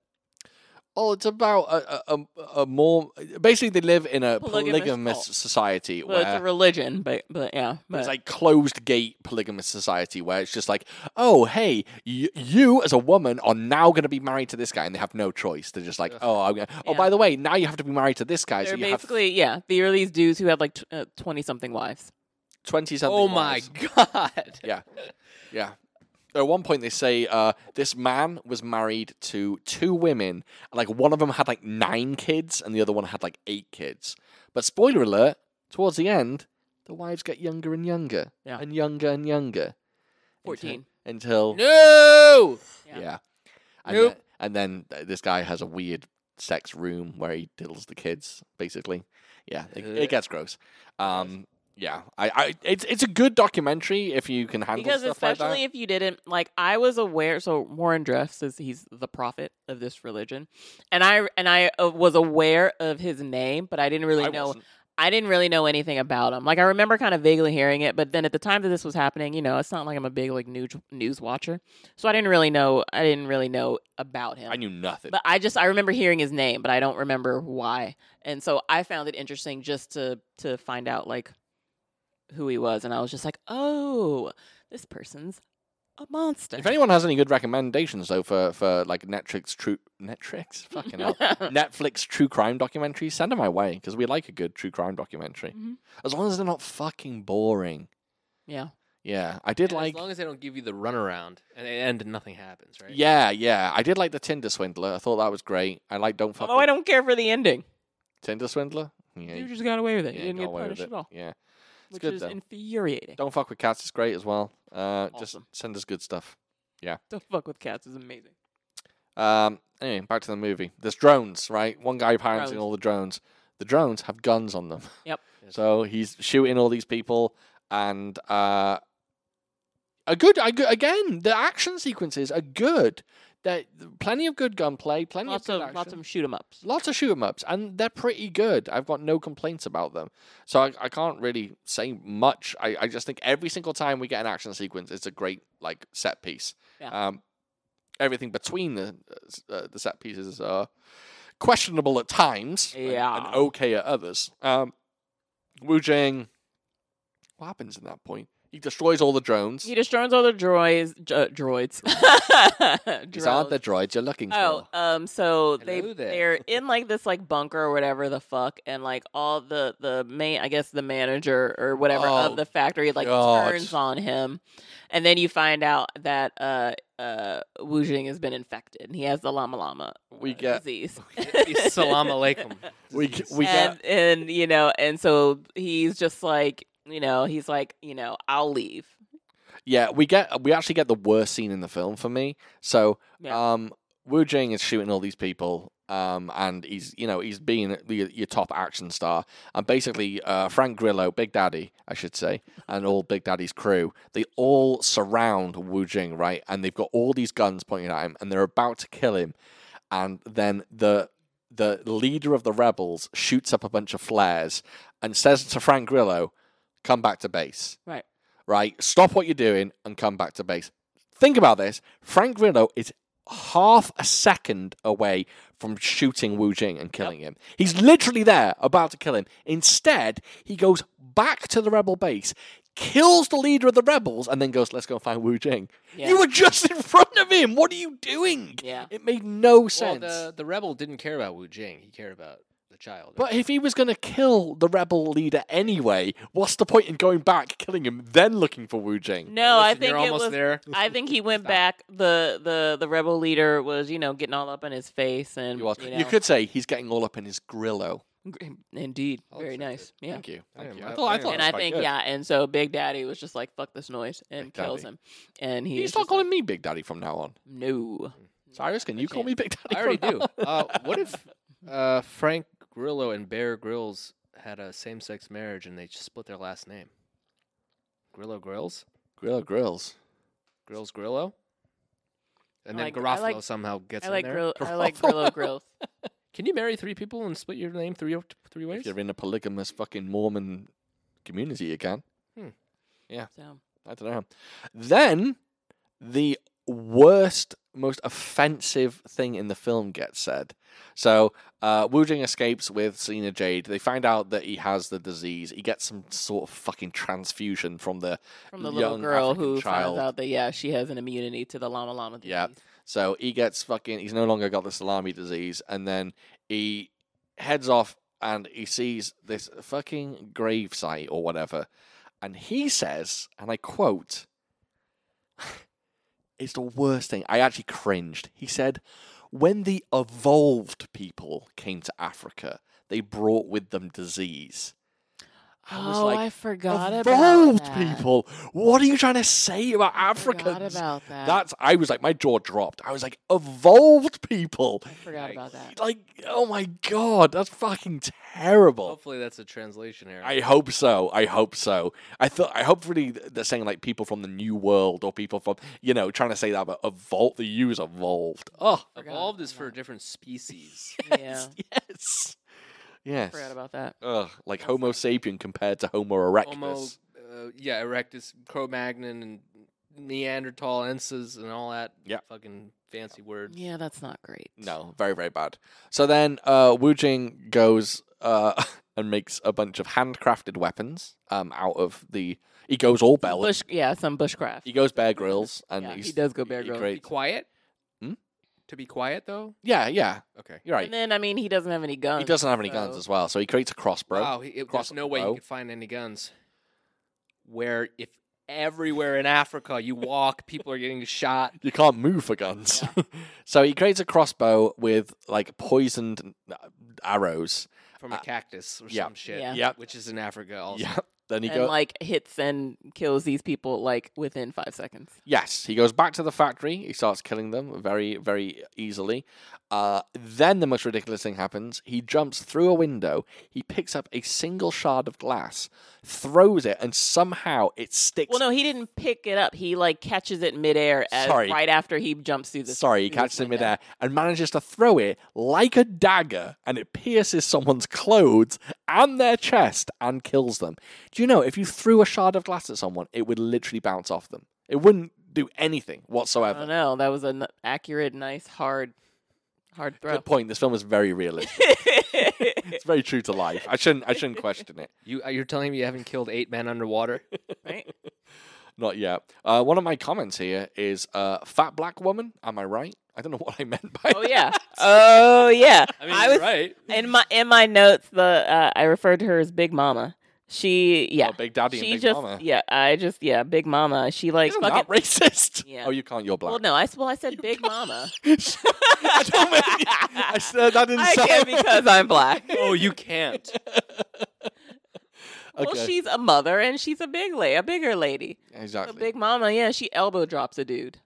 A: Oh, it's about a a, a, a more basically they live in a
C: Polygamous
A: polygamous,
C: cult.
A: society
C: Well, it's
A: where
C: a religion, but but yeah, but
A: It's like closed gate polygamous society where it's just like, oh, hey, y- you as a woman are now going to be married to this guy, and they have no choice. They're just like,
B: Ugh.
A: oh, I'm gonna, oh,
C: Yeah.
A: by the way, now you have to be married to this guy.
C: they're
A: so you
C: basically yeah, they are these dudes who had like twenty something wives.
A: have twenty something.
B: oh my god.
A: Yeah, yeah. At one point, they say uh, this man was married to two women, and like one of them had like nine kids, and the other one had like eight kids. But spoiler alert: towards the end, the wives get younger and younger,
C: Yeah.
A: and younger and younger.
C: Fourteen.
A: Until, until
B: No.
C: Yeah.
A: Yeah. And,
B: Nope.
A: then, and then th- this guy has a weird sex room where he diddles the kids, basically. Yeah, it, it
B: Ugh.
A: gets gross. Um, yeah, I, I, it's it's a good documentary if you can handle
C: Because
A: stuff like
C: especially if you didn't like, I was aware. So Warren Jeffs says he's the prophet of this religion, and I and I uh, was aware of his name, but I didn't
A: that.
C: really
A: I
C: know
A: wasn't.
C: I didn't really know anything about him. Like I remember kind of vaguely hearing it, but then at the time that this was happening, you know, it's not like I'm a big like news news watcher, so I didn't really know. I didn't really know about him.
A: I knew nothing.
C: but I just I remember hearing his name, but I don't remember why. And so I found it interesting just to to find out like who he was, and I was just like, oh, this person's a monster.
A: if anyone has any good recommendations though for for like Netflix true Netflix fucking hell Netflix true crime documentaries, send them my way because we like a good true crime documentary
C: Mhm.
A: as long as they're not fucking boring.
C: yeah,
A: Yeah, I did
B: And
A: like.
B: as long as they don't give you the runaround and they end and nothing happens, right?
A: Yeah, yeah. I did like the Tinder Swindler. I thought that was great. I like Don't Fuck
C: although
A: With
C: Oh, I don't care for the ending.
A: Tinder Swindler. Yeah,
C: You
A: you-
C: just got away with it.
A: yeah,
C: you didn't
A: got
C: get
A: away with
C: punished
A: it.
C: at all,
A: Yeah.
C: which
A: good,
C: is
A: though.
C: infuriating.
A: Don't fuck with cats. It's great as well. Uh, Just
C: Awesome.
A: send us good stuff.
C: Don't fuck with cats is amazing.
A: Um, anyway, back to the movie. There's drones, right? One guy piloting
C: Drones.
A: all the drones. The drones have guns on them.
C: Yep.
B: Yes.
A: So he's shooting all these people, and uh, a good, a good again. The action sequences are good. There, plenty of good gunplay. Plenty
C: Lots
A: of
C: of
A: good action.
C: lots of shoot 'em ups.
A: lots of shoot 'em ups, and they're pretty good. I've got no complaints about them, so I, I can't really say much. I, I just think every single time we get an action sequence, it's a great like set piece.
C: Yeah.
A: Um, everything between the uh, s- uh, the set pieces are questionable at times, and- and,
C: Yeah.
A: okay at others. Um, Wu Jing, what happens in that point? He destroys all the drones.
C: He destroys all the droids. dr- uh, droids.
A: These aren't the
C: Drones.
A: droids you're looking
C: Oh,
A: for.
C: um, so they
B: Hello there.
C: they're in like this like bunker or whatever the fuck, and like all the the main I guess the manager or whatever
A: Oh,
C: of the factory like
A: God.
C: turns on him, and then you find out that uh uh Wu Jing has been infected and he has the llama llama
A: We
C: uh,
A: get-
C: disease.
B: Salam alaikum.
A: We g- we
C: and, and you know, and so he's just like you know he's like you know I'll leave.
A: Yeah, we get we actually get the worst scene in the film for me. So
C: Yeah.
A: um Wu Jing is shooting all these people, um, and he's you know he's being the, your top action star, and basically uh, Frank Grillo, Big Daddy, I should say, and all Big Daddy's crew, they all surround Wu Jing, right, and they've got all these guns pointed at him, and they're about to kill him, and then the the leader of the rebels shoots up a bunch of flares and says to Frank Grillo, "Come back to base."
C: Right.
A: Right. Stop what you're doing and come back to base. Think about this. Frank Grillo is half a second away from shooting Wu Jing and killing him. He's literally there about to kill him. Instead, he goes back to the rebel base, kills the leader of the rebels, and then goes, "Let's go find Wu Jing."
D: Yeah.
A: You were just in front of him. What are you doing?
D: Yeah.
A: It made no
B: Well,
A: sense.
B: the, the rebel didn't care about Wu Jing. He cared about the child.
A: But if he was going to kill the rebel leader anyway, what's the point in going back, killing him, then looking for Wu Jing?
C: No, I
B: Listen,
C: think
B: you're
C: it
B: almost
C: was.
B: there.
C: I think he went
B: Stop.
C: back. The, the the rebel leader was, you know, getting all up in his face and
A: You, are-
C: you know,
A: you could say he's getting all up in his grillo.
C: Gr- Indeed,
B: I'll
C: very
B: accept
C: nice. Yeah.
A: Thank you. Thank
B: Damn,
A: you.
B: I-
A: I thought, I
B: damn.
A: thought it
C: And
A: was
C: I
A: quite
C: think
A: good.
C: yeah, and so Big Daddy was just like, "Fuck this noise," and
A: Big
C: kills
A: Daddy.
C: him. And he
A: He's
C: is
A: not
C: just
A: calling me Big Daddy from now on.
C: like, no.
A: Cyrus, can you call
B: can't.
A: me Big Daddy?
B: I already
A: from
B: do.
A: now on?
B: Uh, what if uh, Frank Grillo and Bear Grylls had a same-sex marriage and they just split their last name? Grillo Grills,
A: Grillo grills.
B: Grills Grillo, and
C: I
B: then
C: like- I
B: Garofalo
C: like-
B: somehow gets
C: I
B: in
C: like
B: there.
C: grill. I like
A: Garofalo.
C: Grillo grills.
B: Can you marry three people and split your name three o- three ways?
A: If you're in a polygamous fucking Mormon community, you can.
C: So
A: I don't know. Then the worst, most offensive thing in the film gets said. So uh, Wu Jing escapes with Selena Jade. They find out that he has the disease. He gets some sort of fucking transfusion from the
C: from the little
A: Young
C: girl
A: African
C: who
A: child.
C: finds out that yeah, she has an immunity to the llama llama. Disease.
A: Yeah. So he gets fucking. He's no longer got the salami disease, and then he heads off and he sees this fucking grave site or whatever, and he says, and I quote, "It's the worst thing." I actually cringed. He said, "When the evolved people came to Africa, they brought with them disease." I was
C: oh,
A: like,
C: I forgot about
A: evolved
C: that.
A: people. What are you trying to say about
C: I forgot
A: Africans?
C: about that.
A: That's I was like my jaw dropped. I was like evolved people.
C: I forgot about that.
A: Like oh my god, that's fucking terrible.
B: Hopefully, that's a translation error.
A: I hope so. I hope so. I thought I hopefully they're saying like people from the new world or people from you know trying to say that but evolved the use evolved. Oh
C: Forgot
B: Evolved
C: about
B: is for
C: that.
B: a different species.
C: Yeah,
A: yes, yes.
C: forgot about that.
A: Ugh, like Homo sapien compared to Homo erectus.
B: Homo, uh, yeah, Erectus, Cro-Magnon, and Neanderthal, Ensis, and all that.
A: Yeah.
B: fucking fancy words.
C: Yeah, that's not great.
A: No, very, very bad. So then uh, Wu Jing goes uh, and makes a bunch of handcrafted weapons um, out of the. He goes all Bell.
C: bush. Yeah, some bushcraft.
A: He goes Bear Grylls, and
C: Yeah,
A: he's,
C: he does go Bear
A: he
C: Grylls.
B: Be
A: creates-
B: quiet.
A: Hmm?
B: To be quiet, though.
A: yeah, yeah,
B: Okay.
A: you're right.
C: And then I mean, he doesn't have any guns.
A: He doesn't have any guns
C: so-
A: as well, so he creates a crossbow.
B: Wow, he, it,
A: cross
B: there's no way
A: bow.
B: you could find any guns. Where if everywhere in Africa you walk, people are getting shot.
A: You can't move for guns. so he creates a crossbow with like poisoned uh, arrows.
B: From a
A: Uh,
B: cactus or
A: yeah.
B: some shit,
C: Yeah.
A: Yep.
B: which is in Africa also.
A: Yeah. Then he
C: and
A: goes.
C: like hits and kills these people like within five seconds.
A: Yes, he goes back to the factory. He starts killing them very, very easily. Uh, then the most ridiculous thing happens. He jumps through a window. He picks up a single shard of glass, throws it, and somehow it sticks.
C: Well, no, he didn't pick it up. He like catches it midair as
A: Sorry.
C: right after he jumps through the.
A: Sorry, he
C: through this
A: catches it
C: window.
A: midair and manages to throw it like a dagger, and it pierces someone's clothes and their chest and kills them. Do you know if you threw a shard of glass at someone, it would literally bounce off them. It wouldn't do anything
C: I
A: whatsoever.
C: don't know. That was an accurate, nice, hard, hard throw.
A: Good point. This film is very realistic. it's very true to life. I shouldn't. I shouldn't question it.
B: You uh, you're telling me you haven't killed eight men underwater?
C: right?
A: Not yet. Uh, one of my comments here is uh, fat black woman. Am I right? I don't know what I meant by.
C: Oh yeah. Oh yeah.
B: I mean,
C: I was
B: right.
C: in my in my notes. The uh, I referred to her as Big Mama. She yeah.
A: Oh, Big Daddy
C: she
A: and Big
C: just
A: Mama.
C: yeah. I just yeah. Big Mama. She like
A: Isn't
C: fucking.
A: that racist?
C: Yeah.
A: Oh, you can't. You're black.
C: Well, no. I s- well I said Big Mama.
A: I don't mean. I said that didn't
C: I
A: sound.
C: can't because I'm black.
B: oh, you can't.
C: Well, she's a mother and she's a big la- a bigger lady. So
A: exactly.
C: Big Mama, yeah, she elbow drops a dude.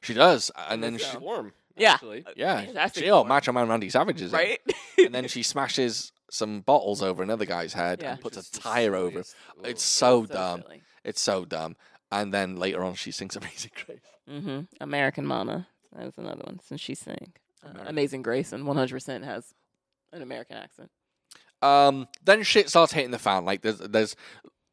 A: She does, and then she.
B: she's warm.
C: Yeah.
B: Actually.
A: Yeah,
C: That's
A: she
C: a
A: oh,
C: form.
A: Macho Man Randy Savage is it.
C: Right?
A: and then she smashes some bottles over another guy's head
C: Yeah.
A: and
B: Which
A: puts
B: is
A: a
B: the
A: tire over.
B: silliest-
A: It's so,
B: Ugh.
A: dumb.
C: silly.
A: It's so dumb. And then later on, she sings Amazing Grace.
C: hmm American Mama. That was another one since she sang. Uh,
A: American.
C: Amazing Grace and 100% has an American accent.
A: Um, then shit starts hitting the fan. Like there's there's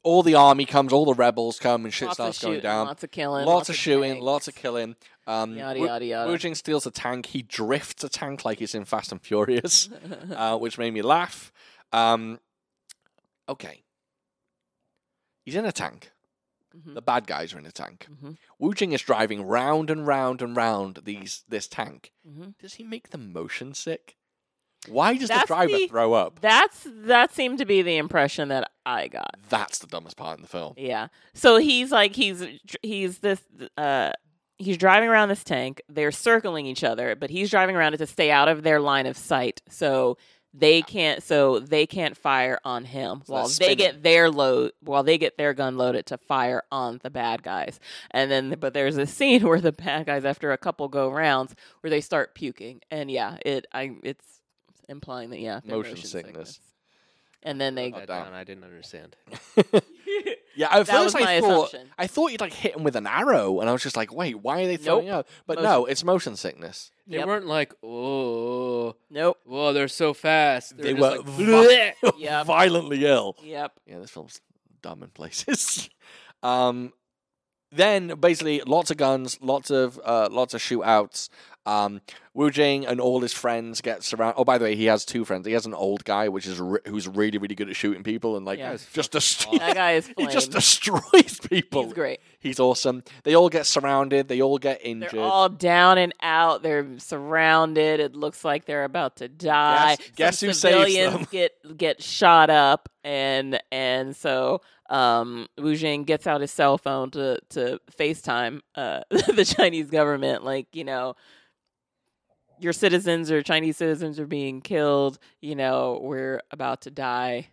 A: all the army comes, all the rebels come, and shit
C: lots
A: starts
C: of
A: going
C: shooting,
A: down.
C: Lots of killing.
A: lots, of shooting,
C: tanks,
A: lots of killing. Um,
C: Yada
A: Wu-
C: yada yada.
A: Wu Jing steals a tank. He drifts a tank like it's in Fast and Furious,
C: Mm-hmm.
A: uh, which made me laugh. Um, okay. He's in a tank.
C: Mhm.
A: The bad guys are in a tank.
C: Mhm,
A: Wu Jing is driving round and round and round these this tank.
C: mhm.
A: Does he make them motion sick? Why does the
C: That's
A: driver
C: the-
A: throw up?
C: That's that seemed to be the impression that I got.
A: That's the dumbest part in the film.
C: Yeah. So he's like he's uh, he's this uh he's driving around this tank. They're circling each other, but he's driving around it to stay out of their line of sight. So they can't so they can't fire on him
A: So
C: while
A: that's
C: they
A: spinning.
C: get their load while they get their gun loaded to fire on the bad guys. And then but there's a scene where the bad guys after a couple go rounds where they start puking. And yeah, it I it's implying that yeah, they're
A: Motion sickness. Uh,
C: And then they
B: Wrote that
A: damn.
B: down, I didn't understand.
A: Yeah, at
C: That was
A: first I
C: my
A: thought
C: assumption.
A: I thought you'd like hit him with an arrow, and I was just like, wait, why are they throwing up? But
C: Motion-
A: no, it's motion sickness.
B: They
C: Yep.
B: weren't like, oh,
C: Nope.
B: whoa, they're so fast.
A: They
B: They, were. just
A: were
B: like,
A: vi-
C: Yep.
A: violently ill.
C: Yep.
A: Yeah, this film's dumb in places. um, then basically lots of guns, lots of uh, lots of shootouts. Um, Wu Jing and all his friends get surrounded. Oh, by the way, he has two friends. He has an old guy, which is re- who's really really good at shooting people and like
C: Yeah.
B: That
A: just
B: was
A: dest-
B: fucking
C: That guy is
A: he
C: flame.
A: just destroys people.
C: He's great.
A: He's awesome. They all get surrounded. They all get injured.
C: They're all down and out. They're surrounded. It looks like they're about to die.
A: Guess- guess
C: Some
A: who saves
C: civilians
A: them?
C: get get shot up, and and so um, Wu Jing gets out his cell phone to to FaceTime uh, the Chinese government, like you know. Your citizens or Chinese citizens are being killed. You know, we're about to die.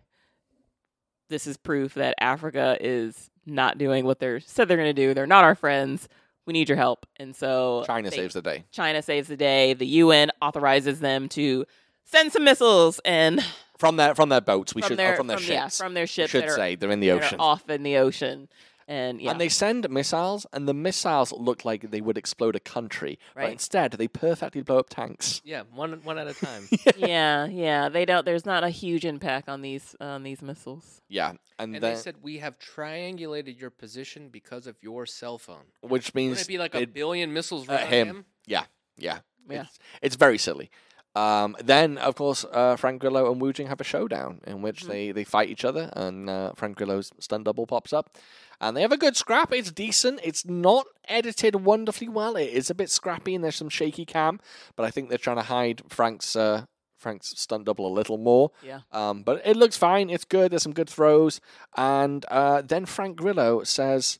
C: This is proof that Africa is not doing what they're said they're going to do. They're not our friends we need your help. And so
A: China
C: they-
A: saves the day.
C: China saves the day. The UN authorizes them to send some missiles and
A: From their from their boats, we
C: from
A: should
C: their,
A: or from their ships.
C: yeah, from their
A: we
C: ships
A: should
C: that, are,
A: say they're in the
C: that are
A: ocean.
C: off in the ocean. And yeah,
A: And they send missiles, and the missiles look like they would explode a country, but
C: Right.
A: instead they perfectly blow up tanks.
B: yeah, one one at a time.
C: yeah, yeah. They don't. There's not a huge impact on these on these missiles.
A: Yeah, and,
B: and
A: then
B: they said we have triangulated your position because of your cell phone.
A: which
B: Wouldn't
A: means
B: it be like a
A: they'd-
B: billion missiles
A: at
B: right
A: him.
B: him?
A: yeah,
C: Yeah.
A: It's, it's very silly. Um, then of course uh, Frank Grillo and Wu Jing have a showdown in which
C: Mhm.
A: they, they fight each other, and uh, Frank Grillo's stunt double pops up, and they have a good scrap. It's decent. It's not edited wonderfully well. It is a bit scrappy, and there's some shaky cam, but I think they're trying to hide Frank's uh, Frank's stunt double a little more.
C: Yeah.
A: Um, but it looks fine. It's good. There's some good throws. And uh, then Frank Grillo says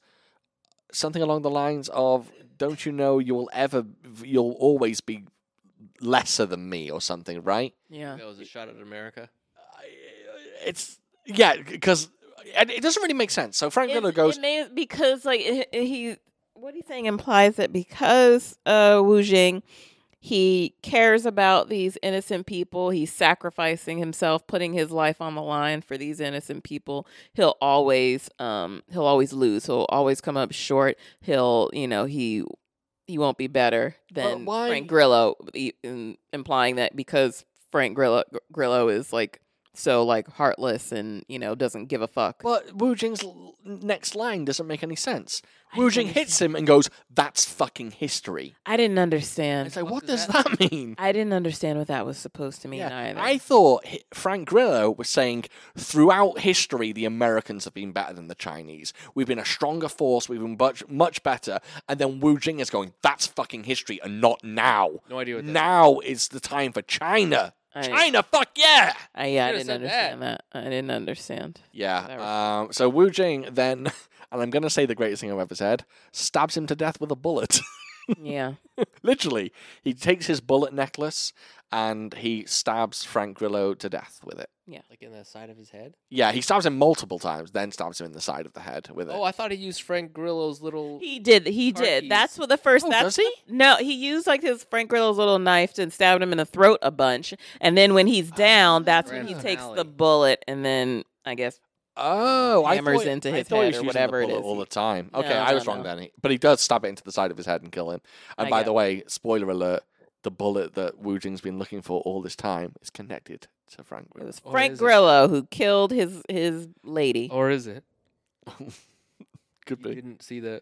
A: something along the lines of, "Don't you know you will ever, you'll always be lesser than me, or something, right?"
C: Yeah.
B: That was a shot at America.
A: It's yeah, because it doesn't really make sense. So Frank Grillo
C: It's-
A: goes,
C: it may, because like it, it- he what he's saying implies that because uh Wu Jing he cares about these innocent people he's sacrificing himself putting his life on the line for these innocent people he'll always um he'll always lose he'll always come up short he'll you know he he won't be better than
A: why-
C: Frank Grillo e- in- implying that because Frank Grillo Grillo is like so like heartless and you know doesn't give a fuck
A: "Well, Wu Jing's l- next line doesn't make any sense."
C: I
A: Wu
C: don't
A: Jing hits him and goes, "That's fucking history."
C: I didn't
A: And
C: understand.
A: it's like, what
B: fuck
A: does
B: is
A: that mean?
C: I didn't understand what that was supposed to mean
A: Yeah,
C: either.
A: I thought hi- Frank Grillo was saying throughout history the Americans have been better than the Chinese. We've been a stronger force. We've been much much better. And then Wu Jing is going, "That's fucking history, and not now.
B: No idea what that
A: Now is the time for China.
C: I,
A: China, fuck yeah!"
C: I- yeah, I
B: Should've
C: didn't
B: said
C: understand that. I didn't understand. There we go.
A: Yeah. Um, so Wu Jing then, and I'm gonna say the greatest thing I've ever said, stabs him to death with a bullet.
C: yeah,
A: Literally, he takes his bullet necklace and he stabs Frank Grillo to death with it.
B: Like in the side of his head.
A: Yeah, he stabs him multiple times, then stabs him in the side of the head with it.
B: Oh, I thought he used Frank Grillo's little.
C: he did. He
B: Car
C: did.
B: keys.
C: That's what the first.
A: Oh, does
C: that's
A: he?
C: the- no, he used like his Frank Grillo's little knife and stabbed him in the throat a bunch. And then when he's down, that's when he
B: Grand
C: takes the
B: finale.
C: bullet and then I guess
A: Oh, I
C: Hammers
A: thought,
C: into
A: I
C: his
A: thought
C: head
A: he was
C: or
A: using the
C: whatever it
A: bullet
C: is.
A: all the time.
C: No,
A: Okay, I
C: no,
A: was wrong
C: no.
A: then. He- But he does stab it into the side of his head and kill him. And
C: I
A: by
C: get
A: the way, spoiler alert: the bullet that Wu Jing's been looking for all this time is connected to Frank.
C: it
A: Grillo.
C: was
B: Or
C: Frank
B: is it- Oh,
C: Grillo who killed his his lady.
B: Or is it?
A: Could
B: You
A: be.
B: didn't see the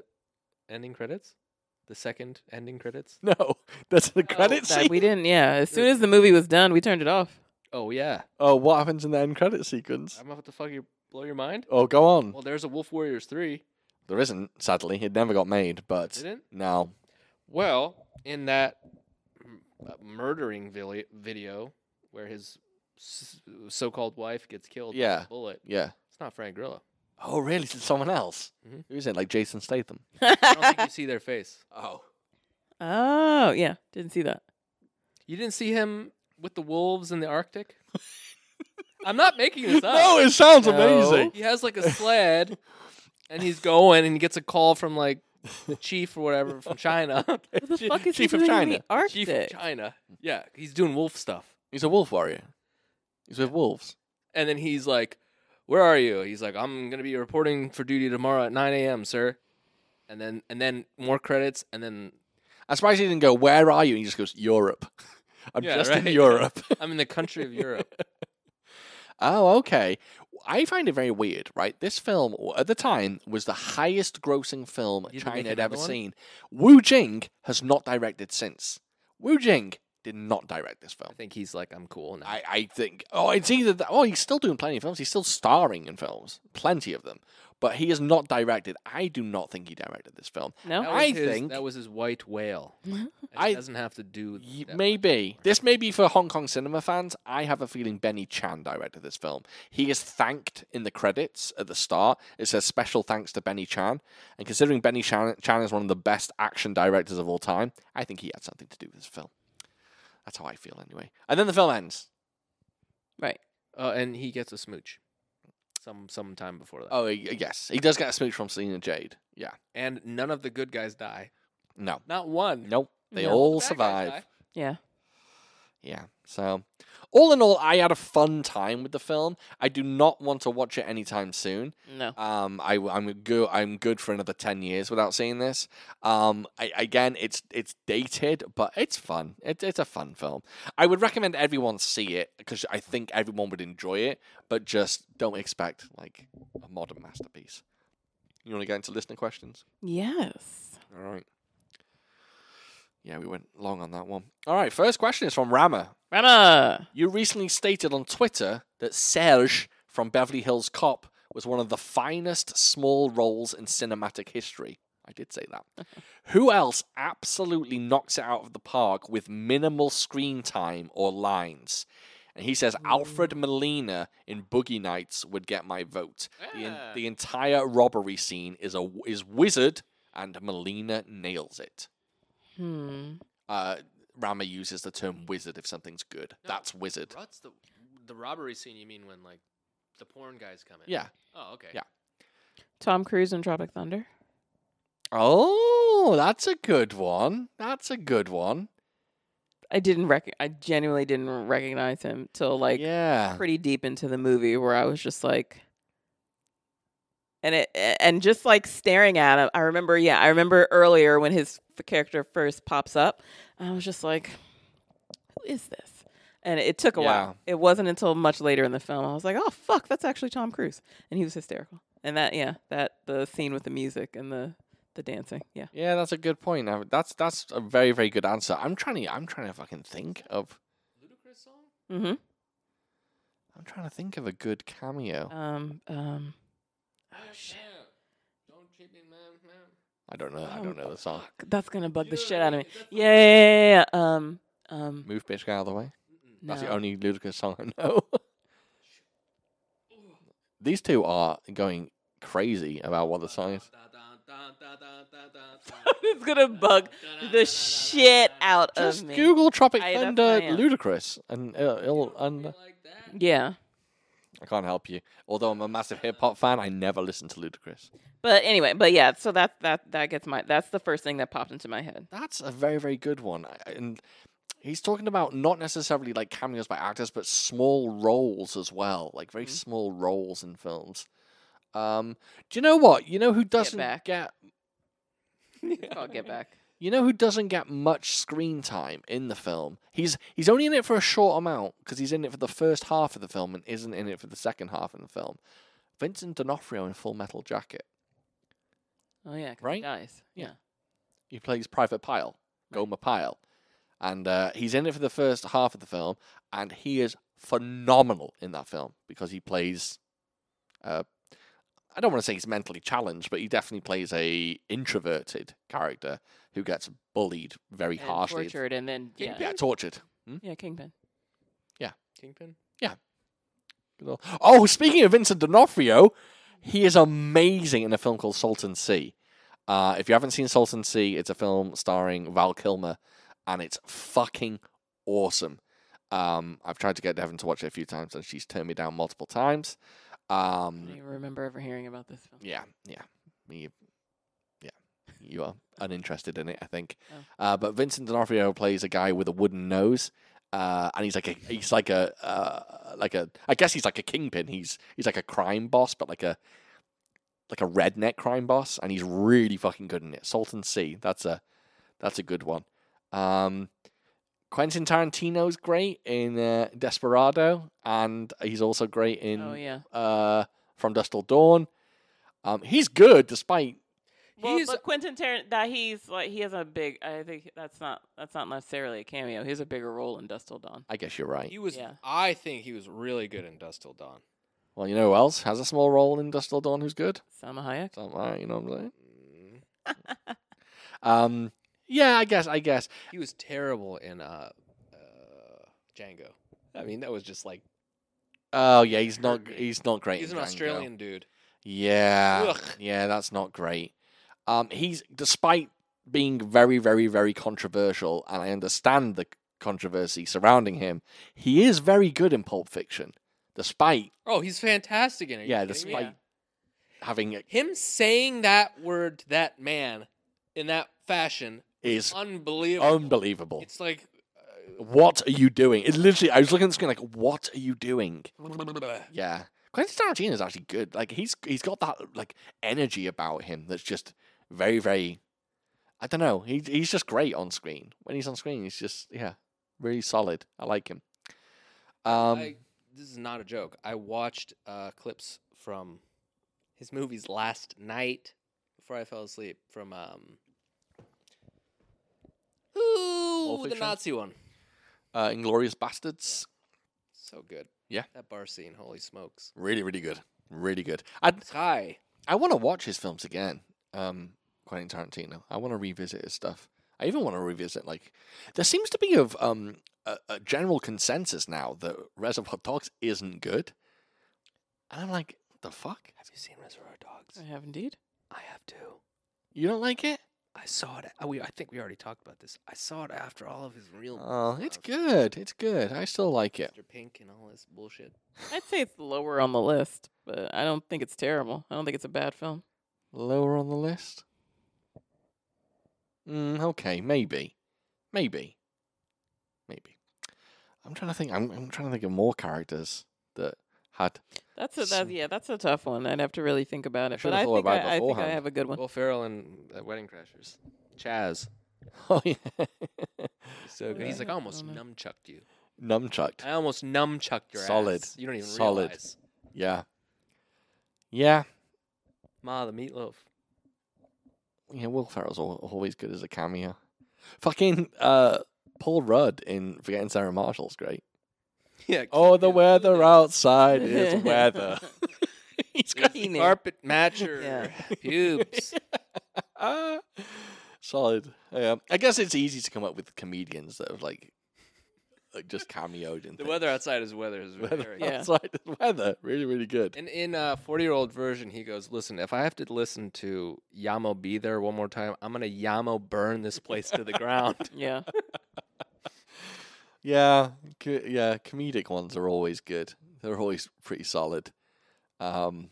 B: ending credits? The second ending credits?
A: No, that's the credit
C: That
A: scene.
C: Oh, we didn't. Yeah, as soon as the movie was done, we turned it off.
B: Oh yeah.
A: Oh, what happens in the end credit sequence?
B: I'm about to fuck you blow your mind.
A: Oh, go on.
B: Well, there's a Wolf Warriors 3.
A: There isn't, sadly. It never got made, but
B: Didn't?
A: no.
B: Well, in that m- uh, murdering villi- video where his s- so-called wife gets killed by a
A: Yeah.
B: bullet.
A: Yeah.
B: It's not Frank Grillo.
A: Oh, really? It's someone else?
C: Mm-hmm.
B: Mhm.
A: Who is it? Like Jason Statham?
B: I don't think you see their face.
A: Oh.
C: oh yeah, didn't see that.
B: You didn't see him with the wolves in the Arctic? I'm not making this up.
A: No, it sounds
C: No.
A: amazing.
B: He has like a sled and he's going and he gets a call from like the chief or whatever from China.
C: What the
A: Chi-
C: fuck is
A: Chief
C: he
A: of
C: doing in
A: China.
C: the Arctic?
B: chief of China. Yeah, he's doing wolf stuff.
A: He's a wolf warrior. He's with wolves.
B: And then he's like, "Where are you?" He's like, "I'm gonna be reporting for duty tomorrow at 9 a.m., sir." And then and then more credits and then
A: I'm surprised he didn't go, Where are you? And he just goes, Europe. I'm
B: Yeah,
A: just in
B: right.
A: Europe.
B: I'm in the country of Europe.
A: Oh, okay. I find it very weird, right? This film, w- at the time, was the highest grossing film
B: Did it
A: China
B: make
A: had
B: another
A: ever
B: one?
A: seen. Wu Jing has not directed since. Wu Jing did not direct this film.
B: I think he's like, "I'm cool now."
A: I, I think, oh, it's either that, oh, he's still doing plenty of films. He's still starring in films, plenty of them. But he has not directed. I do not think he directed this film.
C: No.
B: That was
A: I
B: his-
A: think-
B: that was his white whale. And
A: I-
B: he doesn't have to do
A: Y-
B: that
A: Maybe this may be for Hong Kong cinema fans. I have a feeling Benny Chan directed this film. He is thanked in the credits at the start. It says special thanks to Benny Chan, and considering Benny Chan, Chan is one of the best action directors of all time, I think he had something to do with this film. That's how I feel anyway. And then the film ends.
B: Uh, and he gets a smooch some sometime before that.
A: Oh y- yes, he does get a smooch from Selena Jade. Yeah,
B: And none of the good guys die.
A: no,
B: Not one.
A: nope, they
C: No.
A: all
B: Bad guys
A: survive.
B: die.
C: Yeah.
A: Yeah. So, all in all, I had a fun time with the film. I do not want to watch it anytime soon.
C: No.
A: Um, I, I'm good. I'm good for another ten years without seeing this. Um, I, again, it's it's dated, but it's fun. It, it's a fun film. I would recommend everyone see it because I think everyone would enjoy it. But just don't expect like a modern masterpiece. You want to get into listener questions?
C: Yes.
A: All right. Yeah, we went long on that one. All right. First question is from Rama.
C: Rama.
A: You recently stated on Twitter that Serge from Beverly Hills Cop was one of the finest small roles in cinematic history. I did say that. Who else absolutely knocks it out of the park with minimal screen time or lines? And he says Alfred Molina in Boogie Nights would get my vote. The, en-
B: Ah.
A: the entire robbery scene is a is wizard, and Molina nails it.
C: Hmm.
A: Uh, Rama uses the term wizard if something's good.
B: No,
A: That's wizard.
B: What's the the robbery scene? You mean when like the porn guys come in?
A: Yeah.
B: Oh, okay.
A: Yeah.
C: Tom Cruise in Tropic Thunder.
A: Oh, that's a good one. That's a good one.
C: I didn't rec- I genuinely didn't recognize him till like
A: yeah.
C: pretty deep into the movie where I was just like and it and just like staring at him. I remember yeah, I remember earlier when his f- character first pops up, I was just like who is this? And it took a
A: Yeah.
C: while. It wasn't until much later in the film I was like, "Oh fuck, that's actually Tom Cruise." And he was hysterical. And that yeah, that the scene with the music and the the dancing. Yeah.
A: Yeah, that's a good point. Uh, That's that's a very very good answer. I'm trying to I'm trying to fucking think of
B: Ludacris song?
C: Mhm.
A: I'm trying to think of a good cameo.
C: Um um
A: Ah,
B: Oh shit! Don't treat me, man, man.
A: I don't know. I
C: um,
A: don't know the song.
C: fuck, That's gonna bug
B: You
C: the
B: know what
C: shit
B: I
C: out of me.
B: mean? That's
C: Yeah, yeah, yeah, yeah, yeah. Um, um.
A: Move bitch, get out of the way.
B: Mm-mm.
A: That's
C: no.
A: the only ludicrous song I know. These two are going crazy about what the song is.
C: It's gonna bug the shit out
A: Just
C: of me.
A: Google Tropic
C: I- that's
A: Thunder
C: what I am.
A: ludicrous and it'll, it'll un-
C: Yeah,
A: I can't help you. Although I'm a massive hip hop fan, I never listen to Ludacris.
C: but anyway, but yeah. So that that that gets my. That's the first thing that popped into my head.
A: That's a very, very good one. I- And he's talking about not necessarily like cameos by actors, but small roles as well, like very
C: Mhm.
A: small roles in films. Um, do you know what? You know who doesn't
C: Back.
A: get
C: Oh, I'll get back.
A: you know who doesn't get much screen time in the film? He's he's only in it for a short amount because he's in it for the first half of the film and isn't in it for the second half of the film. Vincent D'Onofrio in Full Metal Jacket.
C: Oh yeah, 'cause he
A: Right?
C: dies.
A: Yeah. He plays Private Pyle, Gomer Pyle. And uh, he's in it for the first half of the film, and he is phenomenal in that film because he plays. Uh, I don't want to say he's mentally challenged, but he definitely plays a introverted character who gets bullied very
C: And
A: harshly.
C: tortured and then yeah,
A: yeah, tortured.
C: yeah, Kingpin.
B: Kingpin.
A: Good ol- Oh, speaking of Vincent D'Onofrio, he is amazing in a film called Salt and Sea. Uh, if you haven't seen Salt and Sea, it's a film starring Val Kilmer, and it's fucking awesome. Um, I've tried to get Devon to watch it a few times, and she's turned me down multiple times.
C: I don't
A: Um,
C: even remember ever hearing about this film.
A: yeah, yeah, me, yeah, you are uninterested in it, I think.
C: Oh.
A: Uh, but Vincent D'Onofrio plays a guy with a wooden nose, uh, and he's like a he's like a uh, like a I guess he's like a kingpin. He's he's like a crime boss, but like a like a redneck crime boss, and he's really fucking good in it. Salt and Sea, that's a that's a good one. Um, Quentin Tarantino's great in uh, Desperado, and he's also great in
C: Oh yeah.
A: uh, from Dust Till Dawn. Um, he's good despite
C: Well,
B: He's-
C: but Quentin Tarantino, that he's like he has a big. I think that's not that's not necessarily a cameo. He has a bigger role in Dust Till Dawn.
A: I guess you're right.
B: He was.
C: Yeah.
B: I think he was really good in Dust Till Dawn.
A: well, you know who else has a small role in Dust Till Dawn who's good?
C: Salma Hayek.
A: Something like that, you know what I'm saying?
B: Mm.
A: Um, yeah, I guess, I guess.
B: He was terrible in uh, uh, Django. I mean, that was just like
A: Oh yeah, he's
B: Hurt
A: not
B: me.
A: he's not great.
B: he's
A: in
B: an
A: Django.
B: Australian dude.
A: Yeah.
B: Ugh.
A: Yeah, that's not great. Um, he's despite being very, very, very controversial, and I understand the controversy surrounding him, he is very good in Pulp Fiction. Despite
B: Oh, he's fantastic in it. Are you
A: yeah,
B: kidding me?
A: despite having it
B: him saying that word to that man in that fashion,
A: is
B: unbelievable.
A: unbelievable.
B: It's like
A: What are you doing? It literally, I was looking at the screen like, what are you doing?
B: yeah.
A: Yeah, Quentin Tarantino is actually good. Like he's he's got that like energy about him that's just very very. I don't know. He he's just great on screen. When he's on screen, he's just yeah, really solid. I like him. Um,
B: I, this is not a joke. I watched uh, clips from his movies last night before I fell asleep. From um, ooh, the
A: Fiction?
B: Nazi one.
A: uh, Inglorious Bastards,
B: So good.
A: Yeah.
B: That bar scene, holy smokes.
A: really really good, really good. I
B: It's high.
A: I want to watch his films again. Um, Quentin Tarantino. I want to revisit his stuff. I even want to revisit like there seems to be of um a, a general consensus now that Reservoir Dogs isn't good, and I'm like, the fuck?
B: Have you seen Reservoir Dogs?
C: I have indeed.
B: I have too.
A: You don't like it?
B: I saw it. I, we, I think we already talked about this. I saw it after all of his real.
A: Oh, it's
B: stuff.
A: good. It's good. I still like it.
B: Mr. Pink and all this bullshit.
C: I'd say it's lower on the list, but I don't think it's terrible. I don't think it's a bad film.
A: Lower on the list. Mm, okay, maybe, maybe, maybe. I'm trying to think. I'm, I'm trying to think of more characters that had
C: That's a
A: So-
C: that, yeah, that's a tough one. I'd have to really think about it.
A: should've
C: But I
A: thought
C: think
A: about it
C: I, I think I
A: beforehand.
C: have a good one.
B: Will Ferrell and uh, Wedding Crashers. Chaz.
A: Oh yeah,
B: He's so good.
C: Yeah.
B: He's like, I almost
C: I don't know.
B: numchucked you.
A: nunchucked.
B: I almost numchucked your
A: Solid.
B: ass. You don't even
A: Solid.
B: realize.
A: Yeah, yeah,
B: Ma, the meatloaf.
A: yeah. Will Ferrell's al- always good as a cameo. Fucking uh, Paul Rudd in Forgetting Sarah Marshall's great.
B: Yeah.
A: Oh, the
B: yeah.
A: weather outside is weather. He's
B: He's a Carpet matcher.
C: Yeah.
B: Pubes.
A: Ah, solid. Um, I guess it's easy to come up with comedians that have like, like just cameoed in
B: the
A: things.
B: weather outside is weather. Is
A: Weather
B: very
C: Yeah.
A: outside is weather. Really, really good.
B: And in a forty-year-old version, he goes, "Listen, if I have to listen to Yamo be there one more time, I'm gonna Yamo burn this place to the ground."
C: Yeah.
A: Yeah, co- yeah. Comedic ones are always good. They're always pretty solid. Um,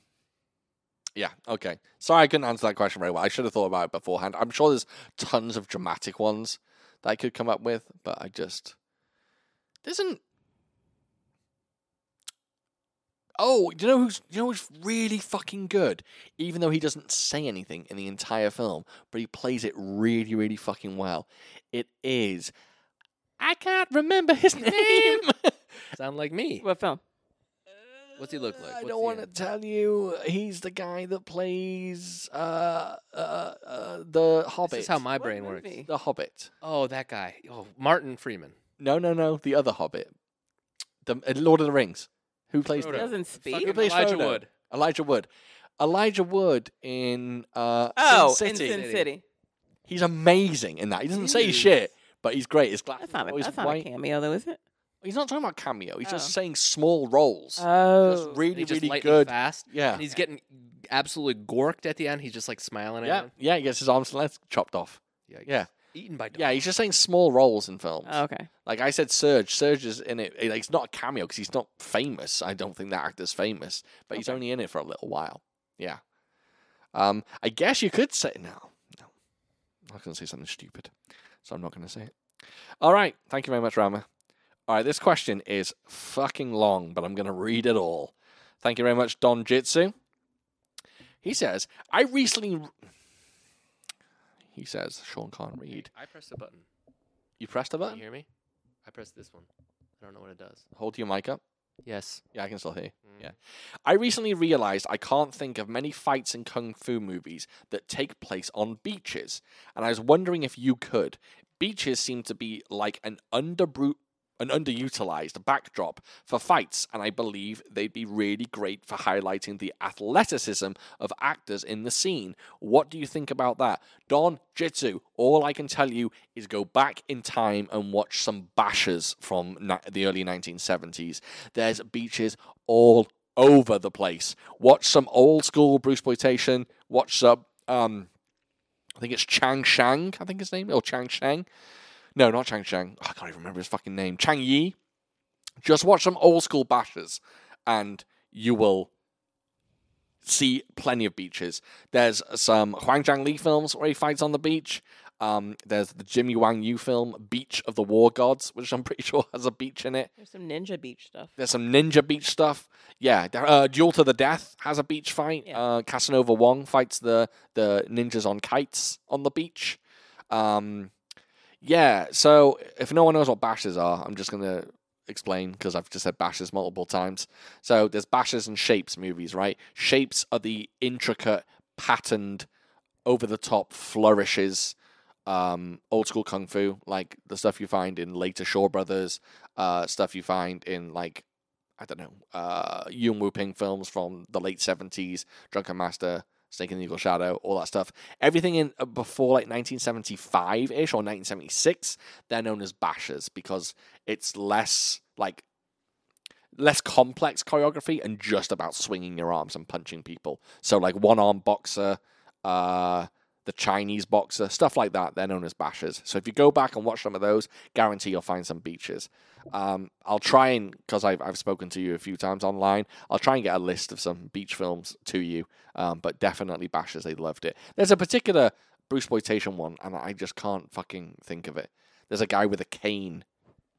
A: yeah. Okay. Sorry, I couldn't answer that question very well. I should have thought about it beforehand. I'm sure there's tons of dramatic ones that I could come up with, but I just there isn't. Oh, do you know who's do you know who's really fucking good? Even though he doesn't say anything in the entire film, but he plays it really, really fucking well. It is I can't remember his name.
B: Sound like me?
C: What film?
B: What's he look like?
A: I
B: What's
A: don't
B: he
A: want to
B: in?
A: tell you. He's the guy that plays uh, uh, uh, the Hobbit.
B: This is how my
C: What
B: brain works.
C: movie?
A: the Hobbit.
B: Oh, that guy. Oh, Martin Freeman.
A: No, no, no. The other Hobbit. The uh, Lord of the Rings. Who plays
B: Frodo.
A: the-
C: doesn't
B: Fucking
C: speak.
A: Who plays
B: Elijah
A: Frodo?
B: Wood.
A: Elijah Wood? Elijah Wood in uh,
C: Oh,
A: Sin
C: in
A: City.
C: Sin City.
A: He's amazing in that. He doesn't say
B: Jeez.
A: shit, but he's great. His glasses.
C: That's not
A: are
C: a,
A: always
C: that's not a
A: white.
C: cameo though, is it?
A: He's not talking about cameo. He's
C: Oh.
A: just saying small roles.
C: Oh,
A: just
B: And
A: really,
B: he's just
A: really
B: lightning
A: good.
B: fast.
A: Yeah.
B: And he's getting absolutely gorked at the end. He's just like smiling
A: Yeah,
B: at him.
A: yeah, he gets his arms and legs chopped off.
B: Yikes.
A: Yeah.
B: Eaten by dogs.
A: Yeah, he's just saying small roles in films.
C: okay.
A: Like I said, Serge. Serge is in it. it- Like, it's not a cameo because he's not famous. I don't think that actor's famous, but he's only in it for a little while. Yeah. Um, I guess you could say no. No, I was going to say something stupid, so I'm not going to say it. All right. Thank you very much, Rama. All right. This question is fucking long, but I'm going to read it all. Thank you very much, Don Jitsu. He says, "I recently." He says, "Sean can't read."
B: I pressed the button.
A: You pressed the
B: Can
A: button.
B: you hear me? I pressed this one. I don't know what it does.
A: Hold your mic up.
B: Yes.
A: Yeah, I can still hear. you. Yeah.
B: Mm.
A: I recently realized I can't think of many fights in kung fu movies that take place on beaches, and I was wondering if you could. Beaches seem to be like an underbru- an underutilized backdrop for fights, and I believe they'd be really great for highlighting the athleticism of actors in the scene. What do you think about that? Don Jitsu, all I can tell you is go back in time and watch some bashes from ni- the early 1970s. There's beaches all over the place. Watch some old school Bruce Exploitation. Watch some, um, I think it's Chang Shang, I think his name, or Chang Shang. No, not Chang Shang. Oh, I can't even remember his fucking name. Chang Yi. Just watch some old school bashes and you will see plenty of beaches. There's some Huang Zhang Li films where he fights on the beach. Um, there's the Jimmy Wang Yu film Beach of the War Gods, which I'm pretty sure has a beach in it.
C: There's some Ninja Beach stuff.
A: There's some ninja beach stuff. Yeah, there- uh, Duel to the Death has a beach fight.
C: Yeah.
A: Uh, Casanova Wong fights the the ninjas on kites on the beach. Um, yeah, so if no one knows what bashes are, I'm just gonna explain because I've just said bashes multiple times. So there's bashes and shapes movies, right? Shapes are the intricate, patterned, over the top flourishes. Um, old school kung fu, like the stuff you find in later Shaw Brothers, uh, stuff you find in like I don't know uh, Yuen Wu Ping films from the late seventies, Drunken Master, Snake and the Eagle Shadow, all that stuff. Everything in uh, before like nineteen seventy five ish or nineteen seventy six, they're known as bashes because it's less like less complex choreography and just about swinging your arms and punching people. So like one arm boxer. Uh, the Chinese boxer, stuff like that, they're known as bashes. So if you go back and watch some of those, guarantee you'll find some beaches. Um, I'll try and because I've I've spoken to you a few times online. I'll try and get a list of some beach films to you. Um, but definitely Bashers, they loved it. There's a particular Bruce exploitation one, and I just can't fucking think of it. There's a guy with a cane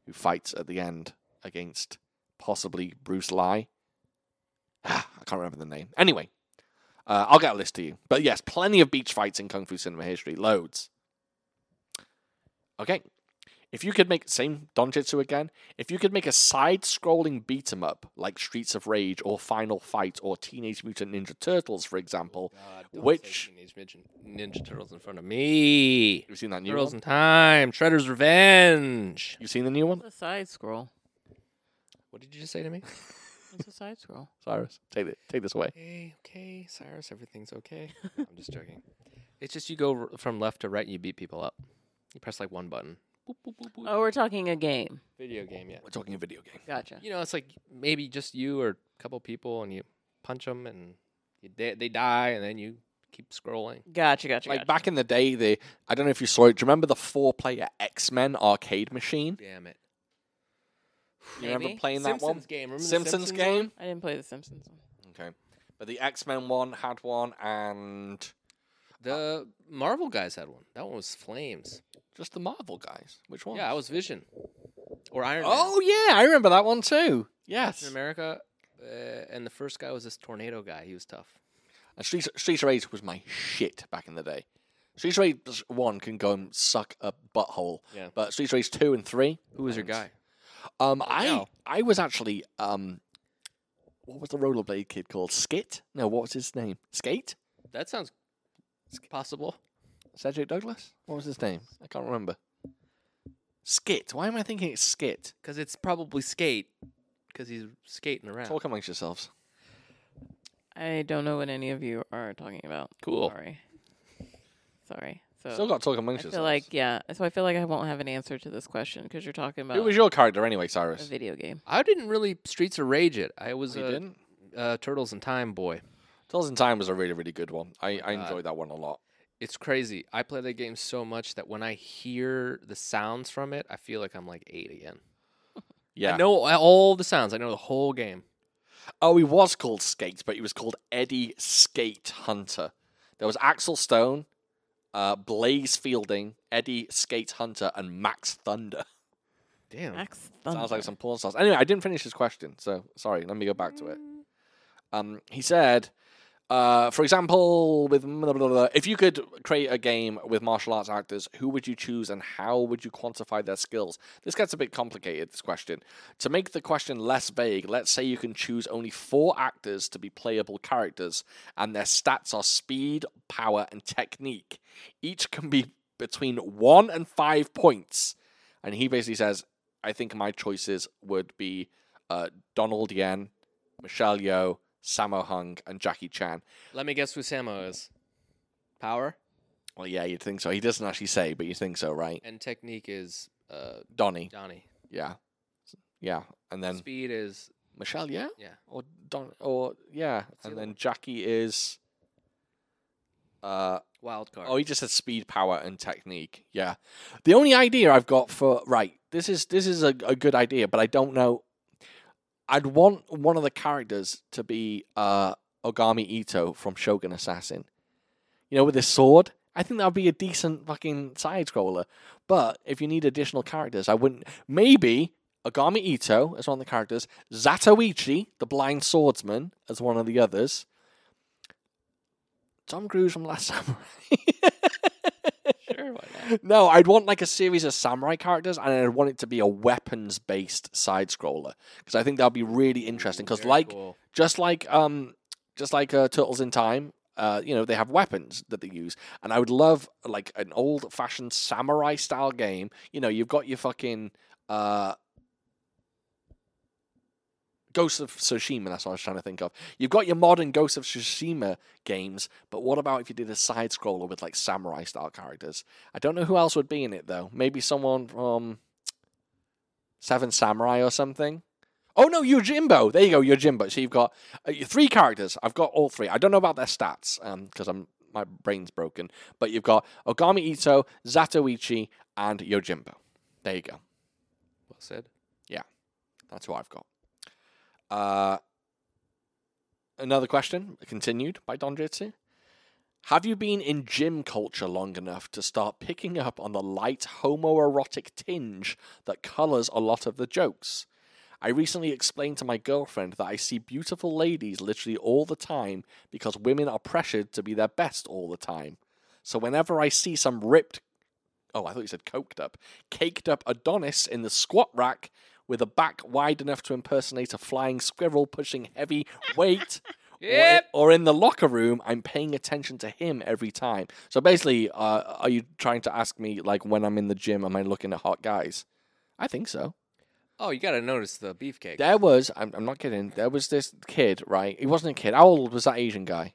A: who fights at the end against possibly Bruce Lie. Ah, I can't remember the name. Anyway, uh, I'll get a list to you. But yes, plenty of beach fights in kung fu cinema history, loads. Okay, if you could make same Donjitsu again, if you could make a side-scrolling beat 'em up like Streets of Rage or Final Fight or Teenage Mutant Ninja Turtles, for example,
B: Oh God,
A: don't say which-
B: Teenage Ninja, Ninja Turtles in front of me?
A: have you seen that new
B: Turtles
A: one?
B: in Time, Shredder's Revenge.
A: You've seen the new one,
C: It's a side scroll.
B: What did you just say to me?
C: It's a side scroll.
A: Cyrus? Take it, take this away.
B: okay, okay, Cyrus, everything's okay. I'm just joking. It's just you go r- from left to right and you beat people up. You press like one button. Boop, boop, boop, boop.
C: Oh, we're talking a game.
B: Video game, yeah.
A: We're talking a video game.
C: Gotcha.
B: You know, it's like maybe just you or a couple people and you punch them and you di- they die and then you keep scrolling.
C: Gotcha. Gotcha.
A: Like
C: gotcha.
A: back in the day, the I don't know if you saw it. Do you remember the four-player X Men arcade machine?
B: Damn it.
A: You remember
C: Maybe.
A: playing that one?
B: Simpsons game. Remember the
A: Simpsons,
B: one?
A: game.
C: I didn't play The Simpsons. one.
A: Okay, but the X Men one had one, and
B: The Marvel guys had one. That one was Flames.
A: just the Marvel guys. Which one?
B: Yeah, I was Vision or Iron Man.
A: Oh yeah, I remember that one too.
B: Captain
A: Yes.
B: America, uh, and the first guy was this tornado guy. He was tough.
A: And Streets, Streets of Rage was my shit back in the day. Streets of Rage one can go and suck a butthole.
B: Yeah.
A: But Streets of Rage two and three.
B: Who was your
A: Thanks.
B: guy?
A: Um, I
B: hell?
A: I was actually um, what was the rollerblade kid called? Skit? No, what was his name? Skate?
B: That sounds possible.
A: Cedric Douglas? What was his name? I can't remember. Skit. Why am I thinking it's Skit?
B: Because it's probably skate. Because he's skating around.
A: Talk amongst yourselves.
C: I don't know what any of you are talking about.
A: Cool.
C: Sorry. Sorry. So
A: Still got to talk amongst
C: I
A: yourselves.
C: feel like yeah. So I feel like I won't have an answer to this question because you're talking about
A: Who was your character anyway,
C: a
A: Cyrus?
C: video game.
B: I didn't really Streets of Rage it. I was
A: Oh, You
B: a
A: didn't?
B: uh, Turtles in Time boy.
A: Tales in Time was a really, really good one. I, I
B: God.
A: enjoyed that one a lot.
B: It's crazy. I play that game so much that when I hear the sounds from it, I feel like I'm like eight again.
A: Yeah.
B: I know all the sounds. I know the whole game.
A: Oh, he was called Skate, but he was called Eddie Skate Hunter. There was Axel Stone, uh, Blaze Fielding, Eddie Skate Hunter, and Max Thunder.
B: Damn.
C: Max
A: Sounds
C: Thunder.
A: like some porn stars. Anyway, I didn't finish his question, so sorry. Let me go back to it. Um, he said, uh, for example, with blah, blah, blah, blah, if you could create a game with martial arts actors, who would you choose and how would you quantify their skills? This gets a bit complicated. This question. To make the question less vague, let's say you can choose only four actors to be playable characters, and their stats are speed, power, and technique. Each can be between one and five points. And he basically says, I think my choices would be uh, Donald Yen, Michelle Yeoh, Sammo Hung, and Jackie Chan.
B: Let me guess who Samo is. Power
A: Well, yeah, you'd think so. He doesn't actually say, but you think so, right?
B: and technique is uh,
A: Donnie,
B: Donnie.
A: yeah, yeah, and then
B: Speed is
A: Michelle, yeah,
B: yeah.
A: or Don, or yeah,
B: the
A: and
B: other
A: then
B: one?
A: Jackie is. Uh,
B: Wild card.
A: oh, he just said speed, power, and technique. Yeah, the only idea I've got for right this is this is a, a good idea, but I don't know. I'd want one of the characters to be uh, Ogami Ito from Shogun Assassin. You know, with his sword. I think that would be a decent fucking side scroller. But if you need additional characters, I wouldn't. Maybe Ogami Ito as one of the characters, Zatoichi, the blind swordsman, as one of the others, Tom Cruise from Last Samurai.
B: sure. Why not?
A: No, I'd want like a series of samurai characters, and I'd want it to be a weapons-based side scroller because I think that'd be really interesting. Because
B: Very
A: like
B: cool.
A: just like um, just like uh, Turtles in Time, uh, you know, they have weapons that they use, and I would love like an old-fashioned samurai-style game. You know, you've got your fucking uh, Ghost of Tsushima. That's what I was trying to think of. You've got your modern Ghost of Tsushima games, but what about if you did a side scroller with like samurai-style characters? I don't know who else would be in it though. Maybe someone from Seven Samurai or something. Oh no, Yojimbo. There you go, Yojimbo. So you've got uh, your three characters. I've got all three. I don't know about their stats because I'm my brain's broken. But you've got Ogami Ito, Zatoichi, and Yojimbo. There you go.
B: Well said.
A: That's what I've got. Uh, another question, continued by Don Jitsu. Have you been in gym culture long enough to start picking up on the light homoerotic tinge that colours a lot of the jokes? I recently explained to my girlfriend that I see beautiful ladies literally all the time because women are pressured to be their best all the time. So whenever I see some ripped, oh, I thought you said coked up, caked up Adonis in the squat rack, with a back wide enough to impersonate a flying squirrel pushing heavy weight. or i-
B: Yep.
A: Or, in the locker room, I'm paying attention to him every time. So basically, uh, are you trying to ask me, like, when I'm in the gym, am I looking at hot guys? I think so.
B: Oh, you gotta notice the beefcake.
A: There was, I'm, I'm not kidding, there was this kid, right? He wasn't a kid. How old was that Asian guy,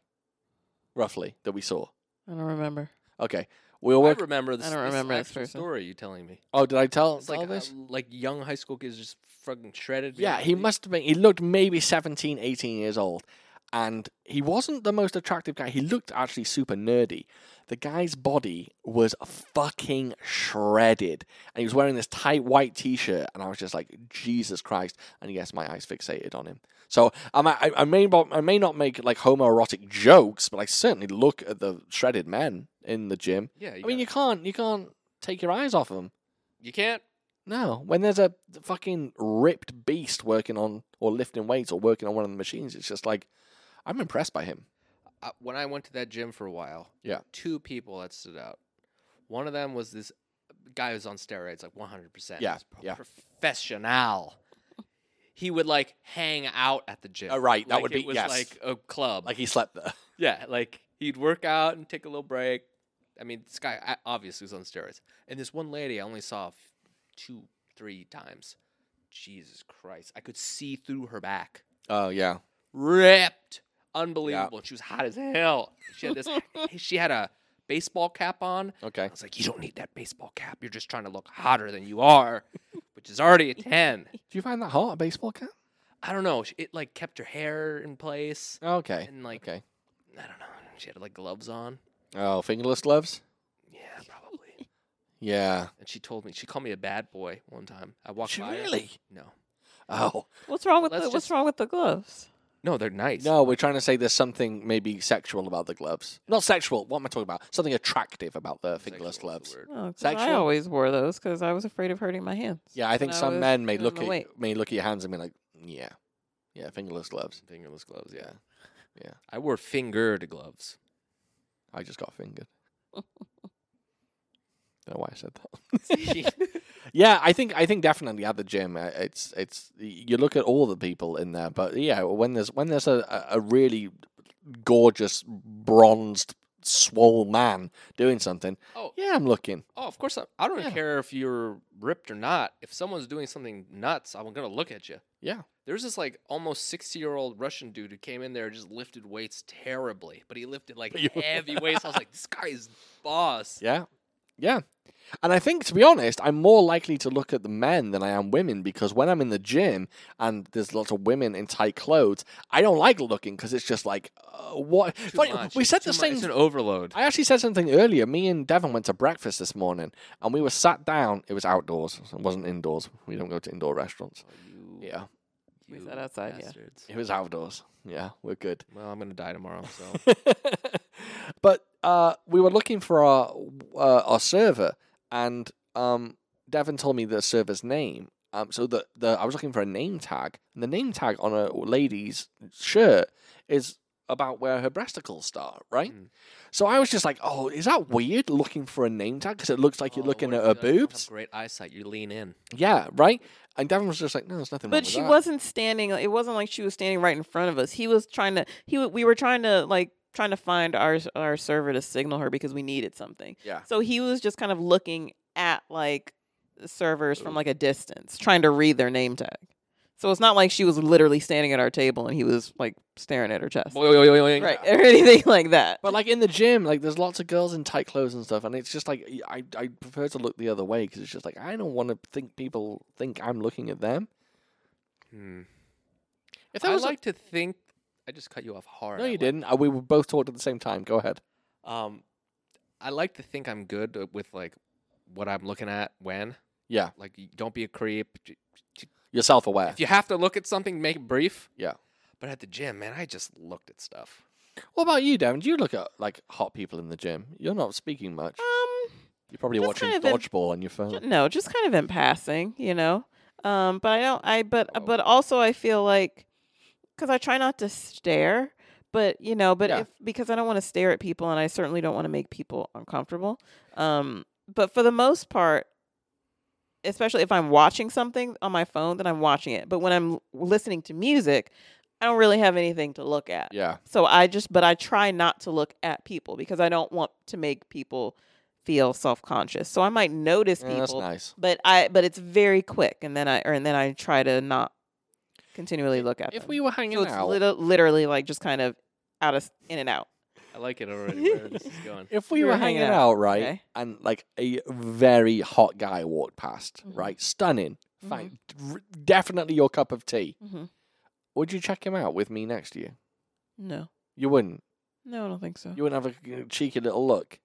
A: roughly, that we saw?
C: I don't remember.
A: Okay. We were
B: I
A: work-
B: remember this.
C: I don't remember this
B: actual
C: person.
B: story you telling me.
A: Oh, did I tell,
B: It's
A: tell
B: like
A: this?
B: uh, like young high school kids just fucking shredded.
A: Yeah,
B: behind
A: he
B: me.
A: must have been. He looked maybe 17, 18 years old. And he wasn't the most attractive guy. He looked actually super nerdy. The guy's body was fucking shredded. And he was wearing this tight white t shirt. And I was just like, Jesus Christ. And yes, my eyes fixated on him. So um, I, I, may, bo- I may not make like homoerotic jokes, but I certainly look at the shredded men in the gym.
B: Yeah, you
A: I mean, you can't, you can't take your eyes off them.
B: you can't.
A: No, when there's a fucking ripped beast working on or lifting weights or working on one of the machines, it's just like I'm impressed by him.
B: I, when I went to that gym for a while,
A: Yeah.
B: two people that stood out. One of them was this guy who's on steroids, like 100. percent
A: Yeah, yeah.
B: Professional. he would like hang out at the gym.
A: Oh, right, that
B: Like,
A: would
B: it
A: be-
B: was
A: yes.
B: like a club.
A: Like he slept there.
B: Yeah, like he'd work out and take a little break. I mean, this guy I- obviously was on steroids. And this one lady I only saw f- two, three times. Jesus Christ. I could see through her back.
A: Oh yeah.
B: Ripped. Unbelievable. She was hot as hell. She had this she had a baseball cap on. I
A: Okay.
B: was like, you don't need that baseball cap. You're just trying to look hotter than you are, which is already a 10.
A: Do you find that hot a baseball cap?
B: I don't know. she- It like kept her hair in place.
A: Okay.
B: And like,
A: okay.
B: I don't know. She had like gloves on.
A: Oh, fingerless gloves.
B: Yeah, probably.
A: Yeah.
B: And she told me she called me a bad boy one time. I walked
A: She
B: by. her-
A: really?
B: No.
A: Oh
C: What's wrong with
B: Let's
C: the, what's
B: just-
C: wrong with the gloves?
B: No, they're nice.
A: no, we're trying to say there's something maybe sexual about the gloves. Not sexual. What am I talking about? Something attractive about the
B: Sexual
A: fingerless
B: is the
A: gloves.
B: word.
C: Oh, 'cause I
A: Sexual?
C: always wore those because I was afraid of hurting my hands.
A: Yeah, I think
C: when I
A: some
C: was
A: men may
C: in
A: look
C: my
A: at
C: weight.
A: may look at your hands and be like, yeah, yeah, fingerless gloves.
B: Fingerless gloves, yeah.
A: Yeah.
B: I wore fingered gloves.
A: I just got fingered. Don't know why I said that. Yeah, I think I think definitely at the gym, uh, it's it's you look at all the people in there, but yeah, when there's when there's a, a a really gorgeous bronzed swole man doing something,
B: oh,
A: yeah, I'm looking.
B: oh, of course. I, I don't
A: Yeah.
B: care if you're ripped or not. If someone's doing something nuts, I'm going to look at you.
A: Yeah.
B: There's this like almost 60 year old Russian dude who came in there and just lifted weights terribly, but he lifted like
A: You-
B: heavy weights. I was like, this guy is boss.
A: Yeah. Yeah. And I think, to be honest, I'm more likely to look at the men than I am women because when I'm in the gym and there's lots of women in tight clothes, I don't like looking because it's just like, uh, what?
B: Too
A: Funny,
B: much.
A: we said
B: Too
A: the
B: much.
A: same.
B: It's an overload.
A: I actually said something earlier. Me and Devon went to breakfast this morning and we were sat down. It was outdoors, it wasn't indoors. We don't go to indoor restaurants.
B: Oh, you-
A: Yeah.
C: We
B: you
C: sat outside, yeah.
B: bastards.
A: It was outdoors. Yeah, we're good.
B: Well, I'm going to die tomorrow, so.
A: but uh, we were looking for our uh, our server, and um, Devin told me the server's name. Um, so the, the I was looking for a name tag, and the name tag on a lady's shirt is about where her breasticles start, right?
B: Mm.
A: So I was just like, "Oh, is that weird looking for a name tag because it looks like you're
B: Oh,
A: looking
B: what
A: at
B: if
A: her
B: you, like, don't have
A: boobs?"
B: great eyesight. You lean in.
A: Yeah, right. And Devin was just like, "No, there's nothing." wrong
C: But
A: with
C: she
A: that."
C: wasn't standing. It wasn't like she was standing right in front of us. He was trying to. He w- we were trying to like trying to find our our server to signal her because we needed something.
A: Yeah.
C: So he was just kind of looking at like servers
A: Ooh.
C: from like a distance, trying to read their name tag. So it's not like she was literally standing at our table and he was like staring at her chest, right, or anything like that.
A: But like in the gym, like there's lots of girls in tight clothes and stuff, and it's just like I I prefer to look the other way because it's just like I don't want to think people think I'm looking at them.
B: Hmm.
A: If that
B: I
A: was
B: like to think. I just cut you off hard.
A: no,
B: I
A: you
B: like-
A: didn't. Uh, We were both talked at the same time. Go ahead.
B: Um, I like to think I'm good uh, with like what I'm looking at when.
A: Yeah,
B: Like, y- don't be a creep. J-
A: you're self-aware.
B: If you have to look at something, make it brief.
A: Yeah.
B: But at the gym, man, I just looked at stuff.
A: What about you, Devin? Do you look at like hot people in the gym? You're not speaking much.
C: Um.
A: You're probably
C: just
A: watching
C: kind of in-
A: dodgeball on your phone.
C: Ju- no just kind of in passing you know um but i don't i but
A: Oh.
C: uh, but also i feel like because i try not to stare but you know but
A: Yeah.
C: if because i don't want to stare at people and i certainly don't want to make people uncomfortable um but for the most part especially if i'm watching something on my phone then i'm watching it but when i'm l- listening to music i don't really have anything to look at
A: Yeah,
C: so I just, but I try not to look at people because I don't want to make people feel self conscious. So I might notice
A: Yeah, that's
C: people,
A: nice.
C: but I, but it's very quick, and then I, or and then I try to not continually look at
A: If
C: them.
A: we were hanging
C: so it's
A: out,
C: lit- literally like just kind of out of in and out.
B: I like it already. Where this is going?
A: if we
C: we
A: were,
C: were
A: hanging
C: hanging
A: out,
C: out,
A: right,
C: okay.
A: and like a very hot guy walked past,
C: Mhm.
A: right, stunning, fine, r- definitely your cup of tea.
C: Mm-hmm.
A: Would you check him out with me next to you?
C: No,
A: You wouldn't.
C: no, I don't think so.
A: You wouldn't have a cheeky little look.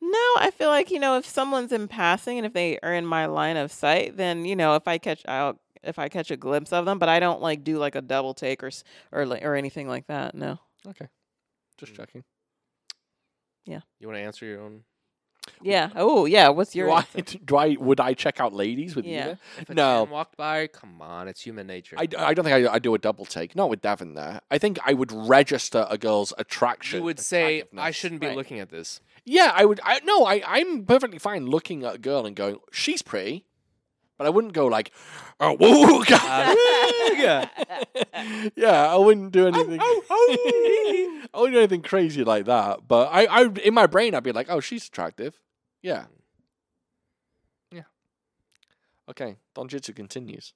C: No, I feel like, you know, if someone's in passing and if they are in my line of sight, then, you know, if I catch out if I catch a glimpse of them, but I don't like do like a double take or s- or like, or anything like that. No.
A: Okay. Just checking.
B: You want to answer your own?
C: Yeah. Oh, yeah. What's your
A: do, I,
C: answer?
A: do I would I check out ladies with
C: Yeah.
A: you?
B: If a
A: No.
B: man walked by, come on, it's human nature.
A: I, d- I don't think I, I do a double take. Not with Davin there. I think I would register a girl's attraction.
B: you would say I
A: attractiveness.
B: shouldn't be
C: Right.
B: looking at this.
A: Yeah, I would. I no, I I'm perfectly fine looking at a girl and going, she's pretty. But I wouldn't go like, oh, woo, God.
B: yeah.
A: yeah, I wouldn't do anything.
B: oh.
A: I wouldn't do anything crazy like that. But I, I, in my brain, I'd be like, oh, she's attractive. Yeah. Yeah. Okay. Don Jitsu continues.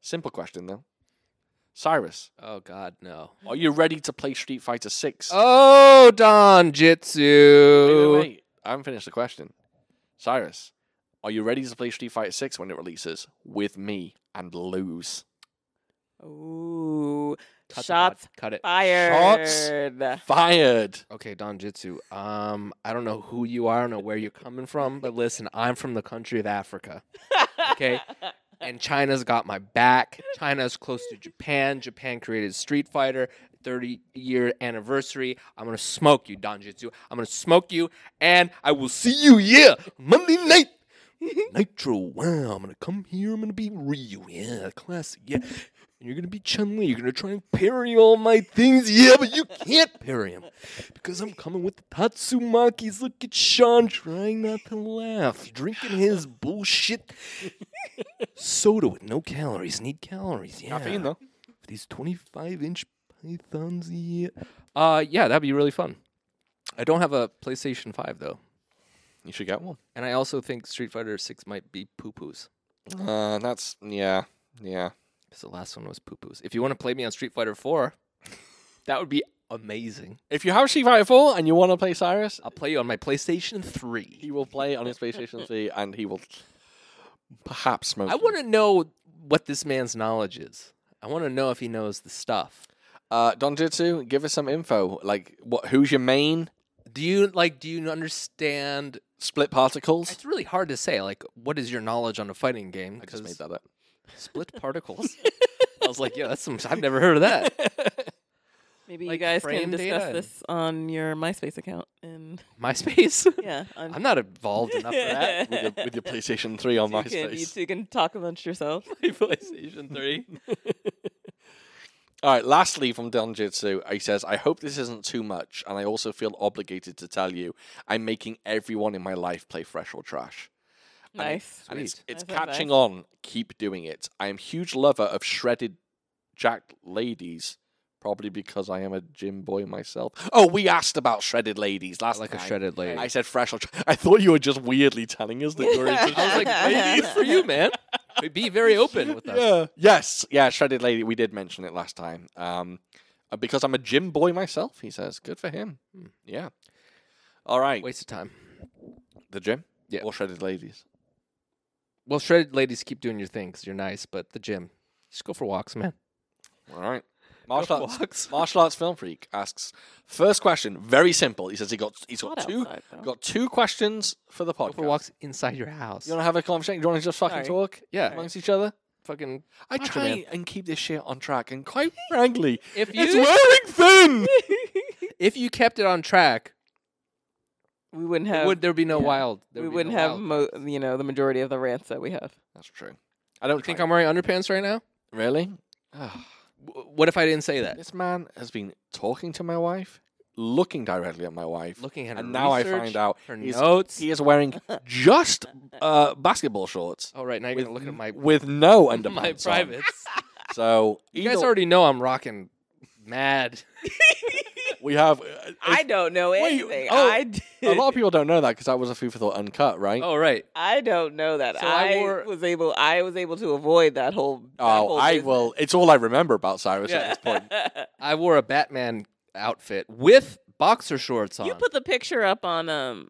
A: Simple question though. Cyrus,
B: Oh God, no.
A: are you ready to play Street Fighter Six?
B: Oh,
A: Wait,
B: Don
A: wait,
B: Jitsu.
A: wait. I haven't finished the question. Cyrus, are you ready to play Street Fighter Six when it releases with me and lose?
C: Ooh.
B: Cut the
C: Shots
B: pod- Cut it.
C: fired.
A: Fired.
B: Okay, Don Jitsu. Um, I don't know who you are. I don't know where you're coming from, but listen, I'm from the country of Africa, Okay. and China's got my back. China's close to Japan. Japan created Street Fighter 30 year anniversary. I'm gonna smoke you, Don Jitsu. I'm gonna smoke you, and I will see you. Yeah, Monday night. Nitro, wow, I'm gonna come here, I'm gonna be real, yeah, classic, yeah. And you're gonna be Chun Li, you're gonna try and parry all my things, yeah, but you can't parry him. Because I'm coming with the Tatsumakis. Look at Sean trying not to laugh, drinking his bullshit soda with no calories. Need calories, yeah.
A: Caffeine though.
B: These 25 inch pythons, yeah. Uh, yeah, that'd be really fun. I don't have a PlayStation 5 though.
A: You should get one.
B: And I also think Street Fighter 6 might be poo poos.
A: Uh, that's yeah, yeah.
B: Because the last one was poo poos. If you want to play me on Street Fighter 4, that would be amazing.
A: If you have Street Fighter Four and you want to play Cyrus,
B: I'll play you on my PlayStation 3.
A: he will play on his PlayStation 3 and he will perhaps smoke.
B: I
A: you.
B: want to know what this man's knowledge is. I want to know if he knows the stuff.
A: Uh, Don Jitsu, give us some info. Like, what? Who's your main?
B: Do you like? Do you understand?
A: Split particles.
B: It's really hard to say. Like, what is your knowledge on a fighting game?
A: I just made
B: 'Cause
A: that up.
B: Split particles. I was like, yeah, that's some. I've never heard of that.
C: Maybe
B: Like
C: you guys can
B: frame
C: discuss
B: data.
C: this on your MySpace account. And
B: MySpace.
C: yeah, on,
B: I'm not involved enough for that.
A: with, your, with your PlayStation 3 on
C: you, can, you
A: MySpace.
C: two can talk amongst yourselves.
B: PlayStation 3.
A: All right. Lastly, from Don Jitsu, he says, "I hope this isn't too much, and I also feel obligated to tell you, I'm making everyone in my life play Fresh or Trash." And it-
C: Nice.
A: And it's,
B: Sweet.
A: it's
C: That's advice.
A: catching on. Keep doing it. I am huge lover of shredded jack ladies, probably because I am a gym boy myself. Oh, we asked about shredded ladies last
B: Like a
A: time.
B: shredded lady.
A: I said fresh. or tr- I thought you were just weirdly telling us that you're into.
B: I was
A: shredded
B: like, maybe
A: ladies.
B: it's for you, man. Be very open with us.
A: Yeah. Yes. Yeah. Shredded lady. We did mention it last time. Um, uh, because I'm a gym boy myself. He says, "Good for him." Hmm, Yeah. All right.
B: Waste of time.
A: The gym.
B: Yeah.
A: Or shredded ladies.
B: Well, shredded ladies keep doing your thing 'cause you're nice, but the gym. Just go for walks, man.
A: All right.
B: Go for
A: Martial arts.
B: walks.
A: Martial arts film freak asks first question. Very simple. He says he got he's got
C: Hot
A: two
C: outside, though.
A: got two questions for the
B: Go
A: podcast.
B: for walks inside your house.
A: You want to have a conversation? You want to just fucking
C: Sorry.
A: talk
B: yeah,
A: amongst each other?
B: fucking.
A: I
B: Macho
A: try
B: Man.
A: and keep this shit on track, and quite frankly,
B: If
A: it's
B: you
A: wearing thin.
B: if you kept it on track,
C: we wouldn't have
B: would there be no
C: yeah.
B: wild? there
C: we
B: would be
C: wouldn't
B: no
C: have
B: wild.
C: mo- you know the majority of the rants that we have.
A: That's true. I don't
B: You think I'm wearing underpants right now?
A: I'm really. Ah.
B: W- What if I didn't say that?
A: This man has been talking to my wife, looking directly at my wife,
B: Looking at her
A: and now I
B: research,
A: find out
B: her
A: he's-
B: notes.
A: he is wearing just uh, basketball shorts
B: oh, right now you're
A: with,
B: gonna look at my
A: with no underpants.
B: my
A: on.
B: privates.
A: So
B: you guys
A: either-
B: already know I'm rocking mad.
A: we have uh,
C: I don't know
A: Wait,
C: anything.
A: oh,
C: I
A: a
C: did.
A: lot of people don't know that because that was a food for thought uncut, right?
B: Oh, right.
C: I don't know that.
B: So I
C: I,
B: wore-
C: was able. I was able to avoid that whole. that
A: Oh,
C: whole
A: I
C: business.
A: will. It's all I remember about Cyrus at
B: Yeah.
A: this point.
B: I wore a Batman outfit with boxer shorts on.
C: you put the picture up on um,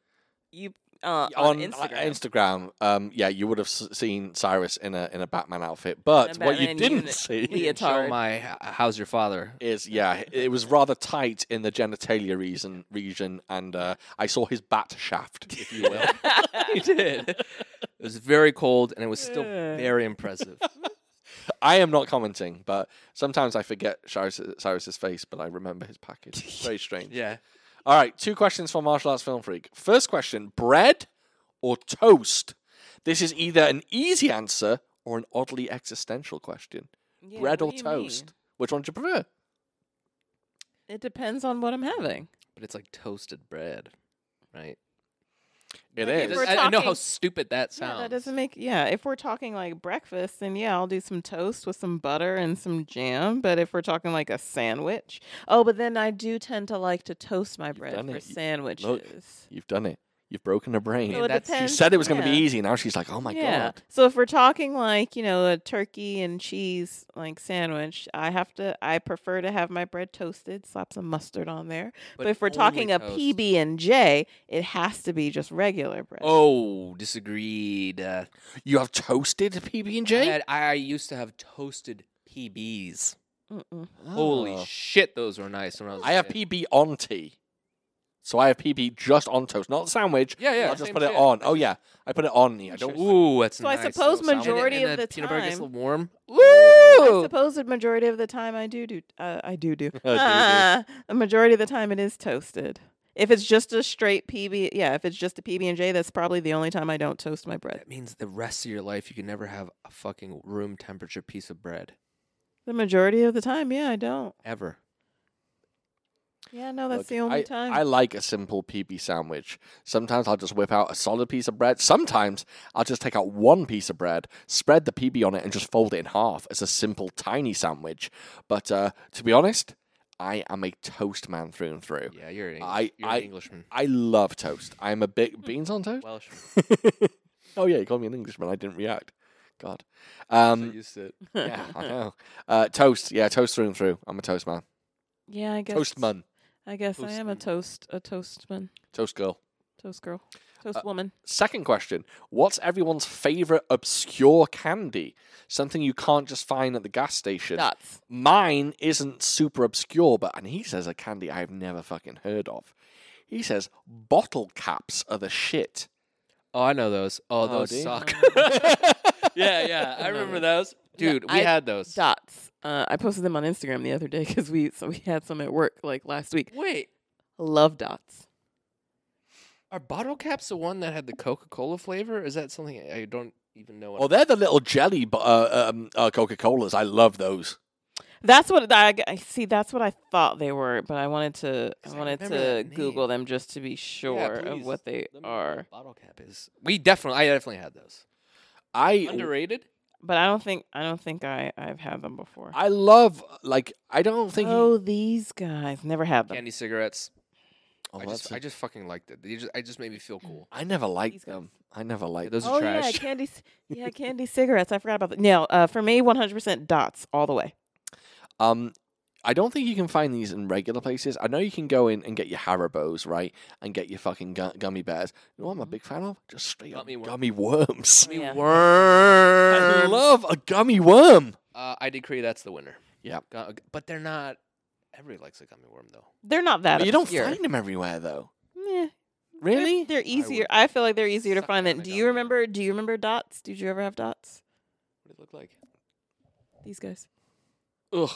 C: you uh, on,
A: on uh,
C: Instagram.
A: Instagram, um, yeah, you would have s- seen Cyrus in a in a Batman outfit, but what you
C: Batman
A: didn't
C: unit.
A: see
B: You didn't show
C: leotard.
B: my h- how's your father?
A: is yeah, it was rather tight in the genitalia region, region, and uh, I saw his bat shaft, if you will.
B: you did. It was very cold, and it was still
C: Yeah.
B: very impressive.
A: I am not commenting, but sometimes I forget Cyrus, Cyrus's face, but I remember his package. It's Very strange.
B: yeah.
A: All right, two questions for Martial Arts Film Freak. First question bread or toast? This is either an easy answer or an oddly existential question.
C: Yeah,
A: bread
C: what
A: or
C: do you
A: toast? Which one do you prefer?
C: mean? It depends on what I'm having.
B: But it's like toasted bread, right?
A: It
C: Like,
A: is.
C: We're
B: I, I know how
C: talking-
B: stupid that
C: Yeah,
B: sounds.
C: that doesn't make yeah. If we're talking like breakfast, then yeah, I'll do some toast with some butter and some jam. But if we're talking like a sandwich, oh, but then I do tend to like to toast my bread
A: done
C: for
A: it.
C: sandwiches.
A: You've done it. You've broken her brain.
C: So it
B: that's- you
A: She
C: depends-
A: said it was going to
C: yeah.
A: be easy. Now she's like, oh my god.
C: So if we're talking like, you know, a turkey and cheese like sandwich, I have to I prefer to have my bread toasted, slap some mustard on there. But, if we're
B: only
C: talking a
B: toast.
C: PB and J, it has to be just regular bread.
B: Oh, disagreed. Uh,
A: You have toasted PB and
B: I,
A: J.
B: had- I used to have toasted PBs.
C: Mm-mm. Oh.
B: Holy shit, those were nice when I was. a
A: Oh. I have
B: kid.
A: PB on tea. So I have PB just on toast, not sandwich.
B: Yeah, yeah,
A: I just
B: same
A: put it
B: shit.
A: on. Oh yeah, I put it on. here. I don't.
C: Interesting.
B: Ooh, that's
C: So I
B: nice.
C: suppose
B: Little sandwich.
C: majority
B: And
C: of the
B: peanut butter gets a
C: time-
B: little warm.
C: I
B: Ooh.
C: suppose the majority of the time I do do uh, I do do.
A: do.
C: Ah, a majority of the time it is toasted. If it's just a straight PB, yeah, if it's just a PB and J, that's probably the only time I don't toast my bread.
B: That means the rest of your life you can never have a fucking room temperature piece of bread
C: The majority of the time, yeah, I don't.
B: ever.
C: Yeah, no, that's
A: Look,
C: the only
A: I,
C: time.
A: I like a simple PB sandwich. Sometimes I'll just whip out a solid piece of bread. Sometimes I'll just take out one piece of bread, spread the PB on it, and just fold it in half as a simple tiny sandwich. But uh, to be honest, I am a toast man through and through.
B: Yeah, you're an, Eng-
A: I-
B: you're
A: I-
B: an Englishman.
A: I love toast. I am a big beans on toast.
B: Welsh.
A: oh yeah, you called me an Englishman. I didn't react. God. Um,
B: used to.
A: yeah, I know. Uh, toast. Yeah, toast through and through. I'm a toast man.
C: yeah, I guess
A: Toast man.
C: I guess I am a
B: Toastman.
C: toast, a toastman,
A: Toast girl.
C: toast girl, toast
A: Uh,
C: woman.
A: Second question What's everyone's favorite obscure candy? Something you can't just find at the gas station.
C: Dots.
A: Mine isn't super obscure, but, and he says a candy I've never fucking heard of. He says bottle caps are the shit.
B: Oh, I know those. Oh,
A: Oh,
B: those
A: do you?
B: suck. yeah, yeah, I remember those.
C: Yeah,
B: Dude, we
C: I-
B: had those.
C: Dots. Uh, I posted them on Instagram the other day because we so we had some at work like last week.
B: Wait,
C: Love dots.
B: are bottle caps the one that had the Coca Cola flavor? Is that something I I don't even know?
A: Well, they're the little jelly bo- uh, um, uh, Coca Colas. I love those.
C: That's what I, I see. That's what I thought they were, but I wanted to I
B: 'Cause I
C: wanted
B: remember
C: to
B: that name.
C: Google them just to be sure of
B: please.
C: what they
B: Let me know what
C: are.
B: bottle cap is. We definitely, I definitely had those.
A: I
B: Underrated.
C: But I don't think I don't think I I've had them before.
A: I love like I don't think.
C: oh, these guys never had them.
B: Candy cigarettes.
A: Oh,
B: I just,
A: that's a-
B: I just fucking liked it. They just, I just made me feel cool.
A: I never liked
C: These guys.
A: them. I never liked
B: those are
C: oh yeah,
B: trash.
C: candy. c- Yeah, candy cigarettes. I forgot about that. No, uh, for me, one hundred percent dots all the way.
A: Um, I don't think you can find these in regular places. I know you can go in and get your Haribos, right, and get your fucking gu- gummy bears. You know what I'm a
C: Mm-hmm.
A: big fan of? Just straight up
B: Gummy worm.
A: gummy worms.
C: Gummy Yeah.
A: I
B: Worms.
A: love a gummy worm.
B: Uh, I decree that's the winner.
A: Yeah.
B: Gu- But they're not. Everybody likes a gummy worm though.
C: They're not that.
A: But you don't
C: obscure.
A: find them everywhere though.
C: Meh. They're-
A: Really?
C: They're, easier.
B: would
C: I, feel like they're easier to
B: suck
C: find
B: down
C: than.
B: a
C: Do
B: gummy
C: you
B: worm.
C: remember? Do you remember dots? Did you ever have dots?
B: What did it look like?
C: These guys.
B: Ugh.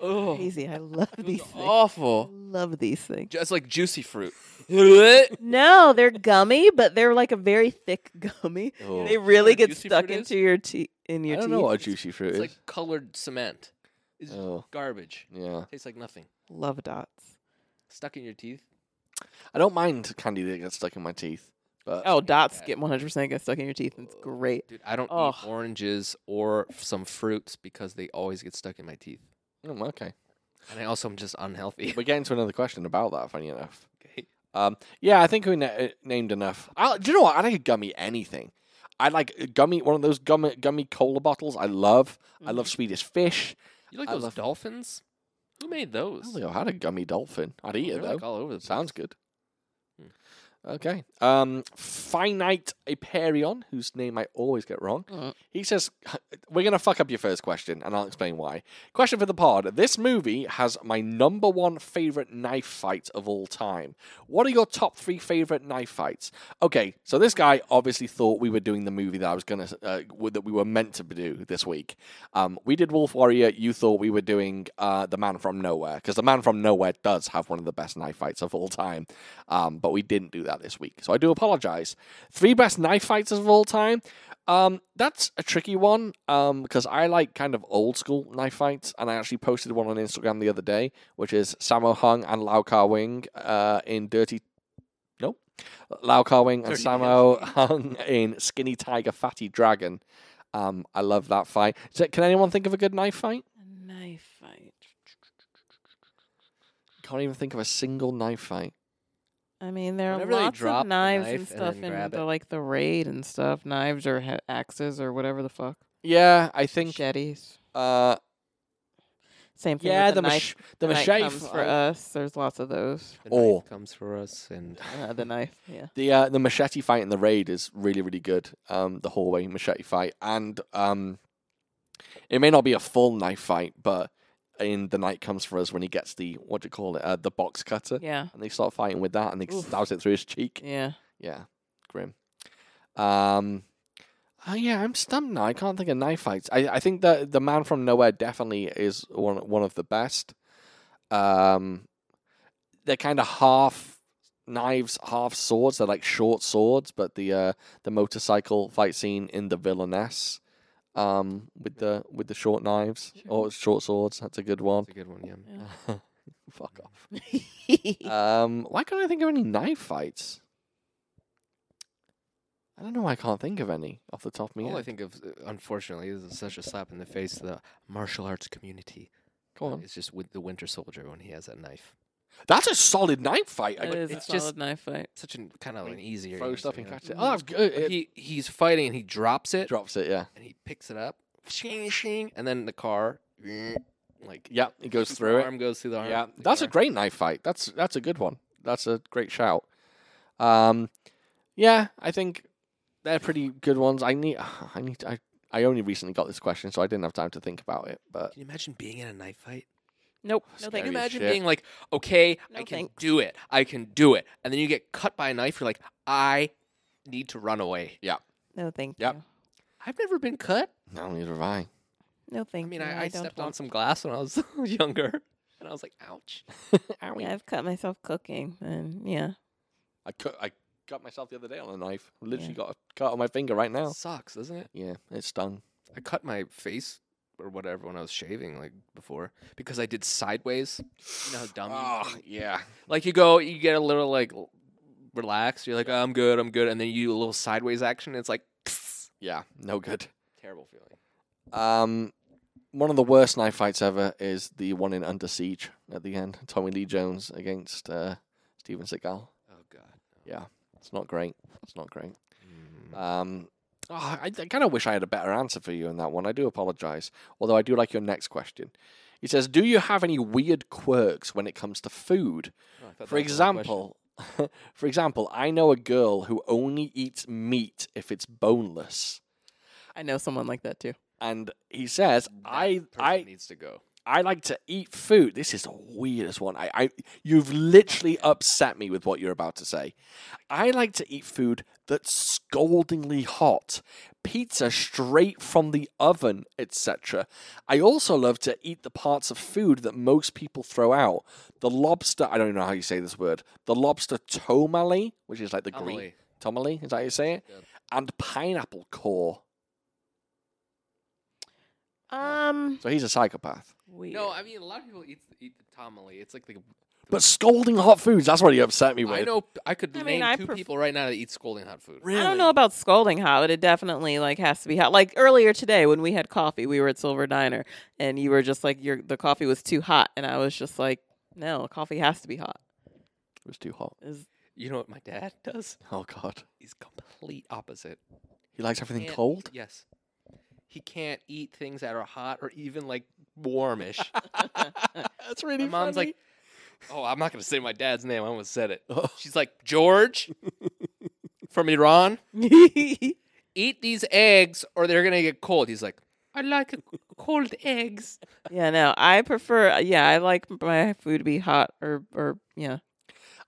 B: Ugh.
C: Crazy. I love
B: It was
C: these. Things.
B: awful.
C: Love these things.
B: Just like juicy fruit. Ugh.
C: No, they're gummy, but they're like a very thick gummy.
A: Oh.
C: They
B: what
C: really
B: a
C: get
B: juicy
C: stuck
B: fruit is?
C: into your teeth. In
A: I
C: your
A: don't
C: teeth.
A: know what a juicy fruit
B: it's
A: is.
B: like colored cement. It's just
A: oh,
B: garbage.
A: yeah.
B: Tastes like nothing.
C: Love dots.
B: Stuck in your teeth.
A: I don't mind candy that gets stuck in my teeth, but
C: Oh, dots
B: bad.
C: get 100% get stuck in your teeth. and It's great.
B: Dude, I don't
C: Ugh.
B: eat oranges or some fruits because they always get stuck in my teeth.
A: Mm, okay.
B: And I also am just unhealthy.
A: We're getting to another question about that. Funny enough.
B: okay.
A: Um, yeah, I think we na- uh, named enough. I, do you know what? I like a gummy anything. I like a gummy one of those gummy gummy cola bottles. I love. I
B: Mm.
A: love Swedish fish.
B: You like
A: I
B: those
A: love-
B: dolphins? Who made
A: I
B: those?
A: don't think I've had a gummy dolphin. I'd eat it
B: They're like
A: though.
B: all over the
A: Sounds good.
B: Hmm.
A: Okay. Um, finite Aperion, whose name I always get wrong.
C: Mm.
A: He says, We're going to fuck up your first question, and I'll explain why. Question for the pod This movie has my number one favorite knife fight of all time. What are your top three favorite knife fights? Okay, so this guy obviously thought we were doing the movie that I was going to, uh, w- that we were meant to do this week. Um, we did Wolf Warrior. You thought we were doing uh, The Man from Nowhere, because The Man from Nowhere does have one of the best knife fights of all time. Um, but we didn't do that this week. So I do apologize. Three best knife fights of all time. Um, that's a tricky one um, because I like kind of old school knife fights, and I actually posted one on Instagram the other day, which is Sammo Hung and Lao Kar Wing uh, in Dirty. No, Lau Carwing and
B: Thirty
A: Samo hung in Skinny Tiger Fatty Dragon. Um, I love that fight. Is it- can anyone think of a good knife fight?
C: A knife fight.
A: Can't even think of a single knife fight.
C: I mean, there
B: Whenever they
C: are lots
B: drop
C: of
B: the
C: knives
B: knife
C: and
B: and
C: stuff
B: then
C: in
B: grab
C: the
B: it.
C: like the raid and stuff. Knives or ha- axes or whatever the fuck.
A: Yeah, I think.
C: Machetes.
A: Uh,
C: Same thing.
A: yeah,
C: with
A: the
C: the, knife.
A: mach- the
C: knife
A: machete
C: comes for
A: fight-
C: us. There's lots of those.
B: The
A: Or-
B: knife comes for us, and
C: Uh, the knife. Yeah.
A: The uh, the machete fight in the raid is really really good. Um, the hallway machete fight, and um, it may not be a full knife fight, but in the night comes for us when he gets the what do you call it? Uh, the box cutter,
C: Yeah.
A: and they start fighting with that, and he
C: Oof.
A: stabs it through his cheek.
C: Yeah.
A: Yeah, grim. Um, oh yeah, I'm stumped now. I can't think of knife fights. I, I think that the man from nowhere definitely is one one of the best. Um, they're kind of half knives, half swords. They're like short swords, but the uh the motorcycle fight scene in the villainess, um, with the with the short knives or short swords. That's a good one.
B: that's a good one. Yeah.
A: Fuck off. Um, why can't I think of any knife fights? I don't know why I can't think of any off the top of my
B: All I
A: head.
B: think of, uh, unfortunately, this is such a slap in the face to the martial arts community.
A: Go
B: uh,
A: on.
B: It's just with the Winter Soldier when he has that knife.
A: That's a solid knife fight.
C: It
A: I
C: is a
B: it's
C: solid
B: just-
C: knife fight.
B: Such an kind of
A: mean,
B: an easier.
A: throw
B: answer,
A: stuff
B: you
A: and
B: know?
A: catch it. Oh, that's good.
B: But
A: It
B: He he's fighting and he drops it
A: drops it. Yeah.
B: and he picks it up, shing shing, and then the car, like
A: Yeah. It goes
B: the
A: through it.
B: Arm goes through the arm.
A: Yeah,
B: the
A: that's a
B: car.
A: great knife fight. That's that's a good one. That's a great shout. Um, yeah, I think they're pretty good ones. I need, I need, I, I only recently got this question, so I didn't have time to think about it. But
B: Can you imagine being in a knife fight?
C: Nope.
A: No,
C: No,
A: thank
B: Can
C: thank
A: Scary
B: you
A: as
B: imagine
A: shit.
B: being like, okay,
C: No
B: I can
C: thanks.
B: do it. I can do it. And then you get cut by a knife. You're like, I need to run away.
C: No, thank
A: Yep.
C: you.
B: I've never been cut.
A: no, neither have I.
C: No, thank
B: I mean,
C: you.
B: I, I,
C: don't
B: stepped on
C: want-
B: some glass when I was younger. And I was like, ouch.
A: Owie.
C: Yeah, I've cut myself cooking, and yeah,
A: I cut I cut myself the other day on a knife. I literally got a cut on my finger right now.
B: Sucks, doesn't it?
A: Yeah, it stung.
B: I cut my face or whatever when I was shaving, like before, because I did sideways. You know how dumb you
A: Oh,
B: think?
A: yeah.
B: Like you go, you get a little like l- relaxed. You're like, I'm good, I'm good. And then you do a little sideways action. And it's like,
A: Yeah, no good.
B: terrible feeling.
A: Um one of the worst knife fights ever is the one in Under Siege at the end. Tommy Lee Jones against uh, Steven Seagal.
B: Oh, God.
A: It's not great. It's not great.
B: Mm.
A: Um, oh, I, I kind of wish I had a better answer for you on that one. I do apologize. Although I do like your next question. He says, "Do you have any weird quirks when it comes to food?
B: Oh, I thought that was
A: For
B: the question.
A: example, for example, I know a girl who only eats meat if it's boneless,
C: I know someone like that too.
A: and he says,
B: That
A: "I,
B: person
A: I,
B: needs to go.
A: I like to eat food." This is the weirdest one. I, I, you've literally upset me with what you're about to say. I like to eat food that's scaldingly hot, pizza straight from the oven, etc. I also love to eat the parts of food that most people throw out. The lobster, I don't know how you say this word, the lobster tomale, which is like the green
B: Emily,
A: tomale, is that how you say it?
B: Yep.
A: And pineapple core.
C: Um,
A: So he's a psychopath.
C: weird.
B: No, I mean a lot of people eat eat the tamale. It's like the.
A: But scalding hot foods, that's what he upset me with.
B: I know p- I could
C: I mean,
B: name
C: I
B: two
C: pref-
B: people right now that eat scalding hot food.
A: Really?
C: I don't know about scalding hot, but it definitely like has to be hot. Like earlier today when we had coffee, we were at Silver Diner, and you were just like, "Your the coffee was too hot," and I was just like, "No, coffee has to be hot."
A: It was too hot.
C: Is
B: You know what my dad does?
A: Oh, God.
B: He's complete opposite.
A: He likes everything
B: Can't-
A: cold?
B: Yes. He can't eat things that are hot or even like warmish.
A: that's really
B: my mom's like, "Oh, I'm not gonna say my dad's name. I almost said it."
A: like,
B: She's like, "George, from Iran, eat these eggs or they're gonna get cold." He's like, "I like cold eggs."
C: yeah, no, I prefer. Yeah, I like my food to be hot or or yeah,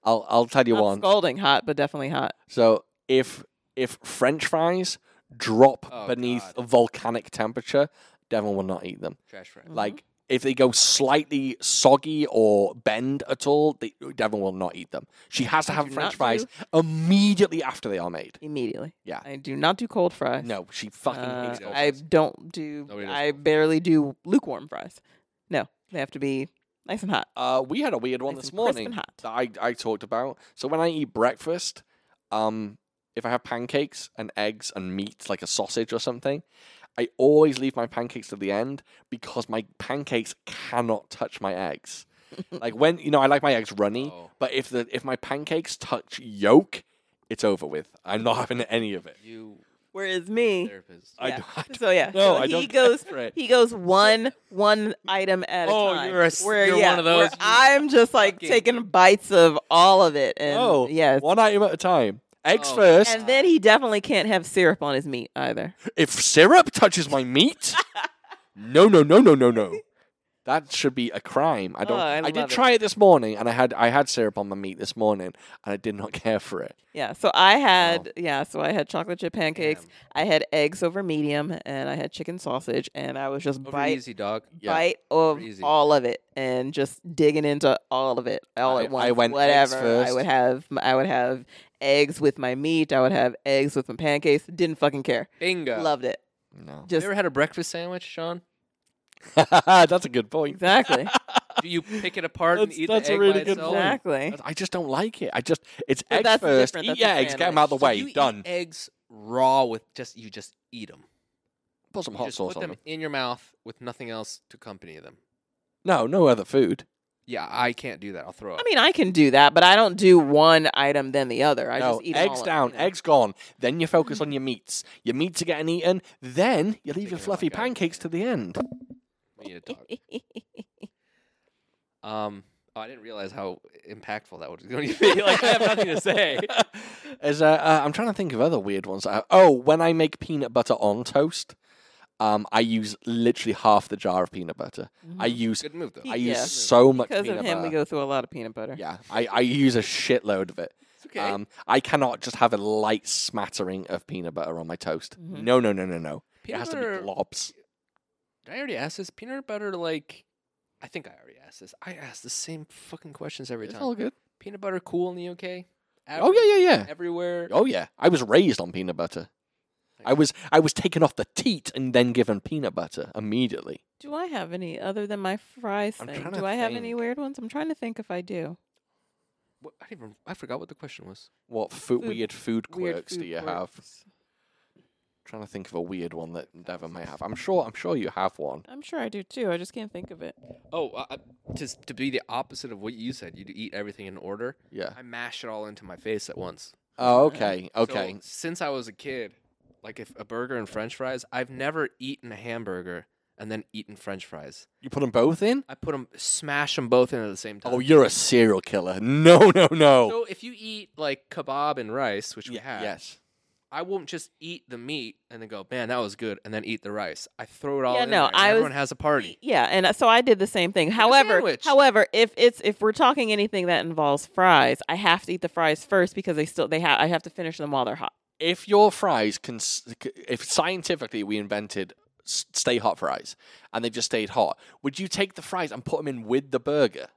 A: I'll, I'll tell you
C: not
A: one.
C: scalding hot, but definitely hot.
A: So if if French fries drop
B: Oh,
A: beneath
B: God. Mm-hmm.
A: volcanic temperature, Devon will not eat them.
B: Trash fry.
C: Mhm.
A: Like if they go slightly soggy or bend at all, they, Devon will not eat them. She has to
C: I
A: have
C: do
A: French
C: not
A: fries immediately after they are made.
C: Immediately.
A: Yeah.
C: I do not do cold fries.
A: No, she fucking
C: Uh,
A: hates cold
C: I
A: fries.
C: don't do.
B: Nobody does
C: I
B: cold fries.
C: barely do lukewarm fries. No, they have to be nice and hot.
A: Uh, we had a weird one
C: Nice
A: this
C: and crisp and
A: morning
C: hot.
A: that I, I talked about. So when I eat breakfast, um, if I have pancakes and eggs and meat, like a sausage or something, I always leave my pancakes to the end because my pancakes cannot touch my eggs. like when you know, I like my eggs runny,
B: Oh,
A: but if the if my pancakes touch yolk, it's over with. I'm not having any of it.
B: you
C: Whereas me,
B: therapist.
A: I
C: Yeah.
A: don't- I don't
C: so yeah,
A: No,
C: so
A: I
C: he
A: don't
C: goes.
A: care for it.
C: He goes one one item at
B: Oh,
C: a time.
B: you're a s- you're one of
C: where
B: those, you
C: I'm just like
B: fucking-
C: taking bites of all of it, and
A: No,
C: yes,
A: Oh, one item at a time. Eggs
B: Oh.
A: first.
C: and then he definitely can't have syrup on his meat either.
A: If syrup touches my meat, no, no, no, no, no, no. That should be a crime. I don't.
C: Oh, I
A: I, did
C: love it.
A: try it this morning, and I had I had syrup on my meat this morning, and I did not care for it.
C: Yeah, so I had yeah, so I had chocolate chip pancakes.
B: Damn.
C: I had eggs over medium, and I had chicken sausage, and I was just
B: Over
C: bite
B: easy, dog.
A: Yeah.
C: bite of
B: easy.
C: all of it, and just digging into all of it all
A: I-
C: at once.
A: I went eggs
C: whatever. I
A: first.
C: would have I would have eggs with my meat. I would have eggs with my pancakes. Didn't fucking care.
B: Bingo.
C: Loved it.
A: No,
B: You
C: Just
B: ever had a breakfast sandwich, Sean?
A: that's a good point.
C: exactly,
B: Do you pick it apart and
A: That's-
B: eat
A: that's a
B: the egg
A: really
B: by
A: good
B: itself?
A: point. Exact-
C: exactly.
A: I just don't like it. I just it's
C: eh? But
A: eggs
C: that's
A: first.
C: different,
A: Eat
C: that's a
A: your eggs. Get them out of the
C: sandwich.
B: So
A: way.
B: you eat
A: Done.
B: eggs raw with just you just eat them.
A: Put some
B: You
A: hot
B: just
A: sauce
B: put
A: on
B: them
A: them.
B: in your mouth with nothing else to accompany them.
A: No, no other food.
B: Yeah, I can't do that. I'll throw up.
C: I mean, I can do that, but I don't do one item then the other. I
A: no,
C: just eat 'em
A: eggs
C: all up,
A: down,
C: you know.
A: eggs gone. Then you focus on your meats. Your meats are getting eaten. Then you leave
B: Thinking
A: your
B: of
A: fluffy
B: like a-
A: pancakes to the end.
B: We need to talk. Um, oh, I didn't realize how impactful that was going to be. Like, I have nothing to say.
A: As uh, uh, I'm trying to think of other weird ones. I, oh, when I make peanut butter on toast, um, I use literally half the jar of peanut butter. I use
B: Mm. Good move, though.
A: I use
C: Yeah.
A: so much
C: Mm-hmm. because
A: peanut
C: of him,
A: butter.
C: we go through a lot of peanut butter.
A: yeah, I, I use a shitload of it.
B: It's okay.
A: Um, I cannot just have a light smattering of peanut butter on my toast.
C: Mhm.
A: No, no, no, no, no.
B: Mm-hmm. peanut
A: it has
B: butter,
A: to be globs.
B: Did I already ask this? Peanut butter, like, I think I already asked this. I ask the same fucking questions every
A: It's
B: time.
A: all good.
B: Peanut butter cool in the UK?
A: Oh yeah, yeah, yeah.
B: Everywhere.
A: Oh yeah. I was raised on peanut butter. I was I was taken off the teat and then given peanut butter immediately.
C: Do I have any other than my fries
A: I'm
C: thing?
A: trying to
C: Do I have any
A: think.
C: weird ones? I'm trying to think if I do.
B: What, I, didn't even, I forgot what the question was.
A: What food,
C: Food-
A: weird food quirks
C: Weird
A: do
C: food
A: you have?
C: quirks.
A: trying to think of a weird one that Devon may have. I'm sure. I'm sure you have one.
C: I'm sure I do too. I just can't think of it.
B: Oh, uh, uh, to, to be the opposite of what you said, you eat everything in order.
A: Yeah.
B: I mash it all into my face at once.
A: Oh, okay. Okay.
B: So, since I was a kid, like if a burger and French fries, I've never eaten a hamburger and then eaten French fries.
A: you put them both in?
B: I put them, smash them both in at the same time.
A: Oh, you're a serial killer. No, no, no.
B: So if you eat like kebab and rice, which we
A: Ye-
B: had,
A: Yes.
B: I won't just eat the meat and then go, man, that was good, and then eat the rice. I throw it all
C: Yeah,
B: in
C: no,
B: there, and
C: I was-
B: everyone has a party.
C: Yeah, and uh, so I did the same thing. However,
B: sandwich.
C: however, if it's if we're talking anything that involves fries, I have to eat the fries first because they still they have I have to finish them while they're hot.
A: If your fries can, s- c- if scientifically we invented s- stay hot fries and they just stayed hot, would you take the fries and put them in with the burger?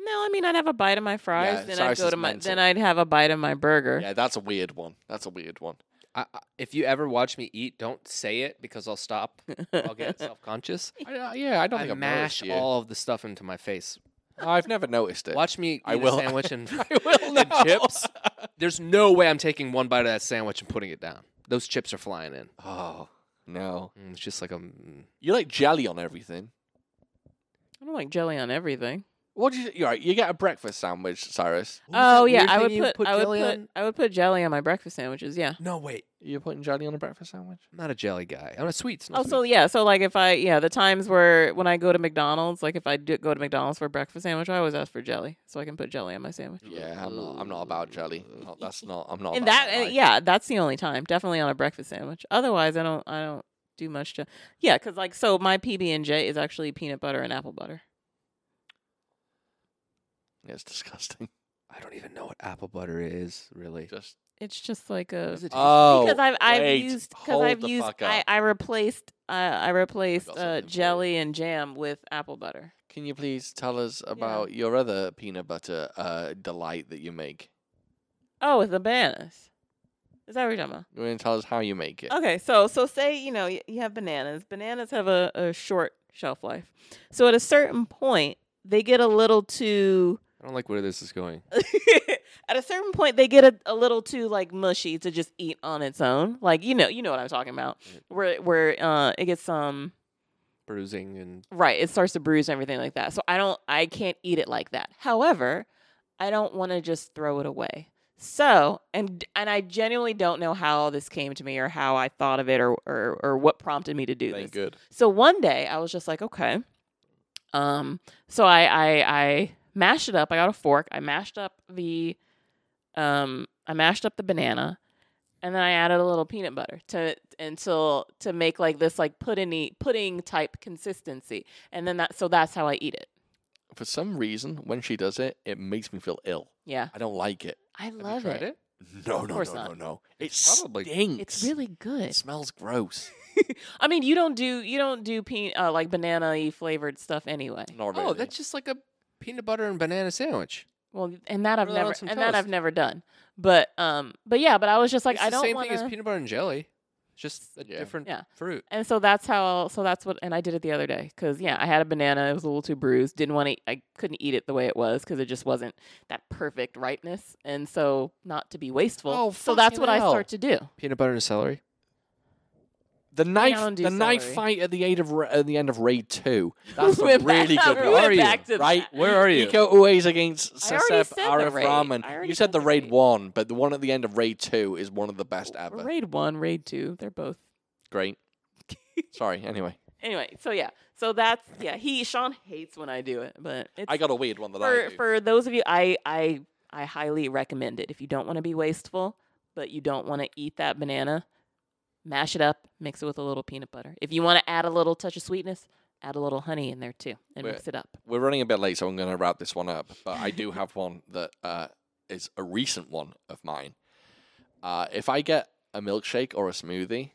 C: No, I mean I'd have a bite of my fries,
A: Yeah,
C: then I'd
A: fries
C: go
A: is
C: to my
A: mental.
C: then I'd have a bite of my burger.
A: Yeah, that's a weird one. That's a weird one.
B: I, I, if you ever watch me eat, don't say it because I'll stop. I'll get self conscious.
A: I, I- yeah, I don't
B: I
A: think I've noticed
B: mash
A: you.
B: all of the stuff into my face.
A: I've never noticed it.
B: Watch me eat
A: I will-
B: a sandwich and,
A: I will
B: and
A: now.
B: chips. There's no way I'm taking one bite of that sandwich and putting it down. Those chips are flying in.
A: Oh no,
B: Mm, It's just like a. mm.
A: you like jelly on everything.
C: I don't like jelly on everything.
A: What do you? You're right. You get a breakfast sandwich, Cyrus.
B: What was
C: Oh
B: that
C: yeah,
B: weird
C: I
B: thing
C: would
B: you
C: put, I would
B: jelly
C: put
B: on?
C: I would put jelly on my breakfast sandwiches. Yeah.
B: No, wait.
A: You're putting jelly on a breakfast sandwich?
B: I'm not a jelly guy. I'm a sweets. no
C: Oh, so
B: sweets.
C: yeah, so like if I yeah, the times where when I go to McDonald's, like if I do go to McDonald's for a breakfast sandwich, I always ask for jelly so I can put jelly on my sandwich.
A: Yeah, I'm not. I'm not about jelly. Not, that's not. I'm not.
C: and
A: about
C: that uh,
A: life.
C: yeah, that's the only time. Definitely on a breakfast sandwich. Otherwise, I don't I don't do much to yeah, because like so my PB and J is actually peanut butter and apple butter.
A: it's disgusting.
B: I don't even know what apple butter is, really.
A: Just
C: It's just like a
B: Does it taste-
A: oh,
C: because I've I've
A: wait,
C: used because
A: hold
C: I've
A: the
C: used
A: fuck
C: I,
A: up.
C: I replaced uh, I replaced
A: something
C: uh,
A: for you.
C: jelly and jam with apple butter.
A: Can you please tell us about your other peanut butter uh, delight that you make?
C: Oh, with the bananas. Is that what you're talking about?
A: You want to tell us how you make it?
C: Okay, so so say you know y- you have bananas. Bananas have a, a short shelf life, so at a certain point they get a little too. Uh,
B: I don't like where this is going.
C: at at a certain point they get a, a little too like mushy to just eat on its own. Like you know, you know what I'm talking about.
B: Yeah.
C: Where where uh it gets um
B: bruising and
C: right, it starts to bruise and everything like that. So I don't I can't eat it like that. However, I don't want to just throw it away. So, and and I genuinely don't know how this came to me or how I thought of it or or, or what prompted me to do this.
A: Thank good.
C: So one day I was just like, okay. Um, so I I I mashed it up. I got a fork. I mashed up the um I mashed up the banana and then I added a little peanut butter to until to make like this like puddingy pudding type consistency. And then that so that's how I eat it.
A: For some reason, when she does it, it makes me feel ill.
C: Yeah.
A: I don't like it.
C: I
B: Have you
C: love
B: tried
C: it.
A: No,
C: Of
A: no,
C: course
A: no,
C: not.
A: no, no. It
B: It's probably-
A: stinks.
C: It's really good.
A: It smells gross.
C: I mean, you don't do you don't do pe- uh, like banana-y flavored stuff anyway.
A: Not really.
B: Oh, that's just like a peanut butter and banana sandwich.
C: Well, and that I've
B: Throw that on
C: never
B: some
C: and that I've
B: toast.
C: never done. But um but yeah, but I was just like
B: it's the
C: I don't
B: same
C: want
B: thing as
C: to
B: peanut butter and jelly. It's Just a
A: Yeah.
B: different
C: Yeah.
B: fruit.
C: And so that's how so that's what and I did it the other day cuz yeah, I had a banana, it was a little too bruised, didn't want to I couldn't eat it the way it was cuz it just wasn't that perfect ripeness and so not to be wasteful.
A: Oh,
C: so that's
A: fucking
C: what I
A: hell.
C: start to do.
B: Peanut butter and celery.
A: the knife,
C: don't
A: the
C: do
A: knife
C: celery.
A: fight at the end of Ra- at the end of Raid Two. That's
C: We
A: a
C: went
A: really
C: back-
A: good
C: we
A: one.
C: went
B: Are you?
C: back to
A: Right?
C: that.
B: Where are you?
A: Iko Ue's against
C: I already
A: Sasep
C: said the
A: Arif
C: raid. I
A: Rahman.
C: already
A: You said the raid
C: raid.
A: one, but the one at the end of raid two is one of the best ever.
C: Raid 1, raid 2, they're both
A: Great. Sorry. Anyway,
C: Anyway, so yeah. So that's yeah, he Sean hates when I do it, but it's
A: I got a weird one that I
C: for
A: do.
C: for those of you I I I highly recommend it if you don't want to be wasteful, but you don't want to eat that banana, mash it up, mix it with a little peanut butter. If you want to add a little touch of sweetness, add a little honey in there too and
A: Wait.
C: mix it up.
A: We're running a bit late, so I'm going to wrap this one up. But I do have one that uh, is a recent one of mine. Uh, if I get a milkshake or a smoothie,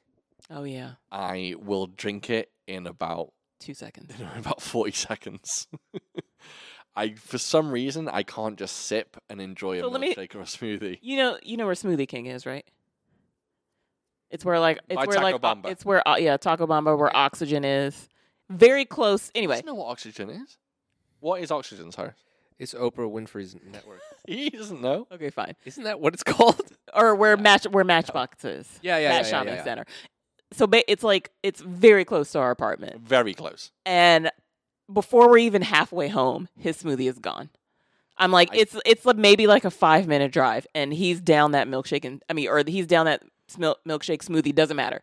C: Oh yeah,
A: I will drink it in about
C: 2 seconds.
A: in about 40 seconds. I for some reason I can't just sip and enjoy
C: So
A: a
C: let me-
A: milkshake or a smoothie.
C: You know, you know where Smoothie King is, right? It's where like it's
A: By
C: where
A: Taco
C: like o-
A: Bamba.
C: it's where uh, yeah, Taco Bamba where oxygen is. Very close. Anyway,
A: Do you know what oxygen is? What is oxygen, Cyrus?
B: It's Oprah Winfrey's network.
A: He doesn't know.
C: okay, fine.
B: Isn't that what it's called?
C: Or where match where Matchbox is.
B: Yeah, yeah,
C: that
B: yeah, yeah,
C: shopping
B: yeah, yeah.
C: center. So ba- it's like it's very close to our apartment,
A: Very close.
C: and before we're even halfway home, his smoothie is gone. I'm like,
A: I-
C: it's it's like maybe like a five minute drive, and he's down that milkshake, and I mean, or he's down that smil- milkshake smoothie. Doesn't matter.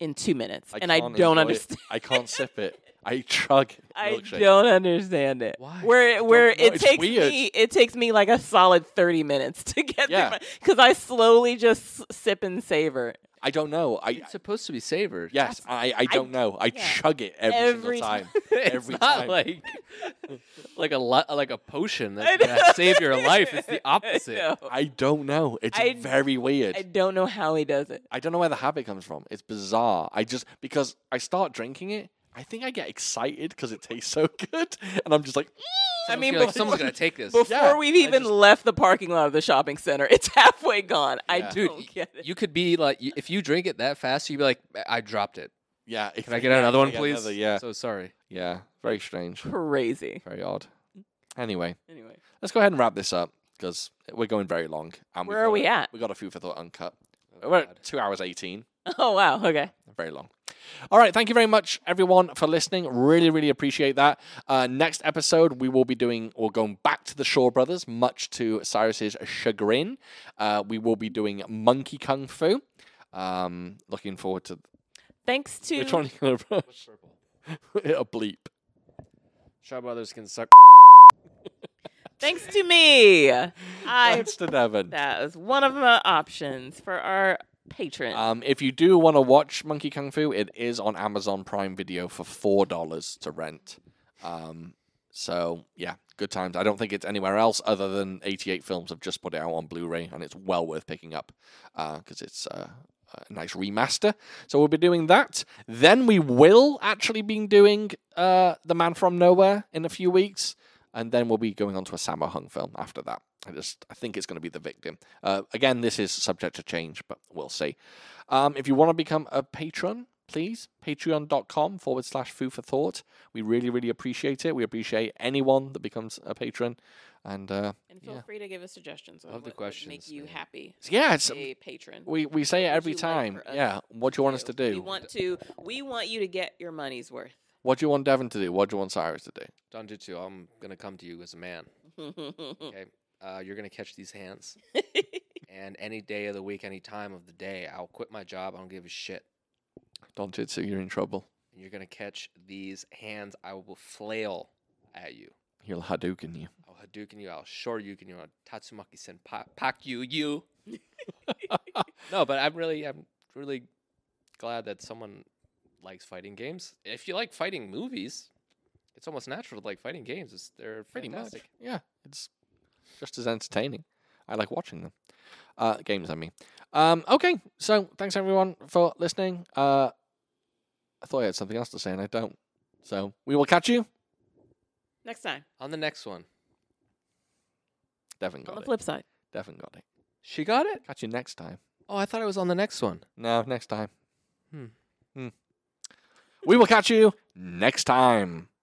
C: In two minutes, and I
A: can't
C: don't
A: enjoy it.
C: understand.
A: I can't sip it. I chug
C: I
A: milkshake.
C: don't understand it.
B: Why?
C: Where
A: don't
C: where
A: know.
C: it
A: It's
C: takes
A: weird.
C: me it takes me like a solid thirty minutes to get
A: Yeah.
C: there because I slowly just s- sip and savor
A: I don't know. I
B: It's supposed to be savored.
A: yes, I, I don't know. I
C: yeah.
A: chug it every,
C: Every
A: single time.
B: it's
A: Every
B: not
A: time.
B: like like a lo- like a potion
C: I
B: that's gonna
C: know.
B: save your life. It's the
C: I
B: opposite.
C: know.
A: I don't know. It's
C: I-
A: very weird.
C: I
A: I,
C: don't know how he does it.
A: don't know where the habit comes from. It's bizarre. I just because I start drinking it, I think I get excited because it tastes so good, and I'm just like, "Mm."
C: I mean,
B: like,
C: before-
B: someone's gonna take this.
C: Before
A: Yeah,
C: we've
A: I
C: even
A: just-
C: left the parking lot of the shopping center, it's halfway gone. I
A: Yeah.
C: don't
B: Dude, y-
C: get it.
B: you could be like, y- if you drink it that fast, you'd be like, "I- I dropped it.
A: yeah. If
B: Can I get another one,
A: yeah,
B: please?
A: another, yeah,
B: So sorry.
A: yeah. Very strange.
C: Crazy.
A: Very odd. Anyway,
C: Anyway,
A: let's go ahead and wrap this up because we're going very long. And
C: where are we at?
A: We got a few for thought uncut.
B: Oh,
A: we're
B: God.
A: at two hours eighteen.
C: Oh wow. Okay.
A: very long. All right, thank you very much, everyone, for listening. Really, really appreciate that. Uh, next episode, we will be doing, we're going back to the Shaw Brothers, much to Cyrus's chagrin. Uh, we will be doing Monkey Kung Fu. Um, looking forward to
C: Thanks to
A: which one are you gonna brush?
B: What's purple?
A: a bleep.
B: Shaw Brothers can suck.
C: thanks to me. I
A: Thanks to Devon.
C: that was one of my options for our patron.
A: Um, if you do want to watch Monkey Kung Fu, it is on Amazon Prime Video for four dollars to rent. Um, so yeah, good times. I don't think it's anywhere else other than 88 Films have just put it out on Blu-ray, and it's well worth picking up because it's uh, a nice remaster. So we'll be doing that. Then we will actually be doing uh, The Man from Nowhere in a few weeks, and then we'll be going on to a Sammo Hung film after that. I just I think it's going to be The Victim. Uh, again, this is subject to change, but we'll see. Um, if you want to become a patron, please. Patreon.com forward slash food for thought. We really, really appreciate it. We appreciate anyone that becomes a patron. And uh,
C: And feel
A: Yeah.
C: free to give us suggestions. on
B: Love the
C: what would
B: questions,
C: Make you
B: man.
C: happy.
A: yeah, it's,
C: as a patron.
A: we, we say it
C: What would
A: every
C: you like
A: time.
C: for us
A: yeah. What do you want us to
C: We
A: do?
C: want to. We want you to get your money's worth.
A: What do you want Devon to do? What do you want Cyrus to do?
B: Don Jitsu, I'm gonna come to you as a man. Okay. Uh, you're gonna catch these hands, and any day of the week, any time of the day, I'll quit my job. I don't give a shit.
A: Don Jitsu, you're in trouble.
B: And you're gonna catch these hands. I will flail at you.
A: He'll Hadouken you.
B: I'll Hadouken you. I'll Shoryuken you. I'll Tatsumaki Senpai. Pakyu you. no, but I'm really, I'm really glad that someone likes fighting games. If you like fighting movies, it's almost natural to like fighting games. It's, they're
A: Pretty
B: fantastic.
A: much. Yeah, it's just as entertaining. I like watching them. Uh, games, I mean. Um, okay, so thanks everyone for listening. Uh, I thought I had something else to say, and I don't. So we will catch you.
C: Next time
B: On the next one,
A: Devin
C: on
A: got
C: the
A: it.
C: flip side.
A: Devin got it.
B: she got it.
A: Catch you next time.
B: Oh, I thought it was on the next one.
A: No, next time.
B: Hmm.
A: Hmm. We will catch you next time.